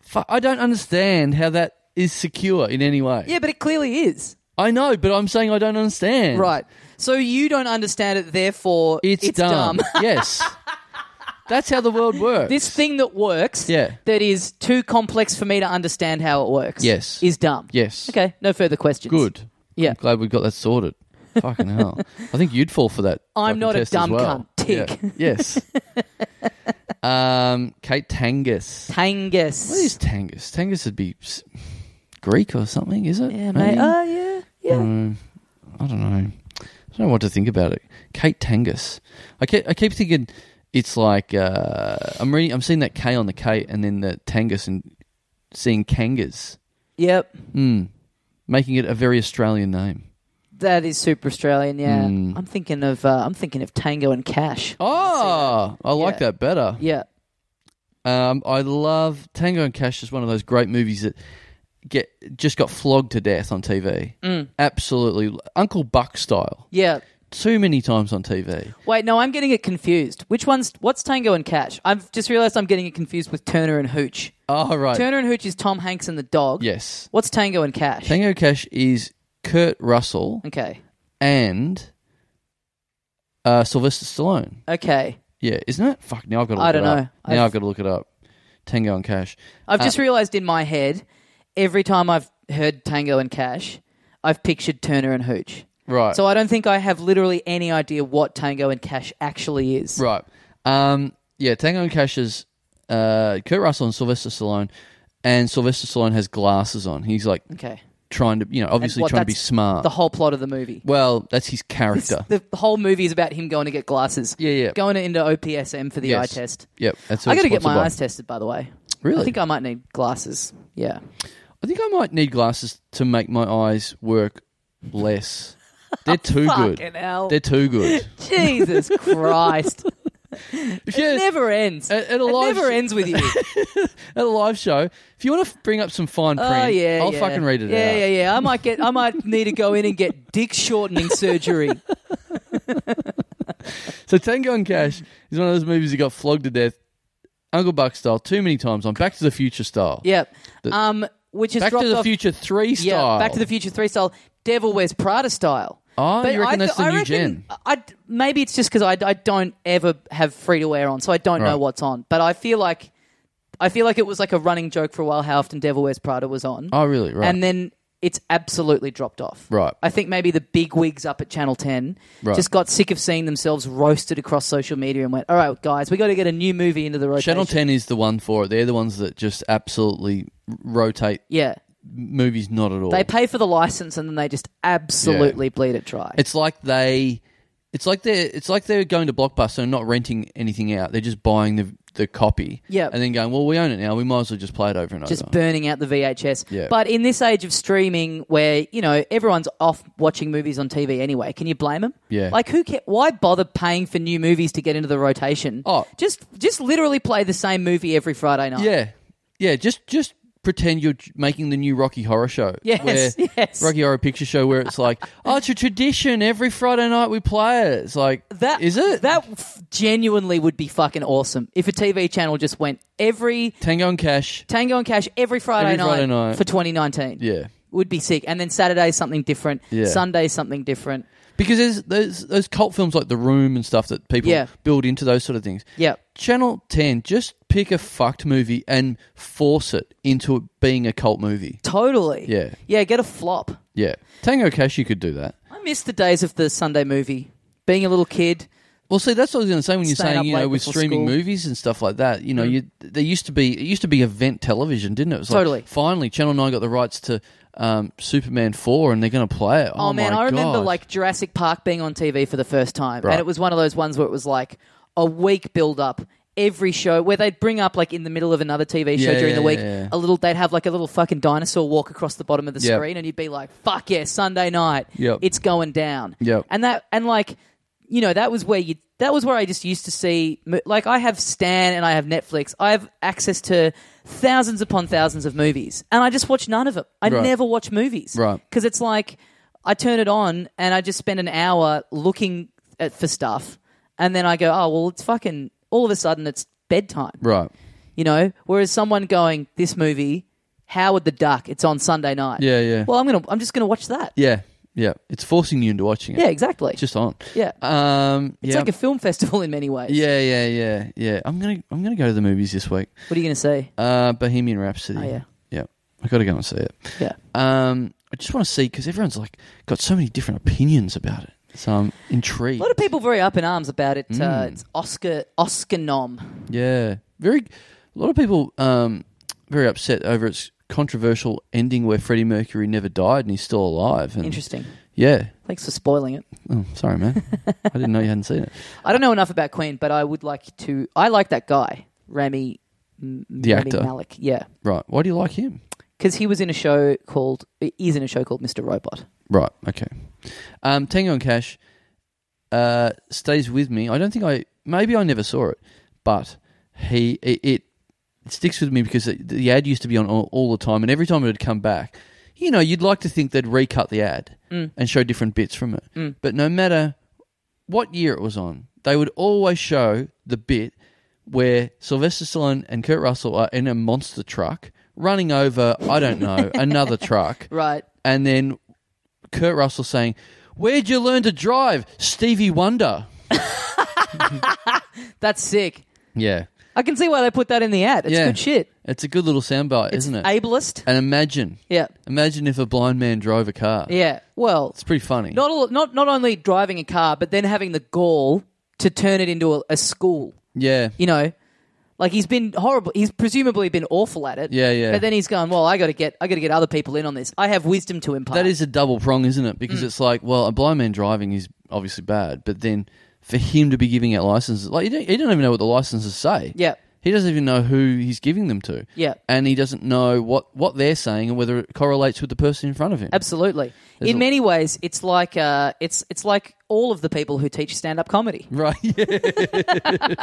fuck, I don't understand how that is secure in any way.
yeah but it clearly is
I know, but I'm saying I don't understand.
right so you don't understand it therefore
It's, dumb.
dumb.
yes. That's how the world works.
this thing that works
Yeah.
that is too complex for me to understand how it works
Yes.
is dumb
Yes.
okay no further questions
Good.
Yeah.
I'm glad we got that sorted. Fucking hell. I think you'd fall for that.
I'm
fucking
not a
test as
dumb
well.
cunt. Tick.
Yeah. Yes. um, Kate Tangus.
Tangus
What is Tangus? Tangus would be s- Greek or something, is it?
yeah mate oh yeah yeah
Mm, I don't know. I don't know what to think about it. Kate Tangus. I keep, I keep thinking it's like uh, I'm reading. I'm seeing that K on the Kate, and then the Tangus, and seeing Kangas,
yep
mm. making it a very Australian name.
that is super Australian yeah
Mm.
I'm thinking of uh, I'm thinking of Tango and Cash
Oh, I like
Yeah.
that better.
yeah
Um, I love Tango and Cash. Is one of those great movies that get just got flogged to death on TV.
Mm.
Absolutely, Uncle Buck style.
yeah
Too many times on TV.
Wait, no, I'm getting it confused. Which one's what's Tango and Cash? I've just realised I'm getting it confused with Turner and Hooch.
Oh, right.
Turner and Hooch is Tom Hanks and the dog.
yes.
What's Tango and Cash?
Tango Cash is Kurt Russell
okay.
and uh, Sylvester Stallone.
Okay.
Yeah, isn't it? Fuck, now I've got to look
I don't
it up.
know.
Now
I've-
I've got to look it up. Tango and Cash.
I've just realised in my head, every time I've heard Tango and Cash, I've pictured Turner and Hooch.
Right.
So I don't think I have literally any idea what Tango and Cash actually is.
Right. Um, yeah, Tango and Cash is uh, Kurt Russell and Sylvester Stallone, and Sylvester Stallone has glasses on. He's like
Okay.
trying to, you know, obviously
what,
trying to be
that's
smart.
The whole plot of the movie.
well, that's his character.
The whole movie is about him going to get glasses.
Yeah, yeah.
Going into OPSM for the
Yes.
eye test.
Yep, that's
I got to
to
get my eyes tested, by the way.
Really?
I think I might need glasses. Yeah.
I think I might need glasses to make my eyes work less. They're too
Fucking
good.
hell.
They're too good.
Jesus Christ.
Yeah,
It never ends.
At- at a
it
live-
never ends with you.
at a live show, if you want to bring up some fine print,
oh yeah.
I'll
yeah.
fucking read it
Yeah,
out.
yeah, yeah. I might get I might need to go in and get dick shortening surgery.
So Tango and Cash is one of those movies that got flogged to death, Uncle Buck style, too many times on Back to the Future style.
Yep. Um which is
Back
dropped
to the
off,
Future three
Yeah,
style.
Back to the Future 3 style Devil Wears Prada style.
Oh, you reckon
th-
that's the new gen?
I, maybe it's just because I, I don't ever have free to wear on, so I don't
Right.
know what's on. But I feel like I feel like it was like a running joke for a while how often Devil Wears Prada was on,
Oh, really? Right.
and then it's absolutely dropped off.
Right.
I think maybe the big wigs up at Channel Ten
Right.
just got sick of seeing themselves roasted across social media and went, "All right, guys, we got to get a new movie into the rotation."
Channel Ten is the one for it. They're the ones that just absolutely rotate
Yeah,
movies not at all.
they pay for the license and then they just absolutely bleed it dry.
it's like they, it's like they're, it's like they're going to Blockbuster and not renting anything out. They're just buying the the copy.
Yep.
And then going, well, we own it now. We might as well just play it over and
just
over.
burning out the VHS.
Yeah.
But in this age of streaming, where you know everyone's off watching movies on TV anyway, can you blame them?
Yeah.
Like, who? Ca- why bother paying for new movies to get into the rotation?
Oh.
just just literally play the same movie every Friday night.
Yeah, yeah. Just just pretend you're j- making the new Rocky Horror Show.
Yes,
where-
yes.
Rocky Horror Picture Show, where it's like, oh, it's a tradition. Every Friday night we play it. It's like
That
is it
That f- genuinely would be fucking awesome if a TV channel just went every
Tango and Cash.
Tango and Cash every Friday,
Every Friday night.
for 2019.
Yeah,
Would be sick, and then Saturday something different,
Yeah.
Sunday something different.
because there's those those cult films like The Room and stuff that people
Yeah.
build into those sort of things.
Yep.
Channel Ten, just pick a fucked movie and force it into it being a cult movie.
totally.
Yeah.
yeah. Get a flop.
Yeah, Tango Cash, you could do that.
I miss the days of the Sunday movie. Being a little kid,
Well, see, that's what I was going to say when you're
Staying up
saying, you
late
know, with
before
streaming
school. Mm.
movies and stuff like that. You know, you there used to be it used to be event television, didn't it? it was like,
Totally.
finally, Channel Nine got the rights to um, Superman Four, and they're going to play it. Oh,
Oh, man,
my
I remember
God.
like Jurassic Park being on TV for the first time,
Right.
and it was one of those ones where it was like a week build up. Every show where they'd bring up like in the middle of another TV show
Yeah,
during the
yeah,
week,
yeah, yeah.
a little they'd have like a little fucking dinosaur walk across the bottom of the
Yep.
screen, and you'd be like, "Fuck yeah, Sunday night,
Yep.
it's going down."
Yep.
And that and like you know that was where you that was where I just used to see mo- like I have Stan and I have Netflix, I have access to thousands upon thousands of movies, and I just watch none of them. I
Right.
never watch movies,
Right.
because it's like I turn it on and I just spend an hour looking at, for stuff, and then I go, oh well, it's fucking. All of a sudden, it's bedtime,
right,
you know. Whereas someone going, this movie, Howard the Duck, it's on Sunday night.
Yeah, yeah.
Well, I'm gonna, I'm just gonna watch that.
yeah, yeah. It's forcing you into watching it.
Yeah, exactly.
It's just on.
yeah,
Um,
it's
yeah.
like a film festival in many ways.
yeah, yeah, yeah, yeah. I'm gonna I'm gonna go to the movies this week.
What are you gonna say?
Uh, Bohemian Rhapsody.
Oh, yeah.
yeah. I got to go and see it.
Yeah.
Um, I just want to see because everyone's like got so many different opinions about it. So I'm intrigued.
A lot of people very up in arms about it. Uh,
Hmm.
it's Oscar Oscar nom.
Yeah, very. A lot of people um, very upset over its controversial ending where Freddie Mercury never died and he's still alive. And
Interesting.
Yeah.
Thanks for spoiling it.
Oh, sorry, man. I didn't know you hadn't seen it.
I don't know enough about Queen, but I would like to. I like that guy, Rami. M-
The
Rami
actor.
Malek. Yeah,
Right. Why do you like him?
because he was in a show called. He's in a show called Mr. Robot.
Right. Okay. Um, Tango and Cash uh, stays with me. I don't think I. Maybe I never saw it, but he it, it sticks with me because the, the ad used to be on all, all the time, and every time it would come back, you know, you'd like to think they'd recut the ad and show different bits from it, but no matter what year it was on, they would always show the bit where Sylvester Stallone and Kurt Russell are in a monster truck running over, I don't know, another truck
Right.
and then Kurt Russell saying, "Where'd you learn to drive, Stevie Wonder?"
That's sick.
Yeah,
I can see why they put that in the ad. It's
Yeah.
good shit.
it's a good little soundbite,
It's
isn't it? Uh,
ableist.
and imagine,
Yeah.
imagine if a blind man drove a car.
Yeah. Well,
It's pretty funny.
not all, not not only driving a car, but then having the gall to turn it into a, a school.
yeah,
You know. Like he's been horrible. He's presumably been awful at it.
Yeah, yeah.
But then he's gone. Well, I got to get. I got to get other people in on this. I have wisdom to impart.
that is a double prong, isn't it?
Mm.
Because it's like, well, a blind man driving is obviously bad, but then for him to be giving out licenses, like you don't, you don't even know what the licenses say.
Yeah.
He doesn't even know who he's giving them to.
Yeah.
And he doesn't know what, what they're saying and whether it correlates with the person in front of him.
Absolutely. in
a-
many ways, it's like uh, it's it's like all of the people who teach stand up comedy.
Right. Yeah.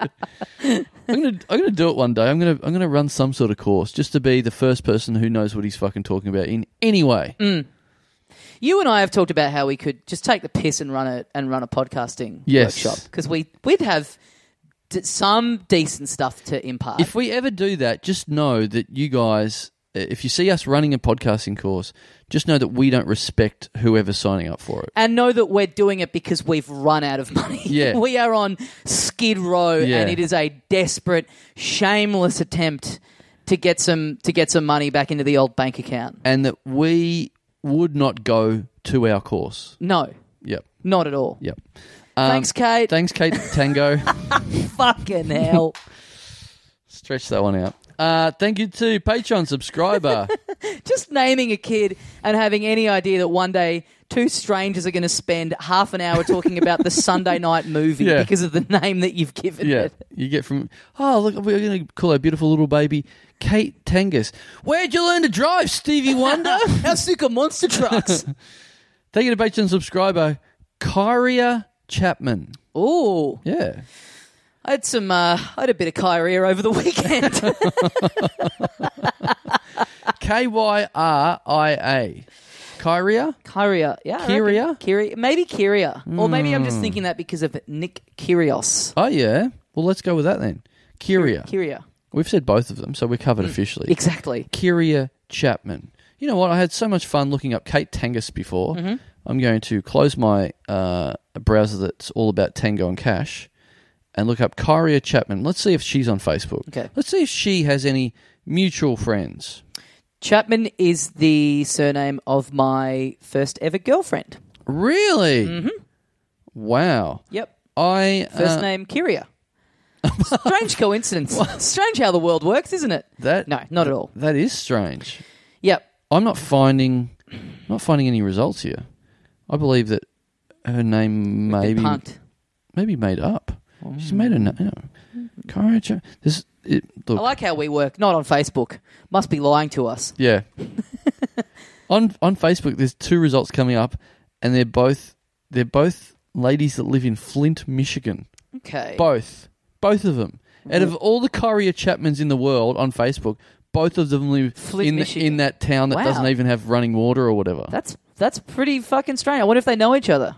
I'm gonna I'm gonna do it one day. I'm gonna I'm gonna run some sort of course just to be the first person who knows what he's fucking talking about in any way.
You and I have talked about how we could just take the piss and run a and run a podcasting
Yes.
workshop because we we'd have d- some decent stuff to impart.
If we ever do that, just know that you guys, uh, if you see us running a podcasting course, just know that we don't respect whoever's signing up for it.
and know that we're doing it because we've run out of money.
Yeah.
we are on skid row,
Yeah.
and it is a desperate, shameless attempt to get some to get some money back into the old bank account.
And that we would not go to our course.
No,
Yep. Um,
not at all.
Yep.
Thanks, Kate.
Thanks, Kate Tango.
Fucking hell.
Stretch that one out. Uh, thank you to Patreon subscriber.
just naming a kid and having any idea that one day two strangers are going to spend half an hour talking about the Sunday night movie
Yeah.
because of the name that you've given
Yeah,
it.
you get from oh look, we're going to call our beautiful little baby Kate Tangus. Where'd you learn to drive, Stevie Wonder?
How sick of monster trucks?
Thank you to Patreon subscriber Kyria Chapman.
Ooh,
Yeah,
I had some. Uh, I had a bit of Kyria over the weekend.
K Y R I A. Kyria.
Kyria, yeah, I reckon.
Kyria? Hmm.
Kyria, maybe Kyria, or maybe I'm just thinking that because of Nick Kyrios.
Oh yeah. Well, let's go with that then. Kyria.
Kyria,
We've said both of them, so we're covered officially.
exactly.
Kyria Chapman. You know what? I had so much fun looking up Kate Tangus before.
Mm-hmm.
I'm going to close my uh, browser that's all about tango and cash and look up Kyria Chapman. Let's see if she's on Facebook.
Okay.
Let's see if she has any mutual friends.
Chapman is the surname of my first ever girlfriend.
Really? Wow.
Yep.
I uh,
Mm-hmm. First name Kyria. Strange coincidence. Strange how the world works, isn't it?
that
No, not at all.
That is strange.
Yep.
I'm not finding not finding any results here. I believe that her name
Been
maybe
punked.
maybe made up. She's made a name.
Mm.
You know, Kyra Jo- This it, look,
I like how we work. Not on Facebook. Must be lying to us.
yeah. on on Facebook, there's two results coming up, and they're both they're both ladies that live in Flint, Michigan.
Okay.
Both, both of them. Out
Mm-hmm.
of all the Kyria Chapmans in the world on Facebook, both of them live
Flint,
in
Michigan.
in that town that
Wow.
doesn't even have running water or whatever.
That's that's pretty fucking strange. I wonder if they know each other.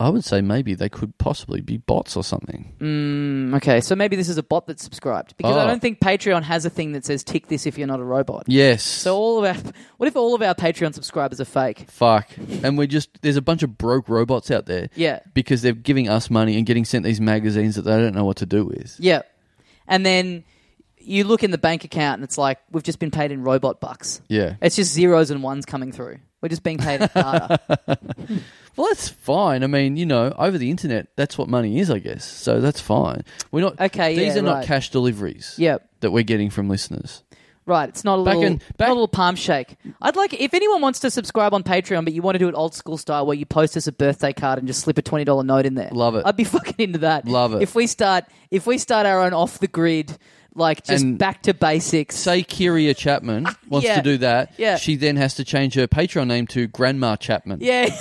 I would say maybe they could possibly be bots or something.
Mm, okay, so maybe this is a bot that's subscribed because I
Oh.
don't think Patreon has a thing that says tick this if you're not a robot.
Yes.
So all of our what if all of our Patreon subscribers are fake?
fuck. And we're just there's a bunch of broke robots out there.
Yeah.
Because they're giving us money and getting sent these magazines that they don't know what to do with.
Yeah. And then you look in the bank account and it's like we've just been paid in robot bucks.
Yeah.
It's just zeros and ones coming through. We're just being paid in data.
Well, that's fine. I mean, you know, over the internet, that's what money is, I guess. So that's fine. We're not
Okay,
These
yeah,
are not
right.
cash deliveries.
Yep.
That we're getting from listeners.
Right, it's not a
Back
little,
in-
not
back-
a little palm shake. I'd like if anyone wants to subscribe on Patreon, but you want to do it old school style, where you post us a birthday card and just slip a twenty dollar note in there.
Love it.
I'd be fucking into that.
Love it.
If we start, if we start our own off the grid, like just
And-
back to basics.
Say Kyria Chapman wants
yeah.
to do that.
Yeah.
She then has to change her Patreon name to Grandma Chapman.
yeah.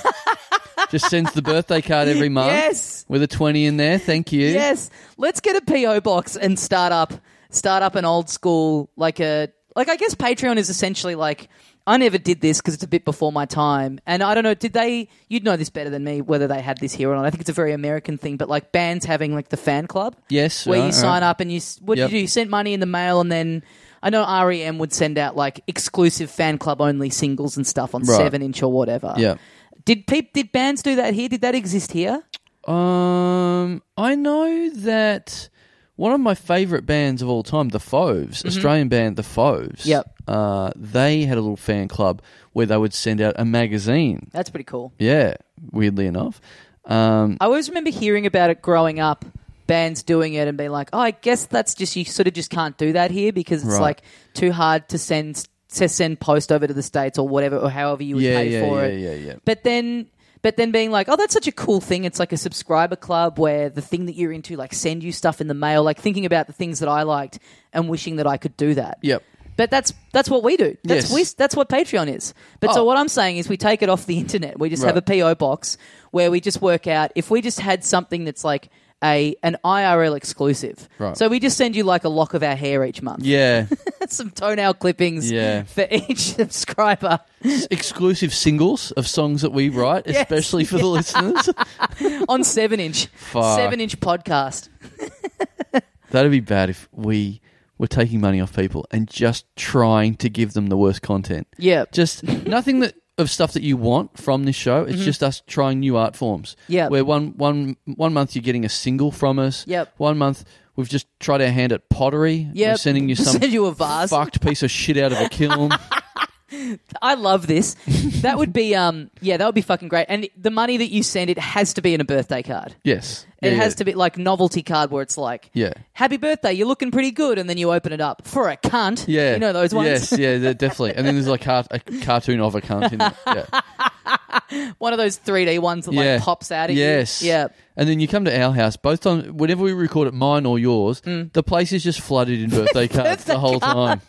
Just sends the birthday card every month.
Yes.
With a 20 in there. Thank you.
yes. Let's get a PO box and start up, start up an old school like a like. I guess Patreon is essentially like. I never did this because it's a bit before my time, and I don't know. Did they? You'd know this better than me whether they had this here or not. I think it's a very American thing, but like bands having like the fan club,
Yes,
where
right,
you sign
right.
up and you s- what do
Yep.
you do? You sent money in the mail, and then I know REM would send out like exclusive fan club only singles and stuff on
Right.
seven inch or whatever.
Yeah.
Did peop, did bands do that here? Did that exist here?
Um, I know that one of my favourite bands of all time, the Foves, Australian band, the Foves.
Mm-hmm. Yep.
Uh, they had a little fan club where they would send out a magazine.
That's pretty cool.
Yeah, weirdly enough. Um,
I always remember hearing about it growing up, bands doing it and being like, "Oh, I guess that's just you sort of just can't do that here because it's
Right.
like too hard to send to send post over to the states or whatever or however you would
yeah,
pay
yeah,
for
yeah,
it."
yeah, yeah.
But then but then being like, "Oh, that's such a cool thing. It's like a subscriber club where the thing that you're into like send you stuff in the mail, like thinking about the things that I liked and wishing that I could do that."
Yep.
But that's that's what we do. That's
Yes.
we, that's what Patreon is. But so
Oh.
what I'm saying is we take it off the internet. We just have a
Right.
PO box where we just work out if we just had something that's like a an IRL exclusive.
Right.
So we just send you like a lock of our hair each month.
Yeah.
Some toenail clippings
Yeah.
for each subscriber.
Exclusive singles of songs that we write,
Yes.
especially for the listeners.
on seven inch.
Fuck.
Seven inch podcast.
That'd be bad if we were taking money off people and just trying to give them the worst content.
Yeah.
just nothing that of stuff that you want from this show. It's just us trying new art forms.
Mm-hmm. Yep.
where one one one month you're getting a single from us.
Yep.
one month we've just tried our hand at pottery.
Yep.
we're sending you some
Send you a vase.
fucked piece of shit out of a kiln.
I love this. that would be um yeah, that would be fucking great. And the money that you send it has to be in a birthday card.
yes,
It
Yeah,
has
yeah.
to be like novelty card where it's like,
Yeah.
happy birthday, you're looking pretty good, and then you open it up for a cunt.
Yeah,
you know those ones.
Yes, yeah, they're definitely. And then there's like car- a cartoon of a cunt in it. Yeah.
One of those 3D ones that
yeah.
like pops out. At you.
Yes,
yeah.
And then you come to our house. Both times, whenever we record at mine or yours,
Mm.
the place is just flooded in birthday cards the whole time.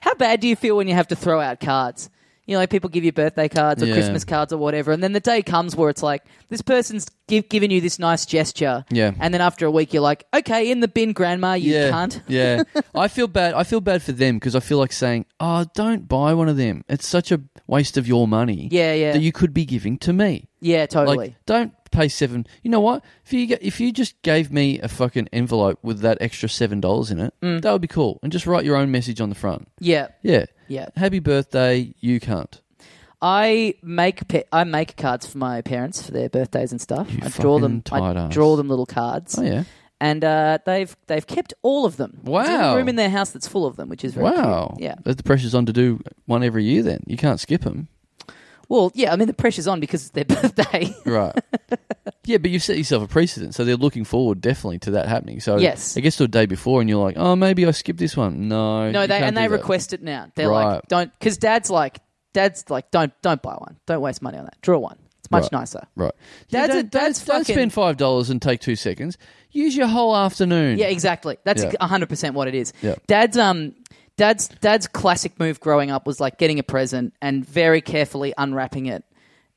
How bad do you feel when you have to throw out cards? You know, like people give you birthday cards or
Yeah.
Christmas cards or whatever, and then the day comes where it's like this person's give, giving you this nice gesture,
Yeah.
and then after a week you're like, okay, in the bin, grandma, you
yeah,
cunt.
yeah, I feel bad. I feel bad for them because I feel like saying, "Oh, don't buy one of them. It's such a waste of your money."
Yeah, yeah.
That you could be giving to me.
Yeah, totally.
Like, don't pay seven. You know what? If you ga- if you just gave me a fucking envelope with that extra seven dollars in it,
Mm.
that would be cool. And just write your own message on the front.
yeah,
Yeah,
yeah.
Happy birthday, you cunt.
I make pe- I make cards for my parents for their birthdays and stuff.
You
I draw them.
fucking tight
I
ass.
draw them little cards,
Oh yeah.
and uh, they've they've kept all of them. There's a
Wow.
room in their house that's full of them, which is very
Wow.
cute. Yeah.
But The pressure's on to do one every year. Then you can't skip them.
Well, yeah, I mean the pressure's on because it's their birthday.
Right. yeah, but you've set yourself a precedent, so they're looking forward definitely to that happening. So
Yes.
it gets to a day before, and you're like, oh, maybe I skipped this one. No,
no,
you
they
can't
and
do
they
that.
request it now. They're
Right.
like, don't because dad's like, dad's like, don't don't buy one. Don't waste money on that. Draw one. It's much
Right.
nicer.
Right.
Dad's a-
don't, don't-
dad's
don't
fucking-
spend five dollars and take two seconds. Use your whole afternoon.
Yeah, exactly. That's
Yeah.
hundred percent what it is.
Yeah.
Dad's um dad's dad's classic move growing up was like getting a present and very carefully unwrapping it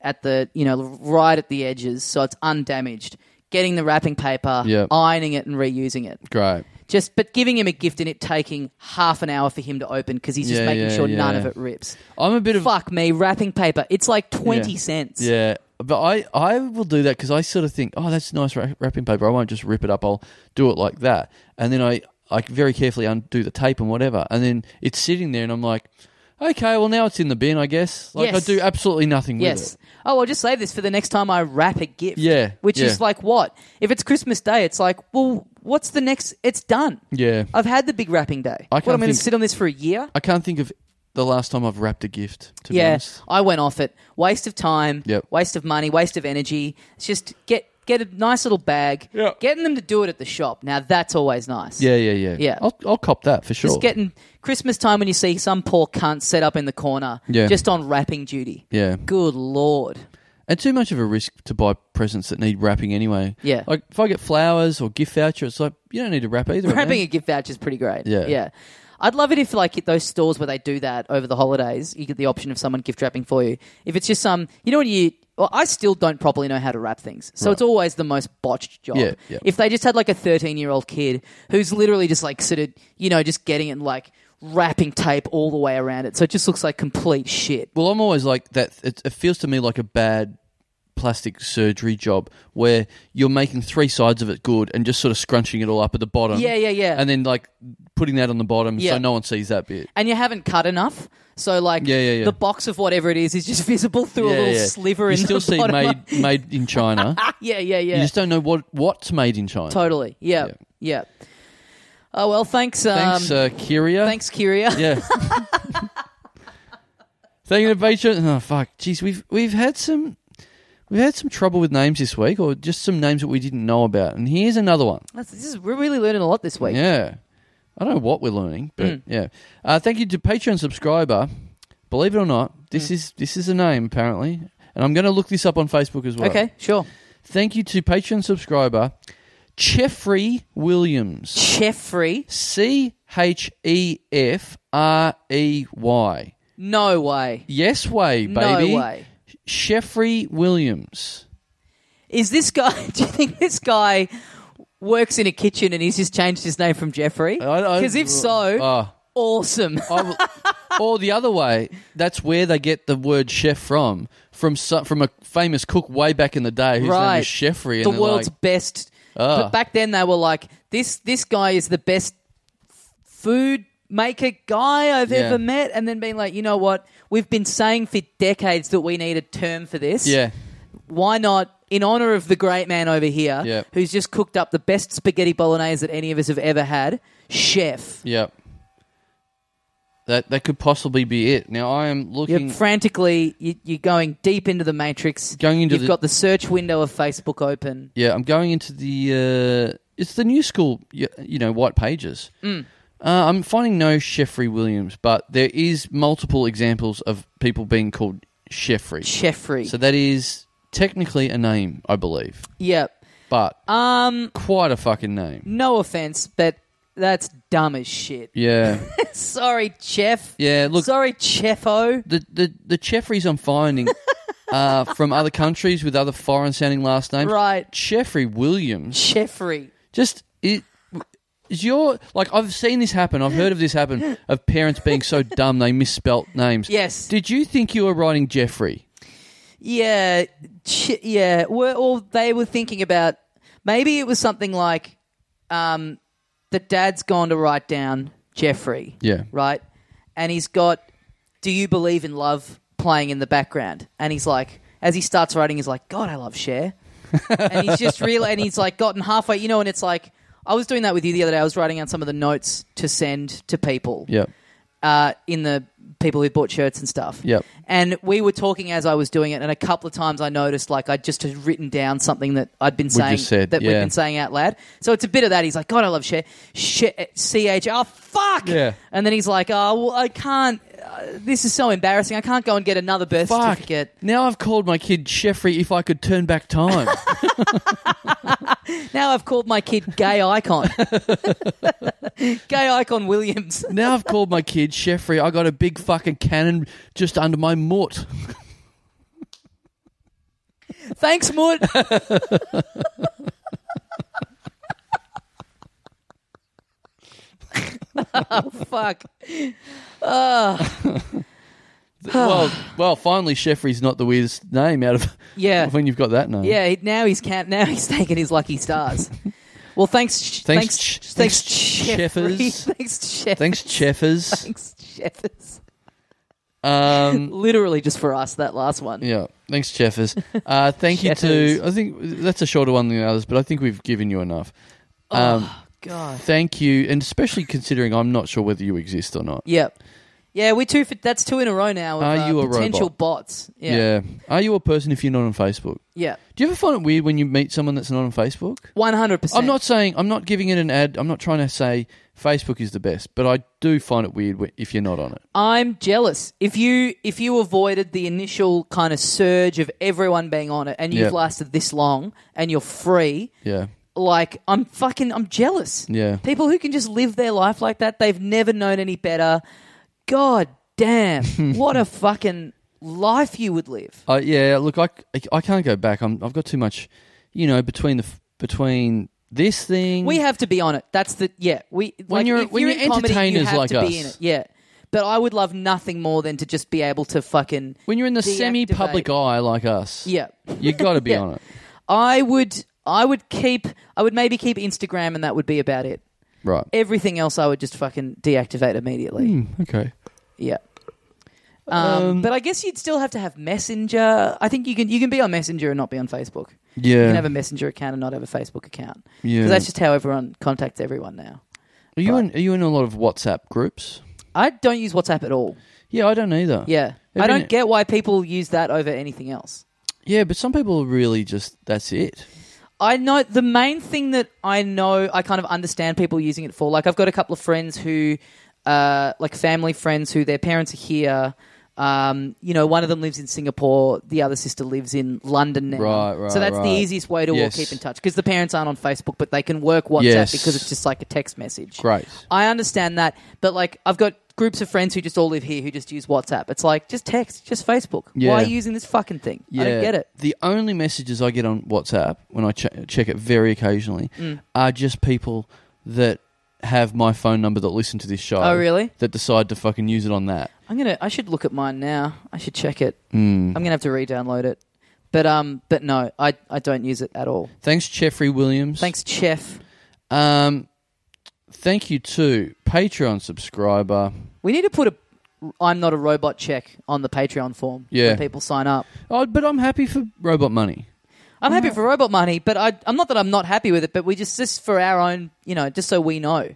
at the you know right at the edges so it's undamaged. Getting the wrapping paper,
Yeah.
ironing it, and reusing it.
Great.
Just but giving him a gift and it taking half an hour for him to open because he's just
Yeah,
making
yeah,
sure none
yeah.
of it rips.
I'm a bit of
Fuck me, wrapping paper. It's like twenty
Yeah.
cents.
Yeah, but I I will do that because I sort of think, oh, that's nice wra- wrapping paper. I won't just rip it up. I'll do it like that, and then I I very carefully undo the tape and whatever, and then it's sitting there, and I'm like, okay, well now it's in the bin, I guess. Like
Yes.
I do absolutely nothing
Yes.
with it.
Oh, I'll just save this for the next time I wrap a gift.
Yeah,
Which
yeah.
is like what? If it's Christmas Day, it's like, well, what's the next? It's done.
Yeah, I,
I've had the big wrapping day.
I
what I'm
can't
going to
think-
sit on this for a year?
can't think of the last time I've wrapped a gift. To be
yeah,
honest.
I went off it. Waste of time.
Yep.
Waste of money. Waste of energy. It's just get get a nice little bag.
Yeah.
Getting them to do it at the shop. Now that's always nice.
Yeah, yeah, yeah.
Yeah.
I'll, I'll cop that for sure.
Just getting Christmas time when you see some poor cunt set up in the corner.
Yeah.
Just on wrapping duty.
yeah.
Good lord.
And too much of a risk to buy presents that need wrapping anyway.
Yeah.
Like if I get flowers or gift voucher, it's like you don't need to wrap either. of them.
Wrapping a gift voucher is pretty great.
Yeah.
yeah. I'd love it if like at those stores where they do that over the holidays, you get the option of someone gift wrapping for you. If it's just some, you know, when you, well, I still don't properly know how to wrap things, so it's always the most botched job.
Yeah, yeah.
If they just had like a thirteen-year-old kid who's literally just like sort of, you know, just getting it and, like wrapping tape all the way around it, so it just looks like complete shit.
Well, I'm always like that. It, it feels to me like a bad plastic surgery job where you're making three sides of it good and just sort of scrunching it all up at the bottom.
Yeah, yeah, yeah.
And then like putting that on the bottom
Yeah.
so no one sees that bit.
And you haven't cut enough, so like
Yeah, yeah, yeah.
the box of whatever it is is just visible through a
yeah,
little
yeah.
sliver
you
in
still
the
see
bottom.
made made in China.
yeah, yeah, yeah.
You just don't know what what's made in China.
Totally. Yeah.
Yeah.
Yeah. Oh well, thanks. Um,
Thanks, uh, Kyria.
thanks, Kyria.
Yeah. Thank you to Patreon. Oh fuck, jeez, we've we've had some we've had some trouble with names this week, or just some names that we didn't know about. And here's another one.
That's, this is, we're really learning a lot this week.
Yeah. I don't know what we're learning, but
Mm.
yeah. Uh, thank you to Patreon subscriber. Believe it or not, this
Mm.
is this is a name apparently, and I'm going to look this up on Facebook as well.
Okay, sure.
Thank you to Patreon subscriber Jeffrey Williams.
Jeffrey,
C H E F R E Y.
no way,
Yes way,
no
baby.
way.
Jeffrey Williams.
Is this guy? Do you think this guy works in a kitchen and he's just changed his name from Jeffrey?
I- I-
Because if so,
Oh.
awesome.
I will- or the other way, that's where they get the word chef from, from so, from a famous cook way back in the day whose name
Right.
was Chefry.
the
And they're
world's
like,
best.
Ah.
But back then they were like, this this guy is the best f- food maker guy I've
Yeah.
ever met, and then being like, you know what? We've been saying for decades that we need a term for this.
yeah,
Why not? In honor of the great man over here,
Yeah.
who's just cooked up the best spaghetti bolognese that any of us have ever had, chef.
yeah. That that could possibly be it. Now I am
You're
looking.
frantically, you, you're going deep into the matrix.
Going into
You've
the-
got the search window of Facebook open.
yeah, I'm going into the. Uh, it's the new school, y- you know, white pages.
Mm.
Uh, I'm finding no Jeffrey Williams, but there is multiple examples of people being called Jeffrey.
Jeffrey.
So that is technically a name, I believe,
yep.
but um, quite a fucking name.
No offense, but that's dumb as shit.
Yeah,
Sorry, Jeff.
yeah. Look,
Sorry, Cheffo.
the the the Jeffreys I'm finding are from other countries with other foreign sounding last names.
Right.
Jeffrey Williams.
Jeffrey.
Just it. Is your like I've seen this happen. I've heard of this happen of parents being so dumb they misspelt names.
Yes.
Did you think you were writing Jeffrey?
Yeah, ch- yeah. We're, or they were thinking about maybe it was something like um, the dad's gone to write down Jeffrey.
Yeah.
Right? And he's got Do You Believe in Love playing in the background. And he's like, as he starts writing, he's like, God, I love Cher. and he's just real and he's like gotten halfway, you know, and it's like, I was doing that with you the other day. I was writing out some of the notes to send to people.
Yeah.
uh, in the people who bought shirts and stuff.
Yep.
And we were talking as I was doing it, and a couple of times I noticed like I just had written down something that I'd been saying
just said,
that we've
yeah.
been saying out loud. So it's a bit of that. He's like, God, I love share shit C H. Oh fuck.
Yeah.
And then he's like, Oh, well, I can't. Uh, this is so embarrassing. I can't go and get another birth
Fuck.
certificate.
Now I've called my kid Jeffrey if I could turn back time.
Now I've called my kid gay icon. gay icon Williams.
now I've called my kid Jeffrey. I got a big fucking cannon just under my mort.
Thanks, Moot. oh fuck. Ah,
well, well, finally Jeffrey's not the weirdest name out of
Yeah.
when you've got that name.
Yeah, he- now he's count. Now he's taking his lucky stars. Well, thanks, sh-
Thanks,
thanks,
Ch-
thanks,
thanks,
Jeffrey.
Cheffers.
thanks, Jeff.
Thanks, Cheffers.
thanks, Jeffers.
Um,
Literally just for us that last one.
yeah, thanks, Cheffers. Uh, thank you to.
Cheffers.
I think that's a shorter one than the others, but I think we've given you enough.
Oh.
Um,
God.
Thank you, and especially considering I'm not sure whether you exist or not.
Yep. Yeah, we're two. For, that's two in a row now. Of,
Are
uh,
you a
potential
robot?
bots? Yeah.
Yeah. Are you a person if you're not on Facebook?
Yeah.
Do you ever find it weird when you meet someone that's not on Facebook?
One hundred percent.
I'm not saying I'm not giving it an ad. I'm not trying to say Facebook is the best, but I do find it weird wh- if you're not on it.
I'm jealous. If you if you avoided the initial kind of surge of everyone being on it, and you've
Yep.
lasted this long, and you're free,
Yeah.
like I'm fucking I'm jealous.
Yeah.
People who can just live their life like that, they've never known any better. God damn. what a fucking life you would live.
Uh, yeah, look, I, c- I can't go back. I'm, I've got too much, you know, between the f- between this thing.
We have to be on it. That's the yeah. We
Um, When
like,
you're-
if
when
you're
you're
in comedy, you
entertainers
have
like
to be in
us.
it. Yeah. But I would love nothing more than to just be able to fucking
when you're in the
deactivate.
semi-public eye like us.
yeah.
you got to be
Yeah.
on it,
I would I would keep I would maybe keep Instagram and that would be about it.
right?
Everything else I would just fucking deactivate immediately.
Hmm. Okay.
Yeah. Um, but I guess you'd still have to have Messenger. I think you can you can be on Messenger and not be on Facebook. You
Yeah.
can have a Messenger account and not have a Facebook account.
Yeah.
Because that's just how everyone contacts everyone now.
are you in? Are you in a lot of WhatsApp groups?
I don't use WhatsApp at all.
Yeah, I don't either.
Yeah.
Every-
I don't get why people use that over anything else.
Yeah, but some people really just that's it.
I know the main thing that I know I kind of understand people using it for. Like I've got a couple of friends who, uh, like family friends who their parents are here. Um, you know, one of them lives in Singapore, the other sister lives in London now.
Right, right,
So that's
right.
the easiest way to all
Yes.
keep in touch because the parents aren't on Facebook, but they can work WhatsApp
Yes.
because it's just like a text message.
Great.
I understand that, but like I've got groups of friends who just all live here who just use WhatsApp. It's like just text, just Facebook.
Yeah.
Why are you using this fucking thing? I don't get it.
The only messages I get on WhatsApp when I che- check it very occasionally
Mm.
are just people that have my phone number that listen to this show.
Oh, really?
That decide to fucking use it on that.
I'm gonna. I should look at mine now. I should check it. I'm gonna have to re-download it. But um, but no, I I don't use it at all.
Thanks, Jeffrey Williams.
Thanks, Chef.
Um, thank you to Patreon subscriber.
We need to put a I'm not a robot check on the Patreon form.
Yeah.
when people sign up.
Oh, but I'm happy for robot money.
I'm happy for robot money, but I I'm not that I'm not happy with it. But we just just for our own, you know, just so we know.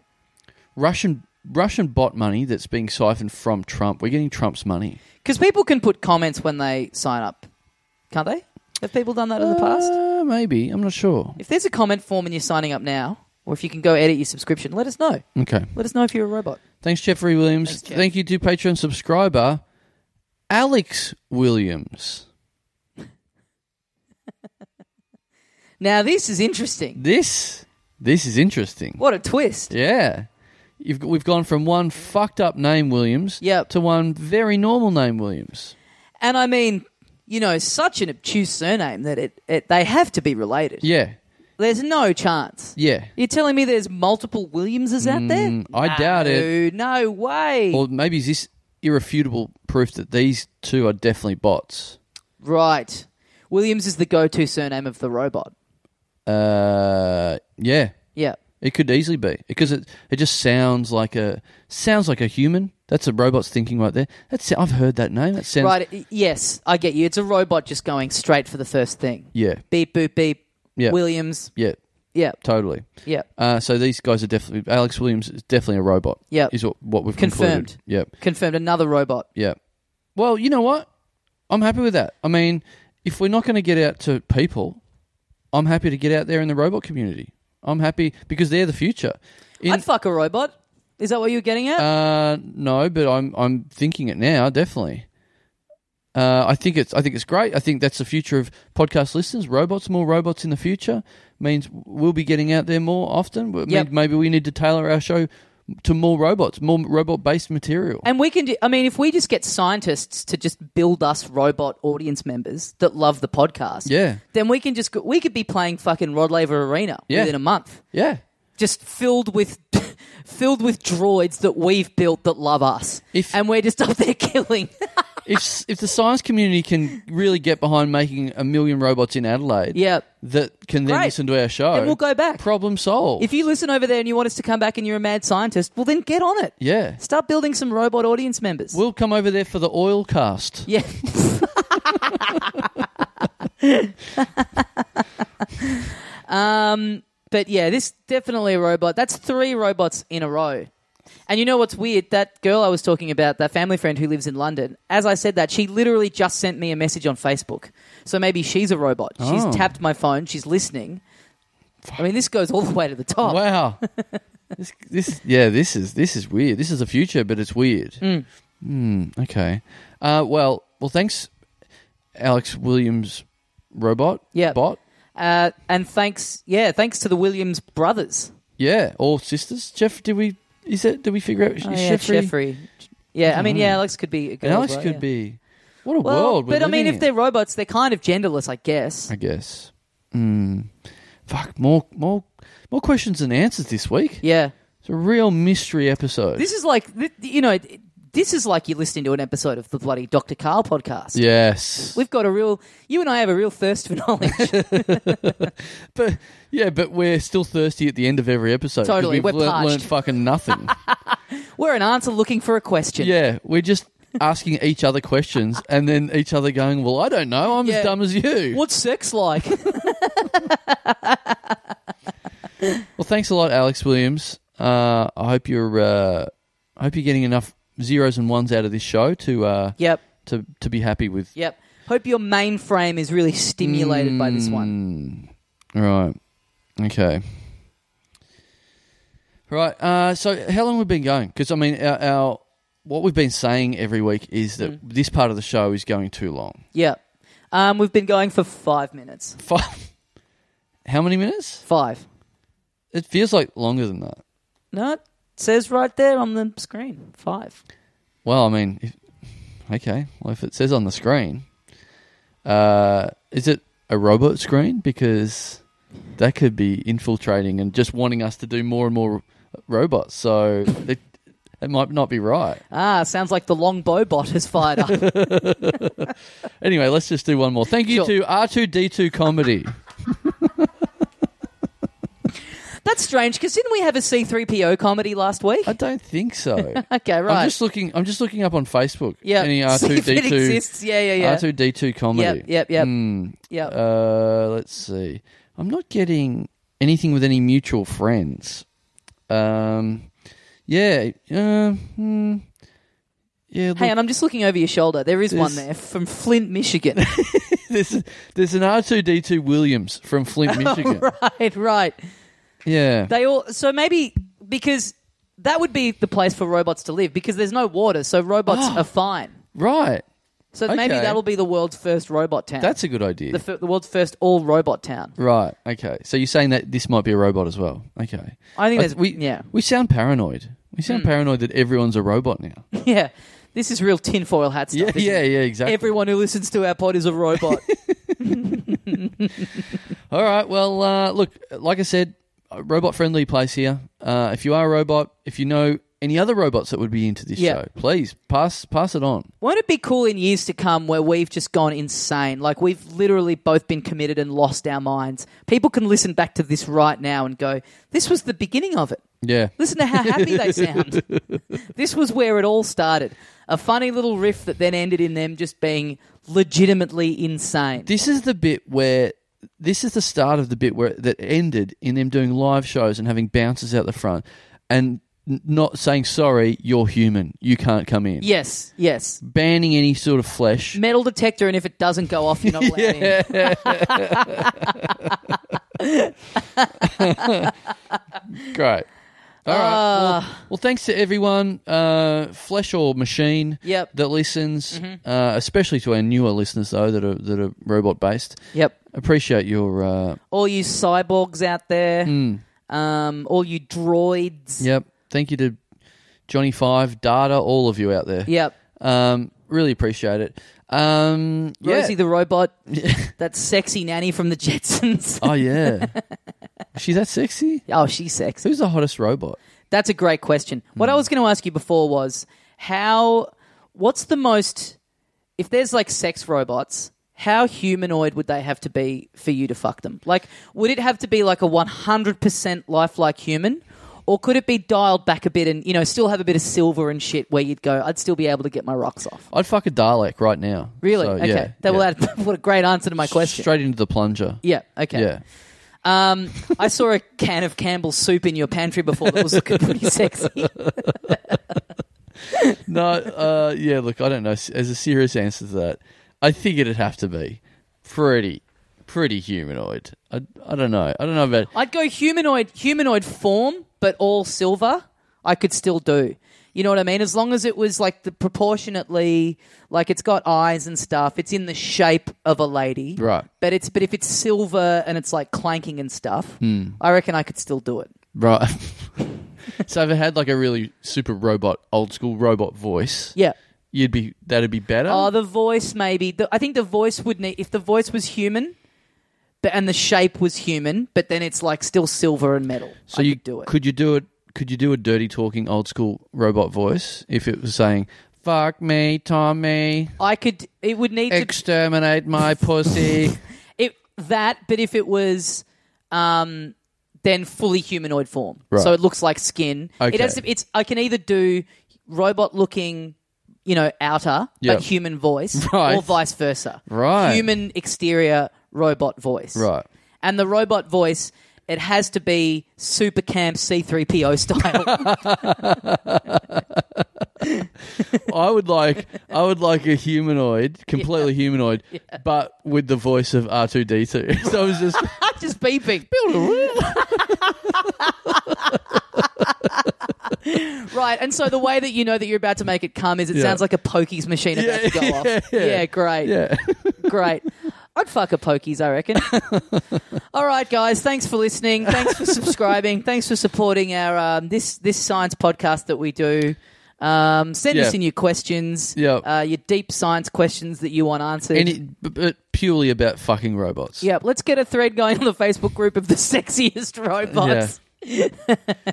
Russian Russian bot money that's being siphoned from Trump. We're getting Trump's money.
Because people can put comments when they sign up, can't they? Have people done that in the past?
Uh, maybe. I'm not sure.
If there's a comment form and you're signing up now, or if you can go edit your subscription, let us know.
Okay.
Let us know if you're a robot.
Thanks, Jeffrey Williams.
Thanks, Jeff.
Thank you to Patreon subscriber Alex Williams.
Now this is interesting.
This this is interesting.
What a twist.
Yeah, You've, we've gone from one fucked up name Williams
Yep.
to one very normal name Williams.
And I mean, you know, such an obtuse surname that it, it they have to be related.
Yeah,
There's no chance.
yeah. Mm,
You're telling me there's multiple Williamses out there?
I doubt it.
No, no way.
Or maybe is this irrefutable proof that these two are definitely bots?
right. Williams is the go-to surname of the robot.
Uh, yeah.
Yeah.
It could easily be because it it just sounds like a sounds like a human. That's a robot's thinking right there. That's I've heard that name. That sounds
Right. y- Yes, I get you. It's a robot just going straight for the first thing.
Yeah,
Beep boop beep.
Yeah.
Williams.
yeah.
Yeah.
Totally.
Yeah.
Uh, so these guys are definitely Alex Williams is definitely a robot.
Yep.
is what, what we've
Confirmed.
Concluded. Yep.
Confirmed another robot.
Yeah. Well, you know what? I'm happy with that. I mean, if we're not going to get out to people, I'm happy to get out there in the robot community. I'm happy because they're the future. In-
I'd fuck a robot. Is that what you were getting at?
uh, no, but I'm I'm thinking it now. Definitely. Uh, I think it's I think it's great. I think that's the future of podcast listeners. Robots, more robots in the future means we'll be getting out there more often. But
Yep.
may- Maybe we need to tailor our show to more robots, more robot based material.
and we can do, I mean, if we just get scientists to just build us robot audience members that love the podcast,
Yeah.
then we can just, go, we could be playing fucking Rod Laver Arena
Yeah.
within a month.
yeah.
just filled with filled with droids that we've built that love us,
If-
and we're just up there killing.
if if the science community can really get behind making a million robots in Adelaide,
Yep.
that can then
Great.
listen to our show,
Then we'll go back.
Problem solved.
if you listen over there and you want us to come back and you're a mad scientist, well then get on it.
yeah,
Start building some robot audience members.
we'll come over there for the oil cast.
yeah. um, but yeah, this definitely a robot. That's three robots in a row. And you know what's weird? That girl I was talking about, that family friend who lives in London, as I said that, she literally just sent me a message on Facebook. So maybe she's a robot. She's
Oh.
tapped my phone, she's listening. I mean, this goes all the way to the top.
Wow. this, this yeah, this is this is weird. This is the future, but it's weird.
Mm.
Hmm, okay. Uh, well, well, thanks, Alex Williams, robot.
Yeah.
bot.
Uh, and thanks, yeah, thanks to the Williams brothers.
Yeah, or sisters. Jeff, did we? Is it? Did we figure out? Is
Oh, yeah,
Jeffrey-
Jeffrey. Yeah, I mean, yeah, Alex could be a girl.
And
as
Alex
well,
could
yeah.
be. What a
Well,
world! we're
but I mean,
living
if
in.
they're robots, they're kind of genderless, I guess.
I guess. Mm. Fuck more, more, more questions than answers this week.
Yeah.
It's a real mystery episode.
This is like, th- you know, this is like you're listening to an episode of the bloody Dr. Carl podcast.
yes,
We've got a real, you and I have a real thirst for knowledge.
but yeah, but we're still thirsty at the end of every episode. 'cause
Totally,
we've
we're
lear-
parched.
learned fucking nothing.
We're an answer looking for a question.
yeah, we're just asking each other questions, and then each other going, "Well, I don't know. I'm
Yeah.
as dumb as you."
What's sex like?
Well, thanks a lot, Alex Williams. Uh, I hope you're, uh, I hope you're getting enough zeros and ones out of this show to, uh,
yep.
to to be happy with.
Yep. Hope your mainframe is really stimulated by this
Mm.
one.
Hmm. Right. Okay. Right. Uh, so, how long we've been going? Because I mean, our, our what we've been saying every week is that
Hmm.
this part of the show is going too long.
Yep. Um, we've been going for five minutes.
Five. How many minutes?
Five.
It feels like longer than that.
No, it says right there on the screen. Five.
Well, I mean, if, okay. Well, if it says on the screen, uh, is it a robot screen? Because that could be infiltrating and just wanting us to do more and more robots. So it, it might not be right.
Ah, sounds like the long bow bot has fired up.
Anyway, let's just do one more. Thank you
Sure.
to R2D2 Comedy.
That's strange because didn't we have a C3PO comedy last week?
I don't think so.
Okay,
I'm
right.
just looking. I'm just looking up on Facebook.
Yeah.
any
See if it exists.
R2D2
Yeah, yeah, yeah.
R2D2 Comedy.
Yep, yep, yep.
Hmm.
Yep.
Uh, let's see. I'm not getting anything with any mutual friends. Um, yeah. Uh, hmm. Yeah. Look,
Hey, and I'm just looking over your shoulder. There is one
There's-
there from Flint, Michigan.
there's there's an R2D2 Williams from Flint, Michigan.
Oh, right, right.
Yeah.
They all. So maybe because that would be the place for robots to live because there's no water, so robots are fine.
right.
So maybe
Okay.
that'll be the world's first robot town.
That's a good idea.
the, fir- the world's first all robot town.
Right. Okay. So you're saying that this might be a robot as well. Okay.
I think that's-
we
yeah. Hmm.
we sound paranoid. We sound paranoid that everyone's a robot now.
Yeah. This is real tinfoil hat stuff.
yeah.
isn't
Yeah.
it?
Yeah. Exactly.
Everyone who listens to our pod is a robot.
All right. Well, uh, look. Like I said, robot friendly place here. Uh, if you are a robot, if you know any other robots that would be into this
Yeah.
show, please pass pass it on.
Won't it be cool in years to come where we've just gone insane? Like we've literally both been committed and lost our minds. People can listen back to this right now and go, this was the beginning of it.
Yeah.
Listen to how happy they sound. this was where it all started. A funny little riff that then ended in them just being legitimately insane.
This is the bit where this is the start of the bit where that ended in them doing live shows and having bouncers out the front and n- not saying sorry, you're human, you can't come in.
Yes, yes.
Banning any sort of flesh.
Metal detector, and if it doesn't go off, you're not allowed in.
Great. All right.
Uh.
well, well, thanks to everyone, uh, flesh or machine,
Yep. Mm-hmm.
that listens, uh, especially to our newer listeners though that are that are robot based.
Yep.
Appreciate your uh,
All you cyborgs out there, um, all you droids.
yep. Thank you to Johnny Five, Data, all of you out there.
Yep.
Um, really appreciate it. Um, yeah.
Rosie the robot, that sexy nanny from the Jetsons.
oh yeah. Is she that sexy?
oh, she's sexy.
Who's the hottest robot?
That's a great question. What I
Hmm.
was going to ask you before was how, what's the most, if there's like sex robots, how humanoid would they have to be for you to fuck them? Like, would it have to be like a 100% lifelike human? Or could it be dialed back a bit and, you know, still have a bit of silver and shit where you'd go, I'd still be able to get my rocks off?
I'd fuck a Dalek right now.
Really?
So,
okay.
yeah,
that will
yeah.
add, what a great answer to my question.
Straight into the plunger.
yeah, okay.
Yeah.
Um, I saw a can of Campbell's soup in your pantry before that was looking pretty sexy.
No, uh, yeah, look, I don't know. As a serious answer to that, I think it'd have to be pretty, pretty humanoid. I, I don't know. I don't know about.
I'd go humanoid humanoid form, but all silver. I could still do. You know what I mean? As long as it was like the proportionately, like it's got eyes and stuff. It's in the shape of a lady,
Right.
But it's but if it's silver and it's like clanking and stuff,
Hmm.
I reckon I could still do it.
Right. so if it had like a really super robot, old school robot voice,
Yeah.
you'd be that'd be better.
Oh, the voice maybe. The, I think the voice would need if the voice was human, but and the shape was human, but then it's like still silver and metal.
so
I
you
could do it.
Could you do it? Could you do a dirty talking old school robot voice if it was saying "fuck me, Tommy,
I could. It would need to
exterminate my pussy"?
it that, but if it was um then fully humanoid form.
Right.
So it looks like skin.
Okay.
It has to, it's I can either do robot looking you know, outer,
Yep.
but human voice,
Right.
or vice versa.
Right.
Human exterior, robot voice.
Right.
And the robot voice, it has to be super camp C3PO style.
I would like I would like a humanoid, completely humanoid, but with the voice of R two D two. So I was just
Just beeping. right. And so the way that you know that you're about to make it come is it
Yeah.
sounds like a pokies machine about
Yeah,
to go off.
yeah,
Yeah,
yeah.
great.
yeah.
Great. I'd fuck a pokies, I reckon. All right, guys. Thanks for listening. Thanks for subscribing. Thanks for supporting our um, this this science podcast that we do. Um, send
Yeah.
us in your questions,
Yeah.
uh, your deep science questions that you want answered.
Any, but- but purely about fucking robots.
Yep, let's get a thread going on the Facebook group of the sexiest robots.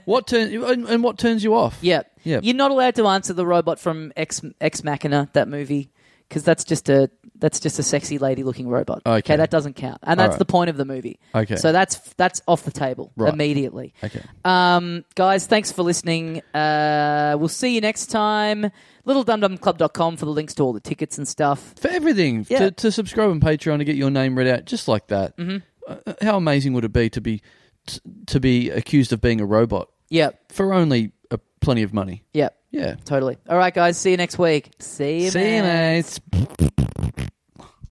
What turn and, and what turns you off?
Yep.
Yep.
You're not allowed to answer the robot from Ex Ex Machina that movie because that's just a that's just a sexy lady looking robot.
Okay.
that doesn't count, and that's
right.
the point of the movie.
Okay.
so that's that's off the table
Right.
immediately.
Okay.
Um, guys, thanks for listening. Uh, we'll see you next time. LittleDumDumClub.com for the links to all the tickets and stuff.
For everything
Yeah.
to, to subscribe on Patreon to get your name read out just like that. Mm-hmm. Uh, how amazing would it be to be t- to be accused of being a robot
Yep,
for only uh, plenty of money?
yep,
Yeah.
totally. All right, guys, see you next week. See you.
See you,
man.
mates.